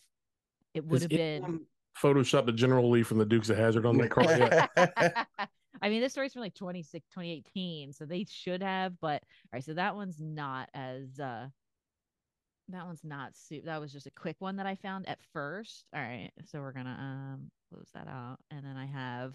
A: It would
B: Has
A: have been.
B: anyone Photoshopped the General Lee from the Dukes of Hazard on that car. yet?
A: I mean, this story's from like 26, 2018, so they should have, but all right, so that one's not as uh that one's not su- that was just a quick one that I found at first. All right, so we're gonna um close that out. And then I have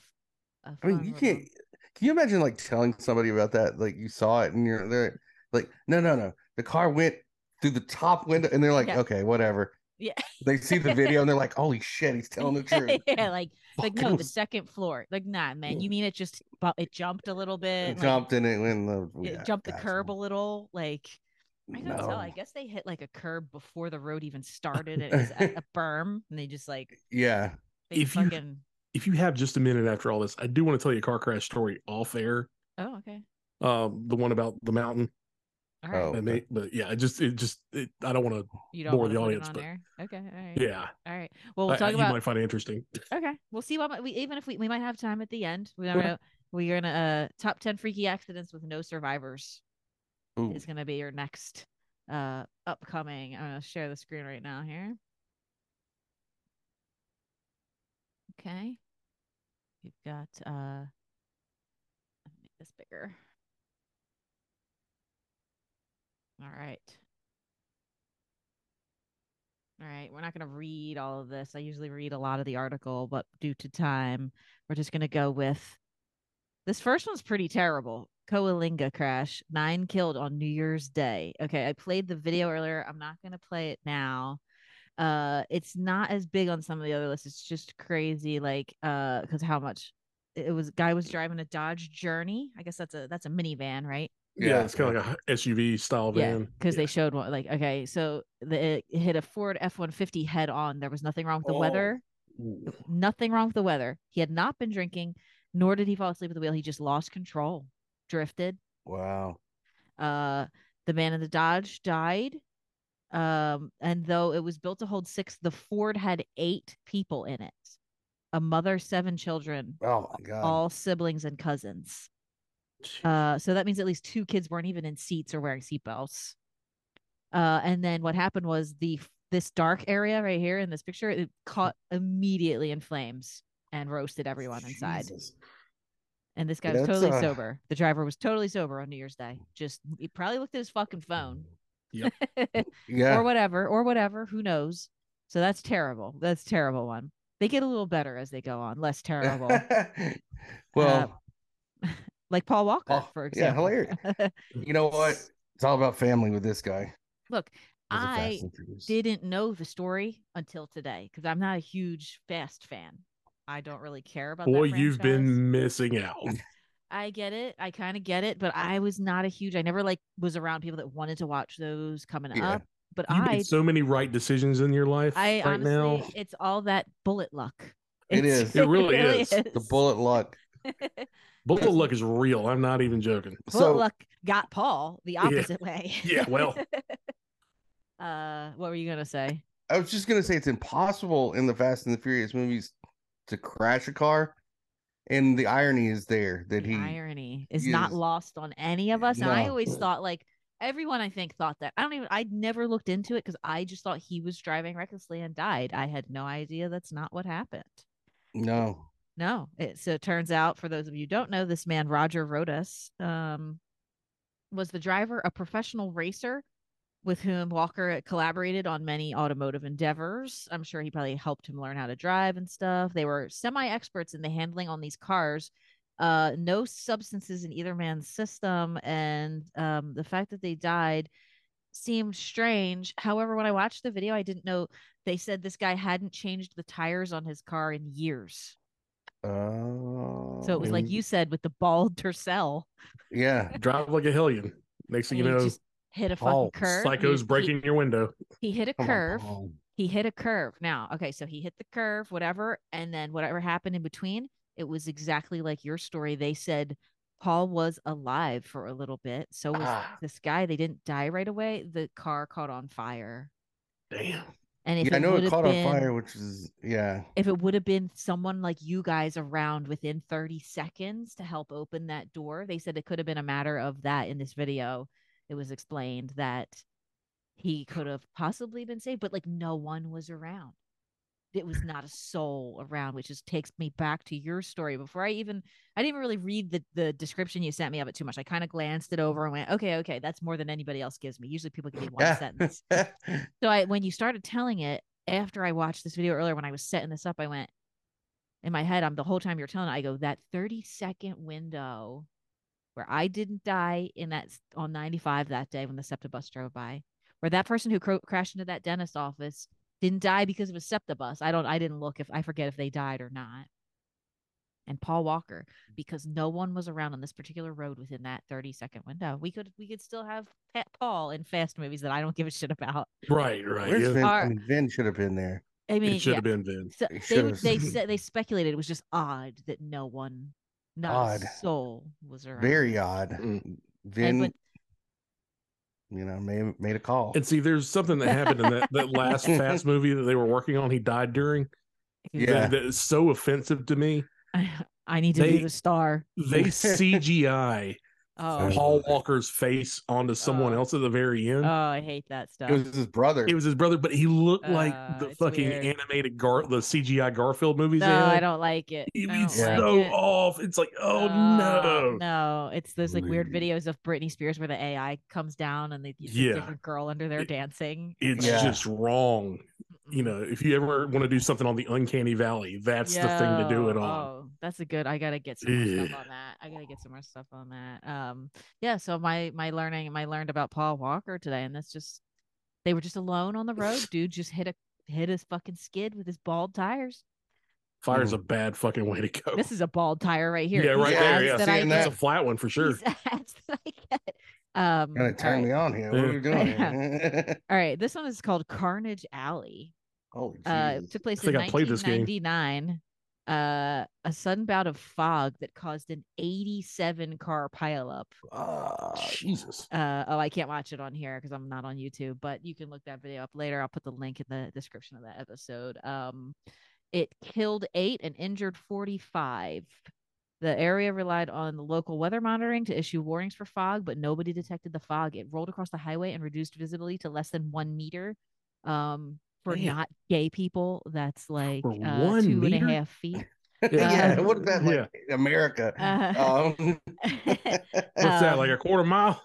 A: a
C: I mean,
A: fun
C: you
A: little-
C: can't. Can you imagine like telling somebody about that? Like you saw it and you're there. Like, no, no, no. The car went through the top window, and they're like,
A: Yeah.
C: okay, whatever.
A: Yeah.
C: They see the video and they're like, holy shit, he's telling the truth.
A: yeah, like like no,
C: Fucking
A: the second floor. Like nah, man.
C: Yeah.
A: You mean it just bu- it jumped a little bit, like,
C: jumped in it when the
A: it
C: yeah,
A: jumped the
C: gotcha.
A: curb a little. Like I don't
C: no.
A: tell. I guess they hit like a curb before the road even started. and It was a, a berm, and they just like
C: Yeah.
A: they
B: If you-
A: fucking.
B: If you have just a minute after all this, I do want to tell you a car crash story off air.
A: Oh, okay.
B: Um, the one about the mountain.
A: All right.
C: Oh.
B: And they, but yeah, I just, it just, it, I don't want to.
A: you don't
B: more
A: want
B: the
A: to put it
B: audience,
A: on
B: but-
A: there. Okay. All right.
B: Yeah,
A: All right. Well,
B: I-
A: we'll
B: I-
A: talk
B: you
A: about.
B: might find it interesting.
A: Okay. We'll see what we even if we, we might have time at the end. We don't know. We're gonna uh top ten freaky accidents with no survivors.
C: Ooh.
A: is going to be your next uh upcoming. I'm going to share the screen right now here. Okay. You've got uh let me make this bigger. All right. All right, we're not going to read all of this. I usually read a lot of the article, but due to time, we're just going to go with this first one's pretty terrible. Coalinga crash, nine killed on New Year's Day. Okay, I played the video earlier. I'm not going to play it now. Uh, it's not as big on some of the other lists. It's just crazy, like, uh, because how much it it was. Guy was driving a Dodge Journey. I guess that's a that's a minivan, right?
B: Yeah, it's kind of like a SUV style
A: Yeah,
B: van.
A: because they showed one. Like, okay, so the, it hit a Ford F one fifty head on. There was nothing wrong with the
C: Oh.
A: weather.
C: Ooh.
A: Nothing wrong with the weather. He had not been drinking, nor did he fall asleep at the wheel. He just lost control, drifted.
C: Wow.
A: Uh, the man in the Dodge died. Um, and though it was built to hold six, the Ford had eight people in it: a mother, seven children,
C: Oh my god.
A: all siblings and cousins. Uh, so that means at least two kids weren't even in seats or wearing seatbelts. Uh, and then what happened was the f- this dark area right here in this picture it caught immediately in flames and roasted everyone inside.
C: Jesus.
A: And this guy
C: Yeah,
A: was
C: that's,
A: totally
C: uh,
A: sober. The driver was totally sober on New Year's Day. Just he probably looked at his fucking phone
B: Yep.
A: or
C: Yeah.
A: whatever or whatever. Who knows? So that's terrible. That's a terrible one. They get a little better as they go on, less terrible. Uh,
C: well,
A: like Paul Walker,
C: Oh,
A: for
C: yeah,
A: example.
C: hilarious. you know what? It's all about family with this guy.
A: Look,
C: With the
A: I
C: Fast and Furious.
A: didn't know the story until today because I'm not a huge Fast fan. I don't really care about. that
B: Boy, you've
A: franchise.
B: been missing out.
A: I get it. I kind of get it, but I was not a huge. I never like was around people that wanted to watch those coming
C: Yeah.
A: up. But
B: You
A: I,
B: made so many right decisions in your life
A: I
B: right
A: honestly,
B: now.
A: it's all that bullet luck.
C: It
A: It's-
C: is.
B: It really is. The
C: The bullet luck.
B: Bullet luck is real. I'm not even joking.
A: bullet
C: So
A: luck got Paul the opposite way.
B: Yeah, well.
A: uh, what were you gonna say?
C: I was just gonna say it's impossible in the Fast and the Furious movies to crash a car, and the irony is there that
A: the
C: he.
A: irony is not
C: is-
A: lost on any of us. And I
C: No.
A: always thought like everyone I think thought that. I don't even I never looked into it because I just thought he was driving recklessly and died. I had no idea that's not what happened.
C: No.
A: No. It, so it turns out for those of you who don't know, this man, Roger Rodas, um, was the driver, a professional racer with whom Walker collaborated on many automotive endeavors. I'm sure he probably helped him learn how to drive and stuff. They were semi experts in the handling on these cars. Uh, no substances in either man's system, and um, the fact that they died seemed strange. However, when I watched the video, I didn't know they said this guy hadn't changed the tires on his car in years.
C: Oh.
A: So it was like
B: and-
A: you said with the bald Tercel.
C: Yeah.
B: Drive like a hellion. Next thing
A: and
B: you
A: he
B: know,
A: just hit a
C: Paul,
A: fucking curve.
B: psycho's
A: he,
B: breaking your window.
A: He, he hit a
C: Come on,
A: curve.
C: Paul.
A: he hit a curve. Now, okay, so he hit the curve, whatever, and then whatever happened in between, it was exactly like your story. They said Paul was alive for a little bit. So was
C: Ah.
A: this guy. They didn't die right away. The car caught on fire.
B: Damn.
A: And if
C: Yeah, I
A: it
C: know
A: would
C: it
A: have
C: caught
A: been,
C: on fire, which is yeah.
A: if it would have been someone like you guys around within 30 seconds to help open that door, they said it could have been a matter of that in this video. It was explained that he could have possibly been saved, but like no one was around. It was not a soul around, which just takes me back to your story. Before I even, I didn't even really read the, the description you sent me of it too much. I kind of glanced it over and went, okay, okay, that's more than anybody else gives me. Usually people give me one
C: Yeah.
A: sentence. So I when you started telling it after I watched this video earlier when I was setting this up, I went in my head, I'm the whole time you're telling it, I go, that 30 second window where I didn't die in that s- on 95 that day when the SEPTA bus drove by, where that person who cro- crashed into that dentist office didn't die because of a SEPTA bus. I don't I didn't look if I forget if they died or not. And Paul Walker, because no one was around on this particular road within that 30 second window. We could we could still have Pat Paul in fast movies that I don't give a shit about.
B: Right, right.
C: Where's
B: yeah.
C: Vin?
A: Our-
C: I mean, Vin should have been there.
A: I mean,
B: it should
A: yeah.
B: have been Vin.
A: So
C: They
A: they were-
C: should've-
A: they said they speculated it was just odd that no one, not
C: Odd.
A: a soul was around.
C: Very odd.
B: Mm.
A: And
C: Vin,
A: when-
C: you know, made made a call.
B: And see, there's something that happened in that, that last Fast movie that they were working on. He died during.
A: he was
C: Yeah.
B: That, that is so offensive to me.
A: like, I need to be
B: They-
A: the star.
B: They CGI
A: Oh,
C: Sorry.
B: Paul Walker's face onto someone
A: Oh.
B: else at the very
A: oh,
B: end.
A: I hate that stuff.
C: it was his brother.
B: it was his brother, but he looked like
A: Uh,
B: the
A: it's
B: fucking
A: weird.
B: animated Gar, the CGI Garfield movies.
A: no,
B: they
A: I
B: had.
A: don't like it.
B: It-
A: I don't
B: It's
A: like
B: so
A: it.
B: off. It's like,
A: Oh,
B: oh no.
A: no! It's those like weird
C: Really?
A: videos of Britney Spears where the AI comes down and they it's a
B: Yeah.
A: different girl under there
B: It-
A: dancing.
B: It's
C: Yeah.
B: just wrong. You know, if you ever want to do something on the uncanny valley, that's the thing to do it
A: Yo,
B: on.
A: Oh, that's a good. I gotta get some more
B: Ugh.
A: stuff on that. I gotta get some more stuff on that. Um, yeah. So my my learning, my learned about Paul Walker today, and that's just they were just alone on the road. Dude just hit a hit his fucking skid with his bald tires.
B: Fire's a bad fucking way to go.
A: This is a bald tire right here.
B: Oh. Yeah,
A: These
B: right
A: ads
B: there. Yeah,
A: that I
B: See, and that's a
A: get-
B: flat one for sure.
A: these ads that I get. Um,
C: Kind of
A: all
C: turn
A: right.
C: me on here. What are we doing? here?
A: All right, this one is called Carnage Alley.
C: Holy
A: Uh, it
C: Jesus.
A: took place
B: I
A: in
B: think I played this game.
A: 1999. Uh, a sudden bout of fog that caused an 87 car pileup.
C: Ah,
B: Jesus.
A: Uh, oh, I can't watch it on here because I'm not on YouTube, but you can look that video up later. I'll put the link in the description of that episode. Um, it killed eight and injured 45. The area relied on the local weather monitoring to issue warnings for fog, but nobody detected the fog. It rolled across the highway and reduced visibility to less than one meter. Um, for
B: Damn.
A: not gay people, that's like
B: For
A: uh,
B: one
A: two and a half
B: meter?
A: feet.
C: yeah,
A: uh,
C: what is that like? America.
A: Uh,
C: um,
B: What's that?
A: Um,
B: Like a quarter mile?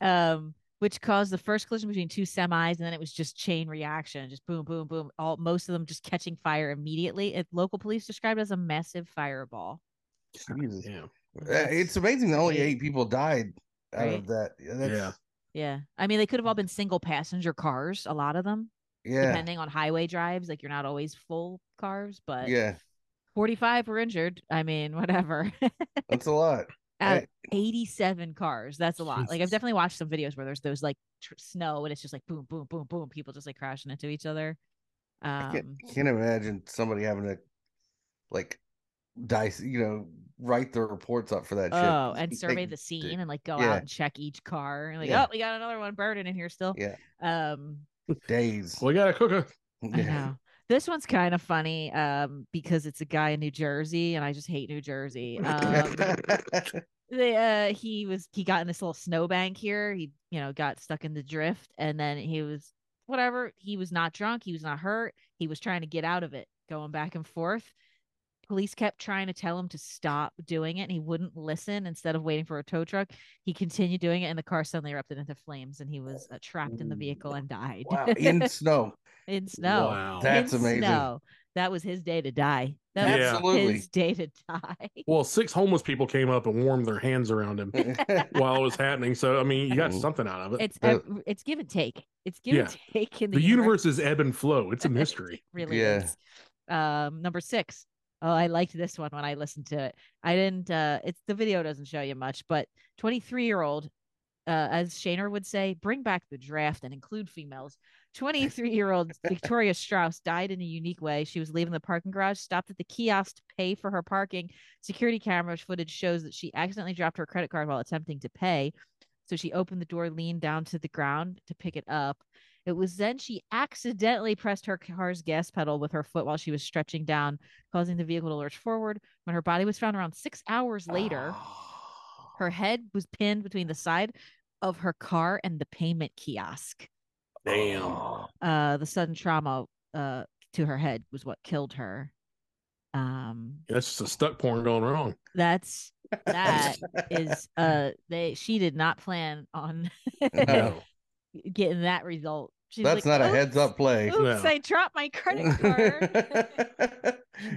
A: um, which caused the first collision between two semis, and then it was just chain reaction, just boom, boom, boom. All most of them just catching fire immediately. It, local police described it as a massive fireball.
C: Jesus.
B: Yeah.
C: Uh,
A: That's-
C: It's amazing that only
A: Right.
C: eight people died out
A: Right.
C: of that. Yeah, That's,
A: yeah. I mean, they could have all been single passenger cars. A lot of them,
C: yeah.
A: depending on highway drives, like you're not always full cars,
C: Yeah.
A: but 45 were injured. I mean, whatever.
C: That's a lot.
A: Out
C: I-
A: of 87 cars. That's a lot. Like I've
B: Jesus.
A: definitely watched some videos where there's those like tr- snow and it's just like boom, boom, boom, boom. People just like crashing into each other.
C: I can't,
A: Um,
C: can't imagine somebody having to like dice, you know, write their reports up for that shit.
A: oh, and
C: Take-
A: survey the scene and like go
C: Yeah.
A: out and check each car. And like,
C: Yeah.
A: oh, we got another one burning in here still.
C: Yeah.
A: Um,
C: days.
B: We got a cooker.
A: I know. This one's kind of funny um, because it's a guy in New Jersey, and I just hate New Jersey. Um, they, uh, he was he got in this little snowbank here. He you know got stuck in the drift, and then he was whatever. He was not drunk. He was not hurt. He was trying to get out of it, going back and forth. Police kept trying to tell him to stop doing it, and he wouldn't listen. Instead of waiting for a tow truck, he continued doing it, and the car suddenly erupted into flames, and he was uh, trapped in the
C: Ooh.
A: vehicle and died
C: Mm, wow, in snow.
A: in snow
B: Wow.
C: That- That's
A: in
C: amazing.
A: snow. That was his day to die. That was
C: Absolutely.
A: his day to die.
B: well, six homeless people came up and warmed their hands around him while it was happening. So, I mean, you got something out of it.
A: It's
C: Uh,
A: ev- it's give and take. It's give and take in the,
B: the universe is ebb and flow. It's a mystery.
A: really
C: Yeah.
A: is. Um, number six. Oh, I liked this one when I listened to it. I didn't. Uh, it's the video doesn't show you much, but twenty-three-year-old, uh, as Shayner would say, bring back the draft and include females. Twenty-three-year-old Victoria Strauss died in a unique way. She was leaving the parking garage, stopped at the kiosk to pay for her parking. Security camera footage shows that she accidentally dropped her credit card while attempting to pay. So she opened the door, leaned down to the ground to pick it up. It was then she accidentally pressed her car's gas pedal with her foot while she was stretching down, causing the vehicle to lurch forward. When her body was found around six hours later, her head was pinned between the side of her car and the payment kiosk.
B: Damn.
A: Uh, the sudden trauma uh, to her head was what killed her. Um,
B: That's just a stuck porn going wrong.
A: that's that is uh, they she did not plan on
B: No.
A: getting that result. She was
C: That's
A: like,
C: not a heads
A: "Oops,
C: up play.
A: Oops,
B: No.
A: I dropped my credit card.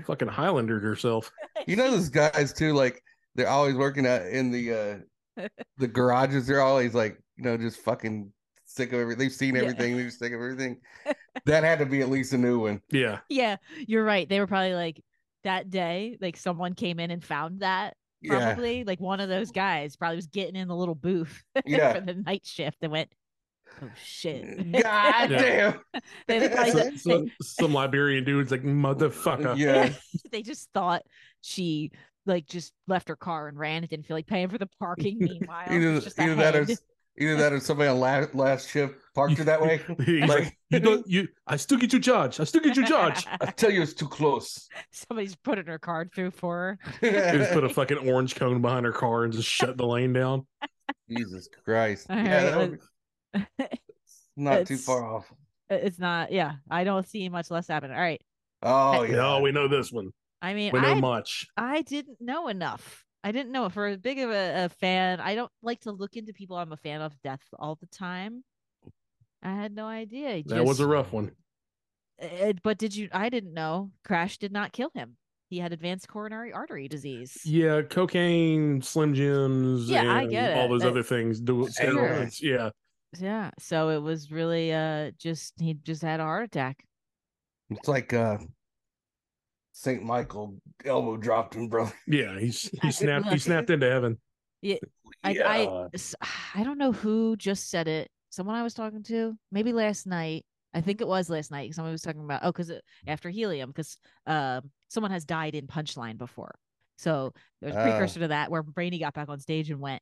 B: Fucking Highlandered herself.
C: you know those guys too, like they're always working out in the uh the garages, they're always like, you know, just fucking sick of everything. They've seen
A: Yeah.
C: everything, they're sick of everything. That had to be at least a new one.
B: Yeah.
A: yeah, you're right. They were probably like that day, like someone came in and found that.
C: Yeah.
A: Probably like one of those guys probably was getting in the little booth
C: Yeah.
A: for the night shift and went, Oh shit.
C: God
B: Yeah.
A: they, they probably
C: So-
A: did-
B: Some, some Liberian dude's like,
C: damn.
B: motherfucker.
C: Yeah.
A: they just thought she like just left her car and ran and didn't feel like paying for the parking meanwhile. it
C: Either,
A: was just a
C: either that or
A: head.
C: s- either that or somebody on last, last shift parked her that way.
B: He's like,
C: Like-
B: you don't, you, I still get you judge. I still get you judge.
C: I tell you it's too close.
A: Somebody's putting her card through for her.
B: They just put a fucking orange cone behind her car and just shut the lane down.
C: Jesus Christ.
A: All
C: yeah,
A: right,
C: that would be- not too
A: It's-
C: far off.
A: It's not yeah, I don't see much less happening. All right.
C: Oh yeah.
B: No, we know this one.
A: I mean
B: We know
A: I
B: much.
A: I didn't know enough. I didn't know for as big of a, a fan. I don't like to look into people I'm a fan of death all the time. I had no idea. He
B: That was a
A: just-
B: rough one.
A: uh, but did you? I didn't know. Crash did not kill him. He had advanced coronary artery disease.
B: Yeah, cocaine, Slim Jims,
A: Yeah, I
B: and
A: get
B: all
A: it.
B: those
A: That-
B: other things. Do
C: Sure.
B: steroids. Yeah,
A: Yeah. So it was really uh just he just had a heart attack.
C: It's like uh Saint Michael elbow dropped him, brother.
B: Yeah, he's
A: I-
B: he snapped he
A: look.
B: snapped into heaven.
A: I- I- s- I don't know who just said it. Someone I was talking to, maybe last night. I think it was last night. Someone was talking about oh, because after helium, because um, someone has died in punchline before. So there's a
C: Ah.
A: precursor to that where Brainy got back on stage and went,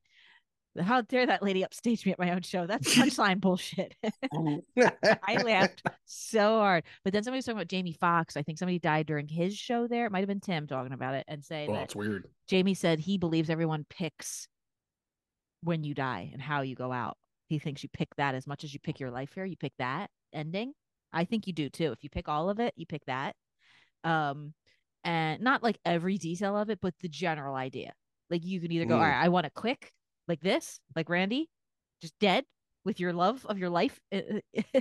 A: "How dare that lady upstage me at my own show? That's punchline bullshit." I laughed so hard. But then somebody was talking about Jamie Foxx. I think somebody died during his show there. It might have been Tim talking about it and saying
B: Well,
A: that
B: it's weird.
A: Jamie said he believes everyone picks when you die and how you go out. He thinks you pick that as much as you pick your life here. You pick that ending. I think you do too. If you pick all of it, you pick that. Um, and not like every detail of it, but the general idea. Like you can either go, all
C: Mm.
A: right, I want it quick, like this, like Randy, just dead with your love of your life uh,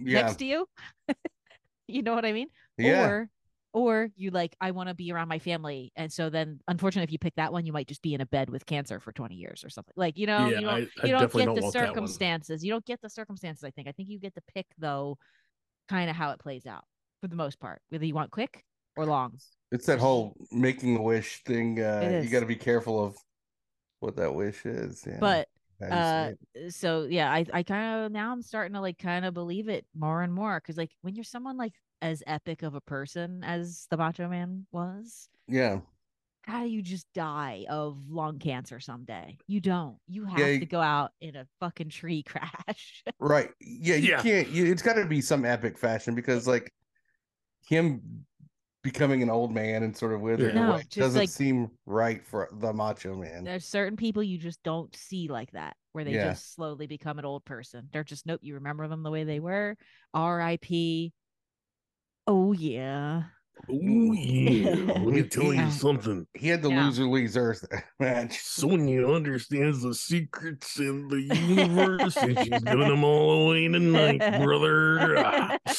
C: Yeah.
A: next to you. you know what I mean?
C: yeah,
A: or or you like i want to be around my family and so then unfortunately if you pick that one you might just be in a bed with cancer for 20 years or something like you know
B: yeah,
A: you
B: I,
A: don't,
B: I
A: you don't
B: definitely
A: get
B: don't
A: the
B: want that one.
A: circumstances you don't get the circumstances i think i think you get to pick though kind of how it plays out for the most part whether you want quick or long
C: it's that whole making a wish thing. Uh,
A: It
C: you
A: is.
C: got to be careful of what that wish is. Yeah,
A: but
C: how you say
A: uh
C: it.
A: so yeah i i kind of now i'm starting to like kind of believe it more and more because like when you're someone like as epic of a person as the macho man was
C: yeah,
A: how do you just die of lung cancer someday? You don't. You have
C: Yeah,
A: to
C: you-
A: go out in a fucking tree crash.
C: right. Yeah, you
B: Yeah.
C: can't. You, it's got to be some epic fashion because, like, him becoming an old man and sort of withering
B: No,
C: away
A: just
C: doesn't
A: like-
C: seem right for the macho man.
A: There's certain people you just don't see like that, where they
C: Mm. Yeah.
A: just slowly become an old person. They're just nope. You remember them the way they were. R.I.P. Oh yeah.
B: Ooh, yeah. Let me tell
A: Yeah.
B: you something.
C: He had the
A: Yeah.
C: loser leaves Earth match.
B: Sonia understands the secrets in the universe, and she's giving them all away tonight, brother. Ah,
A: I,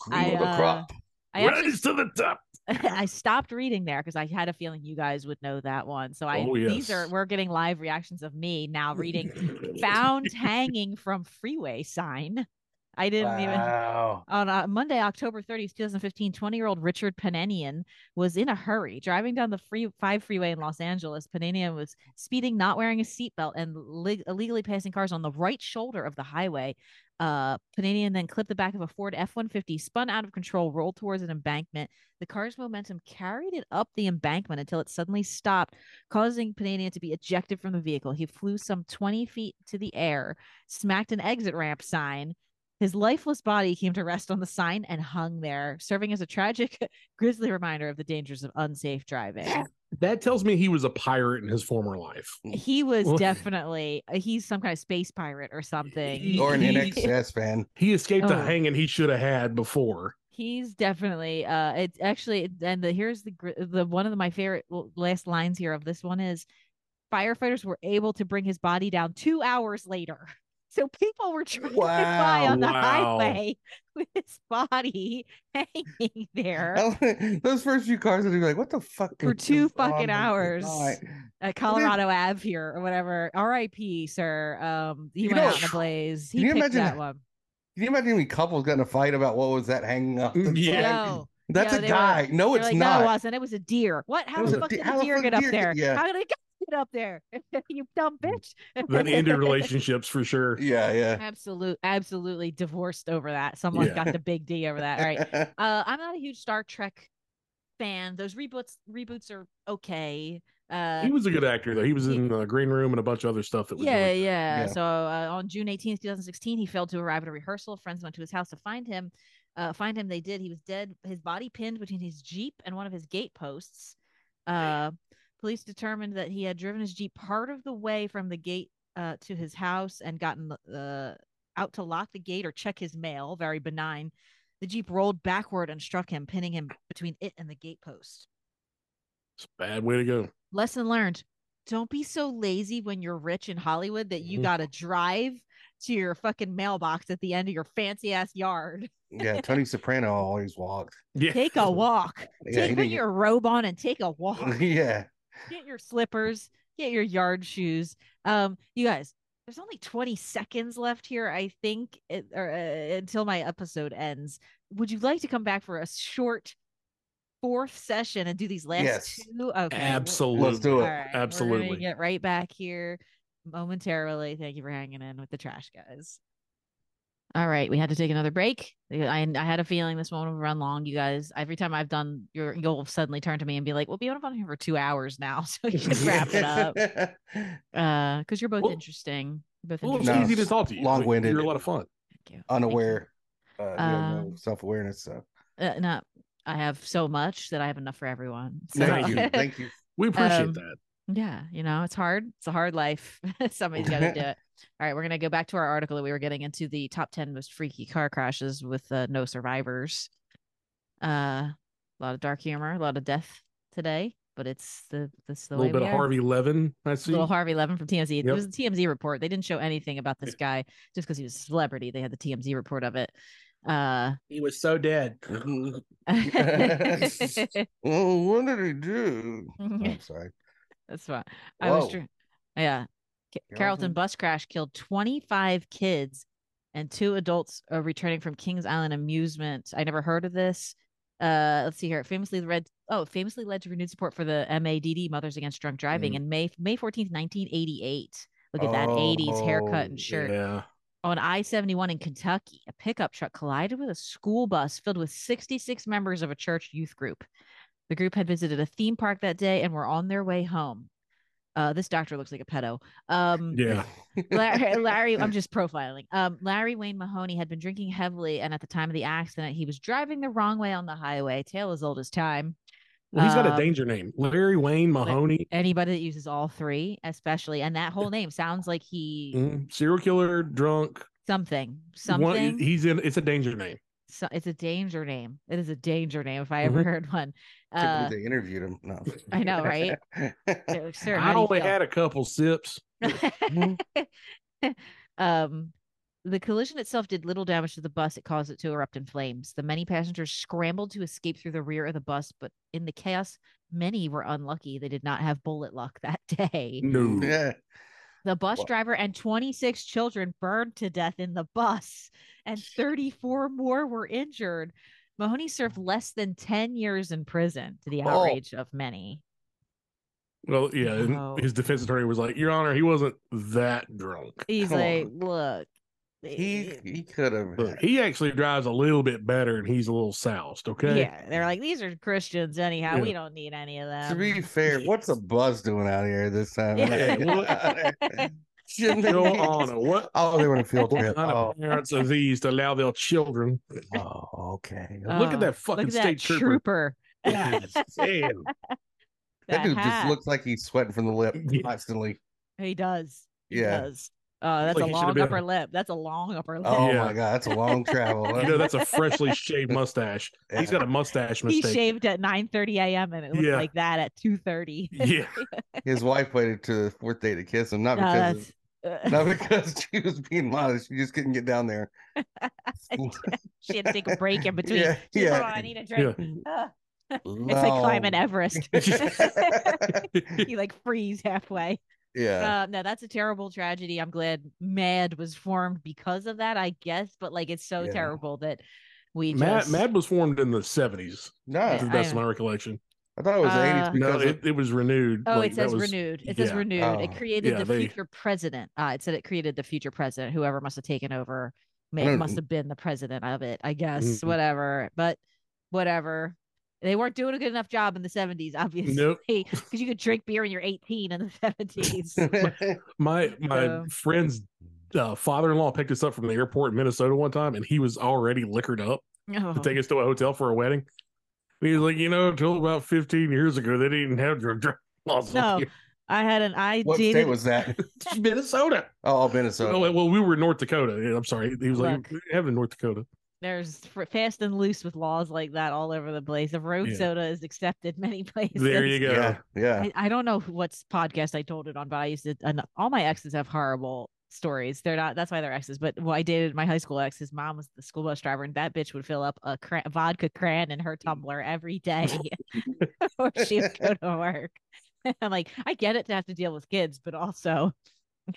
C: Cream of the
A: uh,
C: crop.
A: I actually
B: Rise to the top.
A: I stopped reading there because I had a feeling you guys would know that one. So I
B: Oh,
A: these are
B: yes.
A: we're getting live reactions of me now reading found hanging from freeway sign. I didn't even.
C: Wow.
A: On uh, Monday, October 30th, 2015, 20 year old Richard Pananian was in a hurry driving down the free, 5 freeway in Los Angeles. Pananian was speeding, not wearing a seatbelt, and leg- illegally passing cars on the right shoulder of the highway. Uh, Pananian then clipped the back of a Ford F 150, spun out of control, rolled towards an embankment. The car's momentum carried it up the embankment until it suddenly stopped, causing Pananian to be ejected from the vehicle. He flew some 20 feet to the air, smacked an exit ramp sign. His lifeless body came to rest on the sign and hung there, serving as a tragic, grisly reminder of the dangers of unsafe driving.
B: That tells me he was a pirate in his former life.
A: He was
B: Well-
A: definitely uh, he's some kind of space pirate or something.
C: Or an
B: He-
C: NXS fan.
B: He escaped a
A: Oh.
B: hanging he should have had before.
A: He's definitely uh it's actually and the here's the gr- the one of the, my favorite l- last lines here of this one is firefighters were able to bring his body down 2 hours later. So people were trying to get by
C: Wow,
A: on the
B: wow.
A: highway with his body hanging there.
C: I- Those first few cars, I'd be like, what the fuck?
A: For
C: is Oh
A: two
C: going
A: fucking
C: on?
A: hours.
C: Why?
A: at Colorado Ave here or whatever. R.I.P. Sir. Um, he
C: You
A: went
C: know,
A: out in a blaze. He
C: can you
A: picked
C: imagine
A: that
C: h-
A: one.
C: Can you imagine how many couples got in a fight about what was that hanging up? It's
B: Yeah.
C: like,
A: No,
C: That's
A: Yo,
C: a
A: they were-
C: guy. no,
A: they're
C: it's
A: like, No,
C: not.
A: it wasn't. It was a deer. What? How
C: was
A: the
C: a
A: fuck
C: de-
A: did
C: how
A: a
C: the
A: deer
C: fuck
A: get
C: a
A: up
C: deer get-
A: there?
C: yeah. Mm.
A: How did it get up there? you dumb bitch.
B: That ended relationships for sure.
C: Yeah, yeah.
A: Absolute, absolutely divorced over that. Someone
B: Yeah.
A: got the big D over that. All right. Uh, I'm not a huge Star Trek fan. Those reboots reboots are okay. Uh,
B: He was a good actor though. He was
A: He-
B: in uh, Green Room and a bunch of other stuff that was.
A: yeah,
B: really-
A: yeah,
C: Yeah.
A: So uh, on June 18th, 2016, he failed to arrive at a rehearsal. Friends went to his house to find him. Uh, find him, they did. He was dead, his body pinned between his Jeep and one of his gateposts. Uh, police determined that he had driven his Jeep part of the way from the gate uh, to his house and gotten uh, out to lock the gate or check his mail. Very benign. The Jeep rolled backward and struck him, pinning him between it and the gatepost.
B: It's a bad way to go.
A: Lesson learned. Don't be so lazy when you're rich in Hollywood that you
C: Mm-hmm.
A: got
B: Mhm.
A: to drive to your fucking mailbox at the end of your fancy ass yard.
C: yeah, Tony Soprano always walked.
B: Yeah,
A: Take a walk.
C: Yeah, he
A: take, put
C: didn't get-
A: your robe on and take a
C: Mm-hmm.
A: walk.
C: yeah.
A: get your slippers. Get your yard shoes. Um, you guys, there's only 20 seconds left here, I think, it, or, uh, until my episode ends. Would you like to come back for a short fourth session and do these last
C: Yes.
A: two? Okay.
B: Absolutely.
C: Let's do
A: All
C: it.
A: right, we're gonna
B: Absolutely.
A: get right back here momentarily. Thank you for hanging in with the trash guys. All right, we had to take another break. I, I had a feeling this one would run long. You guys, every time I've done, your, you'll suddenly turn to me and be like, "We'll be on here for two hours now, so you should wrap it up." because you're both
B: Well-
A: interesting. You're both
B: Well, it's
A: interesting.
C: No,
B: easy to talk to you.
C: long-winded.
B: You're a lot of fun.
A: Thank you.
C: Unaware, uh, you know, no
A: Um,
C: self awareness. So
A: Thank you. Uh, no, I have so much that I have enough for everyone. So,
C: thank you,
B: Thank
C: thank you.
B: We appreciate
A: Um,
B: that.
A: Yeah, you know, it's hard. It's a hard life. Somebody's got to do it. All right, we're going to go back to our article that we were getting into the top 10 most freaky car crashes with uh, no survivors. Uh, a lot of dark humor, a lot of death today, but it's the this the
B: A
A: way
B: little bit
A: we
B: of
A: are.
B: Harvey Levin. I see.
A: Little Harvey Levin from TMZ. It
B: Yep.
A: was a TMZ report. They didn't show anything about this guy just because he was a celebrity. They had the TMZ report of it. Uh,
B: He was so dead.
A: that's
C: Oh, what did he do? I'm sorry.
A: fine. I was
C: Whoa.
A: true. Yeah. Ca-
C: Carrollton.
A: Carrollton bus crash killed 25 kids and two adults uh, returning from Kings Island amusement. I never heard of this. Uh, let's see here. It famously read, oh, it famously led to renewed support for the MADD, Mothers Against Drunk Driving,
C: Mm.
A: in May May 14th, 1988. Look at that 80s haircut
C: Oh,
A: and shirt.
B: Yeah.
A: on I 71 in Kentucky, a pickup truck collided with a school bus filled with 66 members of a church youth group. The group had visited a theme park that day and were on their way home. Uh, this doctor looks like a pedo. Um,
B: Yeah.
A: Larry, Larry, I'm just profiling. Um, Larry Wayne Mahoney had been drinking heavily, and at the time of the accident, he was driving the wrong way on the highway. Tale as old as time.
B: Well, he's got
A: Um,
B: a danger name. Larry Wayne Mahoney,
A: Anybody that uses all three, especially, and that whole name sounds like he
B: mm, serial killer, drunk.
A: something, something.
B: one- he's in. It's a danger name.
A: so, it's a danger name. It is a danger name if I ever heard one. Uh,
C: Can't believe they interviewed him. No,
A: I know, right?
C: right?
A: so, sir,
B: I
A: how do
B: only
A: you feel?
B: had a couple sips.
A: um, the collision itself did little damage to the bus. It caused it to erupt in flames. The many passengers scrambled to escape through the rear of the bus, but in the chaos, many were unlucky. They did not have bullet luck that day.
B: No.
C: yeah.
A: The bus
C: Wow.
A: driver and 26 children burned to death in the bus, and 34 more were injured. Mahoney served less than 10 years in prison to the
C: Oh.
A: outrage of many.
B: Well, yeah. and
A: No.
B: His defense attorney was like, "Your Honor, he wasn't that drunk.
A: He's
C: Come
A: like,
C: on.
A: look,
C: He
A: eh,
C: he could
B: Look,
C: have.
B: he actually drives a little bit better, and he's a little soused." Okay.
A: yeah, they're like, these are Christians, anyhow.
B: Yeah.
A: We don't need any of
C: To
A: them.
C: be fair, what's a buzz doing out here this
A: um,
C: time?
A: Yeah.
C: Shouldn't
B: Go
C: they-
B: on. What
C: Oh, they were on a field
B: what
C: trip.
B: kind of
C: Oh,
B: parents are these to allow their children?
C: oh, okay.
A: Uh,
B: look at
A: look
B: that fucking
A: Look at
B: state
A: that trooper.
B: trooper. God damn.
C: that
A: That
C: dude just
A: hat.
C: looks like he's sweating from the lip
B: Yeah.
C: constantly.
A: He does. He
C: Yeah.
A: does. Oh, that's
B: like
A: a
B: he should have
A: long
B: been-
A: upper lip. That's a long upper lip.
C: Oh
B: Yeah.
C: my god, that's a long travel.
B: You know, that's a freshly shaved mustache. He's got a mustache
A: he
B: mistake.
A: shaved at 9:30 a.m. and it looked
B: Yeah.
A: like that at 2:30.
B: yeah.
C: His wife waited to the fourth day to kiss him, not
A: No,
C: because of-
A: that's. uh,
C: not because she was being modest. She just couldn't get down there.
A: she had to take a break in between.
C: Yeah,
A: She's like,
C: yeah.
A: "Hold on, I need a drink. Ugh.
C: It's
A: It's like climbing Everest.
C: Everest.
A: you like freeze halfway.
C: yeah.
A: Um, no, that's a terrible tragedy. I'm glad Mad was formed because of that, I guess. But like, it's so
C: Yeah.
A: terrible that we
B: Mad,
A: just
B: Mad was formed in the 70s,
C: No,
B: to the
A: I-
B: best of my recollection.
C: I thought it was the 80s
A: Uh,
B: No,
C: because
B: it,
C: it,
B: it was renewed.
A: Oh,
B: like,
A: it
B: that
A: says
B: was-
A: renewed. It says
B: yeah.
A: renewed.
C: Oh.
A: It created
B: Yeah,
A: the
B: they-
A: future president. Uh, it said it created the future president. Whoever must have taken over
C: I
B: Mm.
A: may,
C: don't-
A: must have been the president of it, I guess.
B: Mhm.
A: Whatever. But whatever. They weren't doing a good enough job in the 70s, obviously. Because you could drink beer when you're 18 in the 70s.
B: My my
A: So-
B: friend's uh, father-in-law picked us up from the airport in Minnesota one time, and he was already liquored up
A: Oh,
B: to take us to a hotel for a wedding. And he was like, you know, until about 15 years ago, they didn't have drug drug laws.
A: No.
B: here."
A: I had an I
C: what
A: dated-
C: state was that?
B: Minnesota.
C: Oh,
B: Oh,
C: Minnesota.
B: wait, well, we were in North Dakota. Yeah, I'm sorry. He was
A: Look.
B: like, we didn't have it in North Dakota.
A: There's fr- fast and loose with laws like that all over the place. If road
B: Yeah.
A: soda is accepted many places.
B: There you go.
C: Yeah, yeah.
A: I, I don't know who- what's podcast I told it on, but I used to. And all my exes have horrible stories. They're not. That's why they're exes. But well, I dated my high school ex. His mom was the school bus driver, and that bitch would fill up a cran, vodka cran in her tumbler every day before she would go to work. I'm like, I get it to have to deal with kids, but also,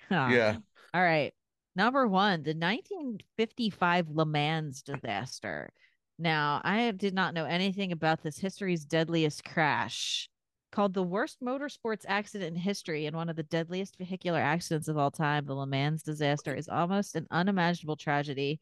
A: Huh.
C: Yeah.
A: All right. Number one, the 1955 Le Mans disaster. Now, I did not know anything about this history's deadliest crash, called the worst motorsports accident in history and one of the deadliest vehicular accidents of all time. The Le Mans disaster is almost an unimaginable tragedy.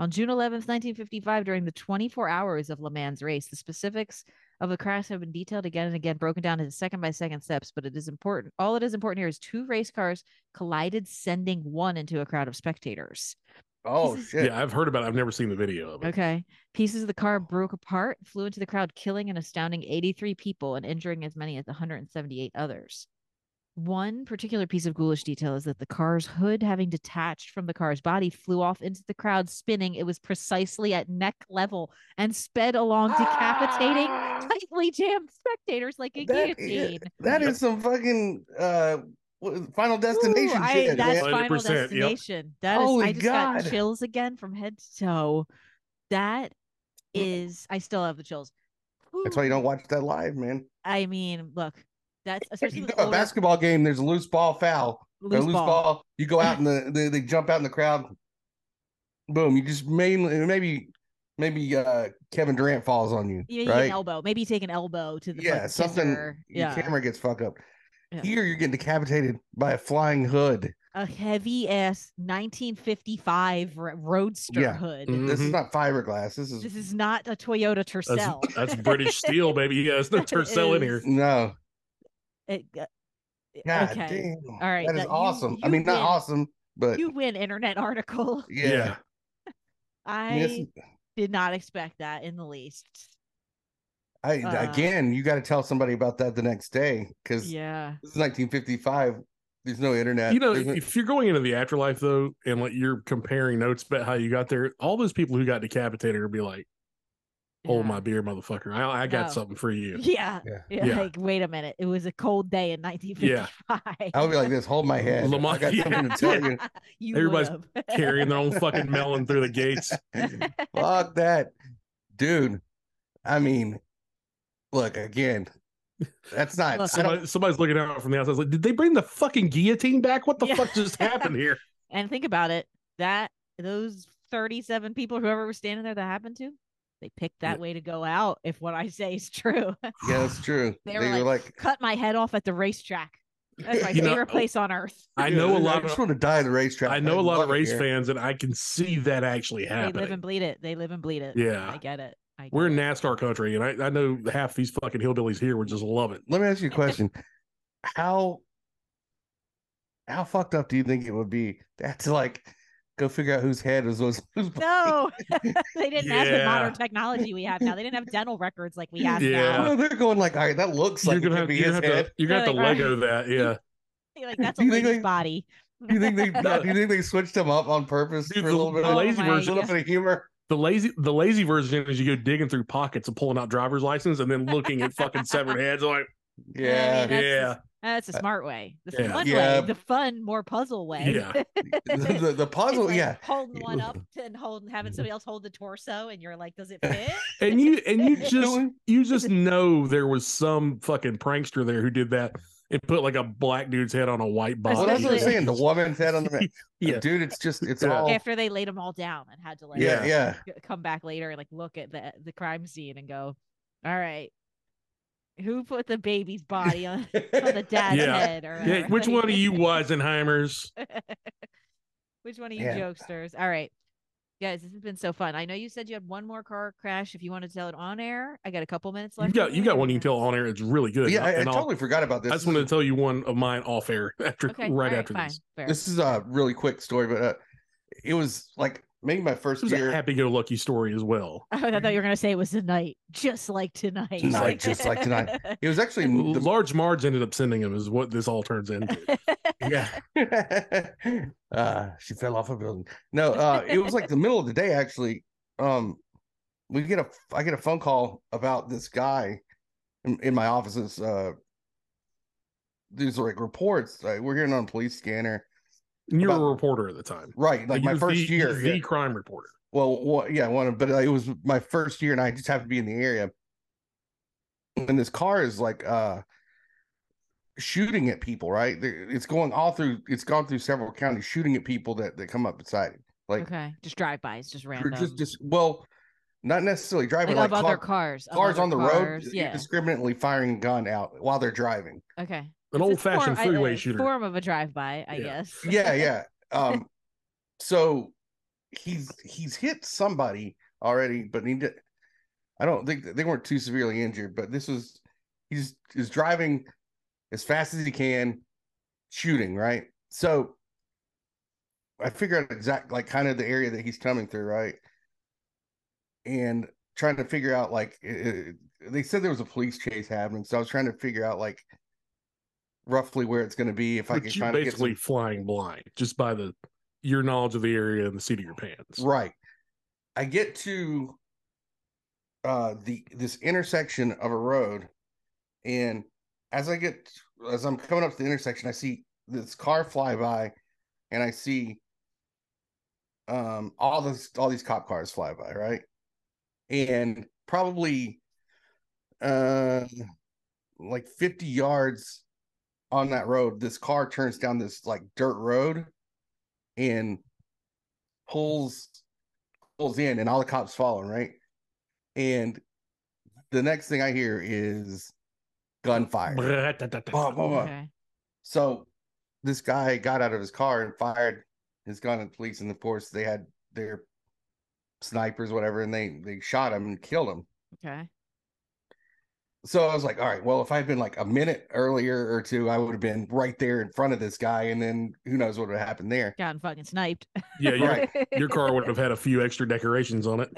A: On June 11th, 1955, during the 24 hours of Le Mans race, the specifics of the crash have been detailed again and again, broken down into second by second steps. But it is important. All it is important here is two race cars collided, sending one into a crowd of spectators.
C: Oh
A: Jesus.
C: shit!
B: Yeah, I've heard about it. I've never seen the video of it.
A: Okay. Pieces of the car broke apart, flew into the crowd, killing an astounding 83 people and injuring as many as 178 others. One particular piece of ghoulish detail is that the car's hood, having detached from the car's body, flew off into the crowd, spinning. It was precisely at neck level and sped along, decapitating
C: Ah!
A: tightly jammed spectators like a
C: That is-
A: guillotine.
C: That is some fucking uh what- Final Destination
A: Ooh, I-
C: shit.
A: that's
C: man.
A: final
B: 100%, yep.
A: destination. That is,
C: Holy
A: I just
C: God.
A: got chills again from head to toe. That
C: Mm.
A: is, I still have the chills.
C: That's why you don't watch that live, man.
A: I mean, look, that's especially
C: You
A: with
C: go to a
A: older-
C: basketball game, there's a loose ball foul. or
A: loose,
C: loose ball.
A: ball.
C: You go out and the, they, they jump out in the crowd. Boom. You just mainly maybe maybe uh Kevin Durant falls on you.
A: You, you get an
C: right?
A: elbow. Maybe you take an elbow to the
C: yeah,
A: fucking
C: something
A: kisser.
C: your
A: Yeah,
C: camera gets fucked up.
A: Yeah.
C: Here you're getting decapitated by a flying hood.
A: a heavy ass 1955 ro- roadster
C: Yeah.
A: hood.
B: Mhm.
C: This is not fiberglass. This is
A: This is not a Toyota
B: That's,
A: Tercel.
B: that's British steel, baby. Yeah, it's no
A: It
B: Tercel in here.
A: is.
C: no.
A: It- uh,
C: God
A: okay,
C: damn.
A: All right,
C: That is
A: that- you-
C: awesome. I
A: you
C: mean, not
A: win.
C: awesome, but
A: you win internet article.
C: yeah.
A: I
C: I, mean, it's-
A: did not expect that in the least.
C: I
A: uh,
C: again, you got to tell somebody about that the next day because
A: Yeah.
C: this is 1955. There's no internet.
B: You know,
C: There's
B: if,
C: no-
B: if you're going into the afterlife though, and like you're comparing notes about how you got there, all those people who got decapitated are be like, "Hold
A: yeah.
B: my beer, motherfucker! I, I got
A: No.
B: something for you."
A: Oh Yeah.
C: Yeah.
A: Yeah,
B: Yeah.
A: Like, wait a minute. It was a cold day in 1955.
C: I would be like this. Hold my head.
B: Lamont-
C: I got something to tell you.
A: you
B: Everybody's
A: would've.
B: Carrying their own fucking melon through the gates.
C: Fuck that, dude. I mean, look again. That's
A: Look,
C: not. I don't-
B: Somebody, somebody's looking out from the outside. Like, did they bring the fucking guillotine back? What the
A: Yeah.
B: fuck just happened here?
A: and think about it. That those 37 people, whoever was standing there that happened to, they picked that way to go out. If what I say is true,
C: yeah, that's true.
A: They were cut my head off at the racetrack. That's my
B: You know- oh.
A: favorite place on earth.
B: I know a
C: "Yeah, I
B: lot
C: just
B: of
C: want to die at the racetrack.
B: I know a lot
C: love
B: of
C: it
B: race
C: here."
B: fans, and I can see that actually
A: They live and
B: happening.
A: bleed it. They live and bleed it. I
B: Yeah,
A: get it. I get
B: we're in
A: it.
B: NASCAR country, and I, I know half these fucking hillbillies here would just love it.
C: Let me ask you a question. How how fucked up do you think it would be to have to like go figure out whose head was was whose body?
A: No, they didn't have the modern
B: Yeah.
A: technology we have now. They didn't have dental records like we have
B: Yeah.
A: now.
C: No, they're going like, all right, that looks
B: you're
C: like it could
B: gonna have,
C: be
B: you're
C: his
B: gonna have
C: head.
B: to you're gonna have to
A: They're like,
B: Lego that. Yeah,
A: You're Like that's a
C: You think
A: lady's
C: they-
A: body.
C: Do you think they
B: No.
C: do you think they switched him up on purpose
B: Dude,
C: for a
B: the-
C: little bit
B: the
C: of
B: lazy
C: a
A: Oh my
B: version-
C: little bit of humor?
B: the lazy the lazy version is you go digging through pockets and pulling out driver's license and then looking at fucking severed heads. Like,
A: Yeah, I
C: Yeah.
A: mean,
B: yeah,
A: That's a
C: Uh,
A: smart way. The
B: yeah.
A: fun
C: Yeah.
A: way. The fun, more puzzle way.
B: Yeah.
C: the, the- the
A: It's
C: puzzle,
A: like
C: yeah.
A: Holding one
C: Yeah.
A: up and holding having somebody else hold the torso and you're like, does it fit?
B: and you and you
A: It's
B: just you just know there was some fucking prankster there who did that and put like a black dude's head on a white body.
C: Well, that's what I'm
A: Especially-
C: saying. The woman's head on the
B: Yeah.
C: dude. It's just it's
B: Yeah.
C: all
A: After they laid them all down and had to like
C: Oh. yeah, yeah.
A: g- come back later and like look at the the crime scene and go, All right. Who put the baby's body on, on the dad's
B: Yeah.
A: head or
B: Yeah,
A: whatever?"
B: which one of you
A: Like-
B: Weisenheimers?
A: Which one of you
C: Yeah.
A: jokesters? All right. Guys, this has been so fun. I know you said you had one more car crash. If you want to tell it on air, I got a couple minutes
B: You
A: left.
B: got you got one you can
A: can
B: tell on air. It's really good.
C: yeah, I, I
B: and I'll-
C: totally forgot about this.
B: I just wanted to tell you one of mine off air after
A: Okay. all
B: right after
A: fine,
B: this.
A: fair.
C: this is a really quick story, but uh, it was like maybe my
B: It
C: first
B: was
C: year.
B: a happy-go-lucky story as well.
A: I thought you were gonna say it was tonight, just like tonight.
C: Just like- just like tonight. it was actually the
B: Large Marge ended up sending him is what this all turns into. yeah,
C: uh she fell off a building no uh it was like the middle of the day actually um we get a i get a phone call about this guy in, in my offices uh these like reports like we're hearing on a police scanner
B: and you were
C: About-
B: a reporter at the time.
C: right like my
B: You're
C: first
B: the,
C: year
B: you're
C: yeah.
B: the crime reporter.
C: Well, wha- yeah, one, but uh, it was my first year, and I just happened to be in the area. And this car is like uh shooting at people, right? There- It's going all through. It's gone through several counties, shooting at people that that come up beside it, like
A: okay, just drive-bys, just
C: or
A: random.
C: just just well, Not necessarily driving
A: Like,
C: like,
A: of other
C: car-
A: cars. of
C: cars
A: other
C: on the
A: cars,
C: road. You're
A: Yeah.
C: discriminately firing a gun out while they're driving.
A: Okay.
B: An
A: It's a
B: old fashioned
A: form- I-
B: freeway
A: a
B: shooter.
A: Form of a drive-by, I
B: Yeah.
A: guess.
C: yeah yeah um so he's he's hit somebody already but he did i don't think they weren't too severely injured but this was he's is driving as fast as he can shooting right so i figure out exact like kind of the area that he's coming through right and trying to figure out like i- i- they said there was a police chase happening so i was trying to figure out like roughly where it's going to be if i
B: But
C: could
B: you're
C: kind of get some
B: basically flying blind just by the your knowledge of the area and the seat of your pants.
C: Right. I get to uh the this intersection of a road and as I get as I'm coming up to the intersection I see this car fly by and I see um all this all these cop cars fly by, right? And probably uh like 50 yards on that road this car turns down this like dirt road and pulls pulls in and all the cops following right and the next thing i hear is gunfire Bah, bah, bah.
A: Okay.
C: so this guy got out of his car and fired his gun at the police and of course they had their snipers whatever and they they shot him and killed him
A: Okay.
C: so I was like, all right, well, if I'd been like a minute earlier or two, I would have been right there in front of this guy, and then who knows what would have happened there.
A: Gotten fucking sniped.
B: Yeah, your,
C: Right.
B: your car would have had a few extra decorations on it.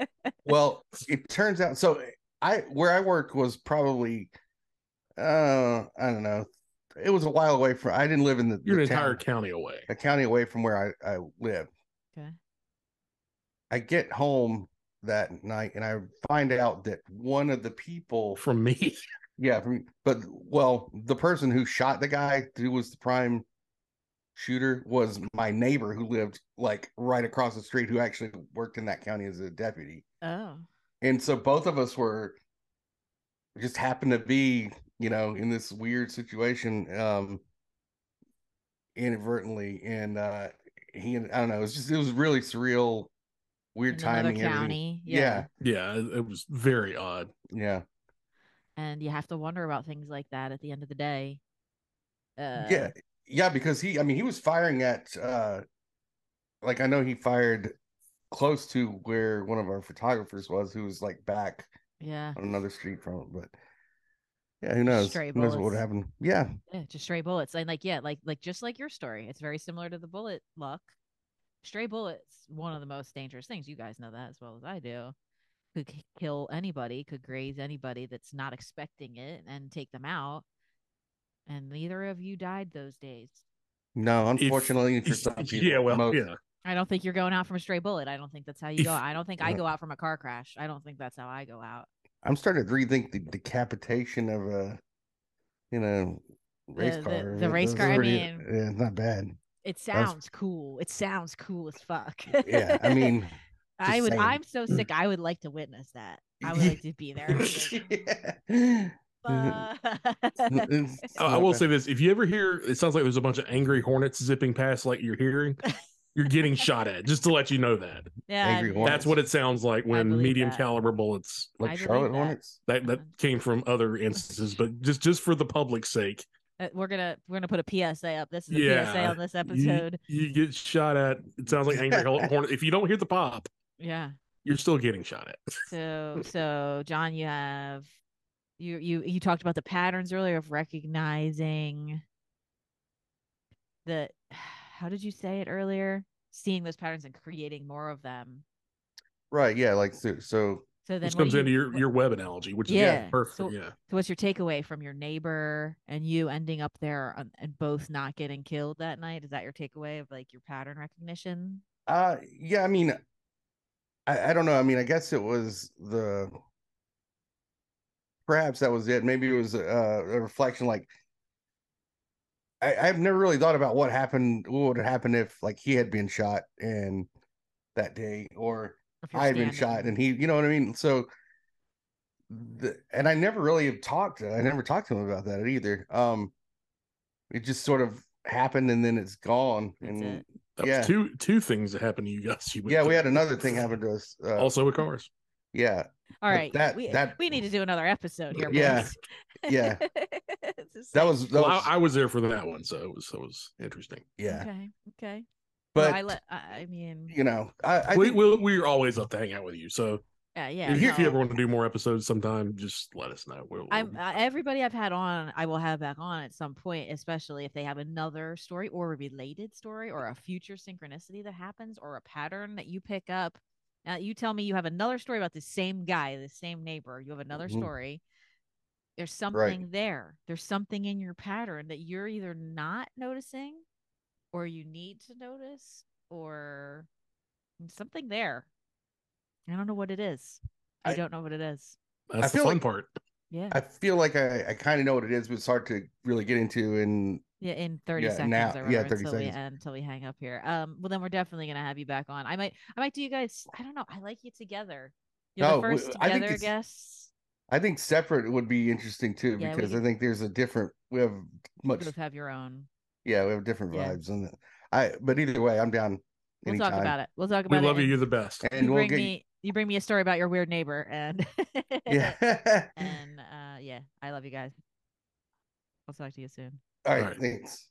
C: Well, it turns out so eh, I where I work was probably uh I don't know. It was a while away from I didn't live in the,
B: You're
C: the
B: an entire
C: town,
B: county away.
C: a county away from where I, I live.
A: Okay.
C: I get home that night and I find out that one of the people
B: From me,
C: Yeah, from, but well, the person who shot the guy who was the prime shooter was my neighbor who lived like right across the street who actually worked in that county as a deputy.
A: Oh.
C: And so both of us were just happened to be, you know, in this weird situation um inadvertently and uh he and I don't know, it was just it was really surreal weird
A: In another
C: timing everything.
A: county.
C: Yeah.
B: yeah, it it was very odd.
C: Yeah.
A: and you have to wonder about things like that at the end of the day. Uh,
C: yeah yeah because he i mean he was firing at uh like i know he fired close to where one of our photographers was who was like back
A: yeah,
C: on another street from it but yeah who knows
A: Stray
C: who knows what would
A: bullets.
C: happen yeah
A: yeah, just stray bullets. And like, yeah, like, like just like your story, it's very similar to the bullet luck. Stray bullets, one of the most dangerous things. You guys know that as well as I do. Could k- kill anybody, could graze anybody that's not expecting it, and take them out. And neither of you died those days.
C: no
B: If-
C: unfortunately it's just
B: if- yeah, well, yeah.
A: I don't think you're going out from a stray bullet. I don't think that's how you go.
B: If-
A: out. I don't think I
C: Uh.
A: go out from a car crash. I don't think that's how I go out.
C: i'm starting to rethink the decapitation of a you know race
A: The- the-
C: car
A: the race
C: That's
A: car, I
C: pretty-
A: mean-
C: yeah, it's not bad
A: It
C: That's-
A: sounds cool. It sounds cool as fuck.
C: yeah i mean
A: I
C: Just
A: would.
C: saying.
A: I'm so sick. I would like to witness that. I would like to be there. and be
C: yeah.
A: like, "Fuck."
C: It's
B: I, I
C: not
B: will
C: bad.
B: say this: if you ever hear, it sounds like there's a bunch of angry hornets zipping past, like you're hearing, you're getting shot at. Just to let you know that
A: yeah,
C: Angry
A: I'd-
C: Hornets.
B: that's what it sounds like when
A: believe
B: medium
A: that.
B: caliber bullets
A: I
C: like
A: believe
C: charlotte
A: that.
C: hornets
B: that that came from other instances, but just just for the public's sake,
A: uh, We're gonna we're gonna put a PSA up. This is a PSA
B: Yeah,
A: on this
B: you-
A: episode.
B: You, get shot at. It sounds like angry hor- hornet. If you don't hear the pop,
A: Yeah.
B: you're still getting shot at.
A: So so John, you have you you you talked about the patterns earlier of recognizing the how did you say it earlier? Seeing those patterns and creating more of them.
C: right yeah like so, so
A: So then
B: Which
A: what
B: comes
A: you-
B: into your
A: what-
B: your web analogy, which is
A: Yeah,
B: yeah, perfect.
A: so-
B: yeah,
A: So what's your takeaway from your neighbor and you ending up there on, and both not getting killed that night? Is that your takeaway of like your pattern recognition?
C: Uh, yeah, I mean, I, I don't know. I mean, I guess it was the perhaps that was it. Maybe it was a, a reflection. Like, I, I've never really thought about what happened, what would have happened if like he had been shot and that day, or
A: If you're
C: I had been shot
A: standing-
C: and he, you know what I mean? So, the, and I never really have talked, I never talked to him about that either. Um, it just sort of happened and then it's gone.
A: That's
C: and
A: it.
B: that
C: Yeah.
B: was two two things that happened to you guys. You went
C: yeah, we
B: through. Oh.
C: had another thing happen to us. Uh,
B: also with cars.
C: yeah,
A: All
C: But
A: right.
C: that-
A: we,
C: that-
A: we need to do another episode here.
C: Yeah,
A: boys.
C: yeah.
A: It's just
C: that
A: like-
C: was that
B: Well,
C: was
B: I, I was there for that one, so it was that was interesting.
C: yeah.
A: Okay. Okay. Well,
C: But
A: I, let, I, I mean,
C: you know, I, I
B: we,
C: think-
B: we we're always up to hang out with you. So
A: yeah, yeah.
B: if, you, if you
A: no.
B: ever want to do more episodes sometime, just let us know. We'll,
A: I'm uh, everybody I've had on, I will have back on at some point, especially if they have another story or a related story or a future synchronicity that happens or a pattern that you pick up. Now you tell me you have another story about the same guy, the same neighbor. You have another
C: Mhm.
A: story. There's something there. There's something in your pattern that you're either not noticing or you need to notice or something there. I don't know what it is. I
C: I-
A: don't know what it is.
B: that's
C: I
B: the
C: feel
B: fun
C: like-
B: part.
A: Yeah.
C: I feel like I, I kind of know what it is, but it's hard to really get into. And
A: Yeah, in 30
C: Yeah,
A: seconds
C: now-
A: or
C: yeah,
A: whatever
C: 30
A: until we
C: seconds.
A: end, until we hang up here. Um, well then we're definitely gonna have you back on. I might I might do you guys I don't know, I like you together. You're
C: No,
A: the
C: w-
A: first
C: Oh, I think
A: together
C: it's-
A: guests.
C: I think separate would be interesting too,
A: Yeah, we
C: because I
A: could-
C: think there's a different. We have
A: You
C: much.
A: both have your own.
C: Yeah, we have different
A: Yeah.
C: vibes on it. I. But either way, I'm down.
A: We'll
C: anytime.
A: talk about it. We'll talk
B: We
A: about
B: love
A: it.
B: you.
A: and
B: You're the best.
A: you
C: And we'll
A: bring
C: get.
A: me you bring me a story about your weird neighbor and
C: Yeah.
A: and uh yeah, I love you guys. I'll talk to you soon.
C: All right.
B: All right.
C: Thanks.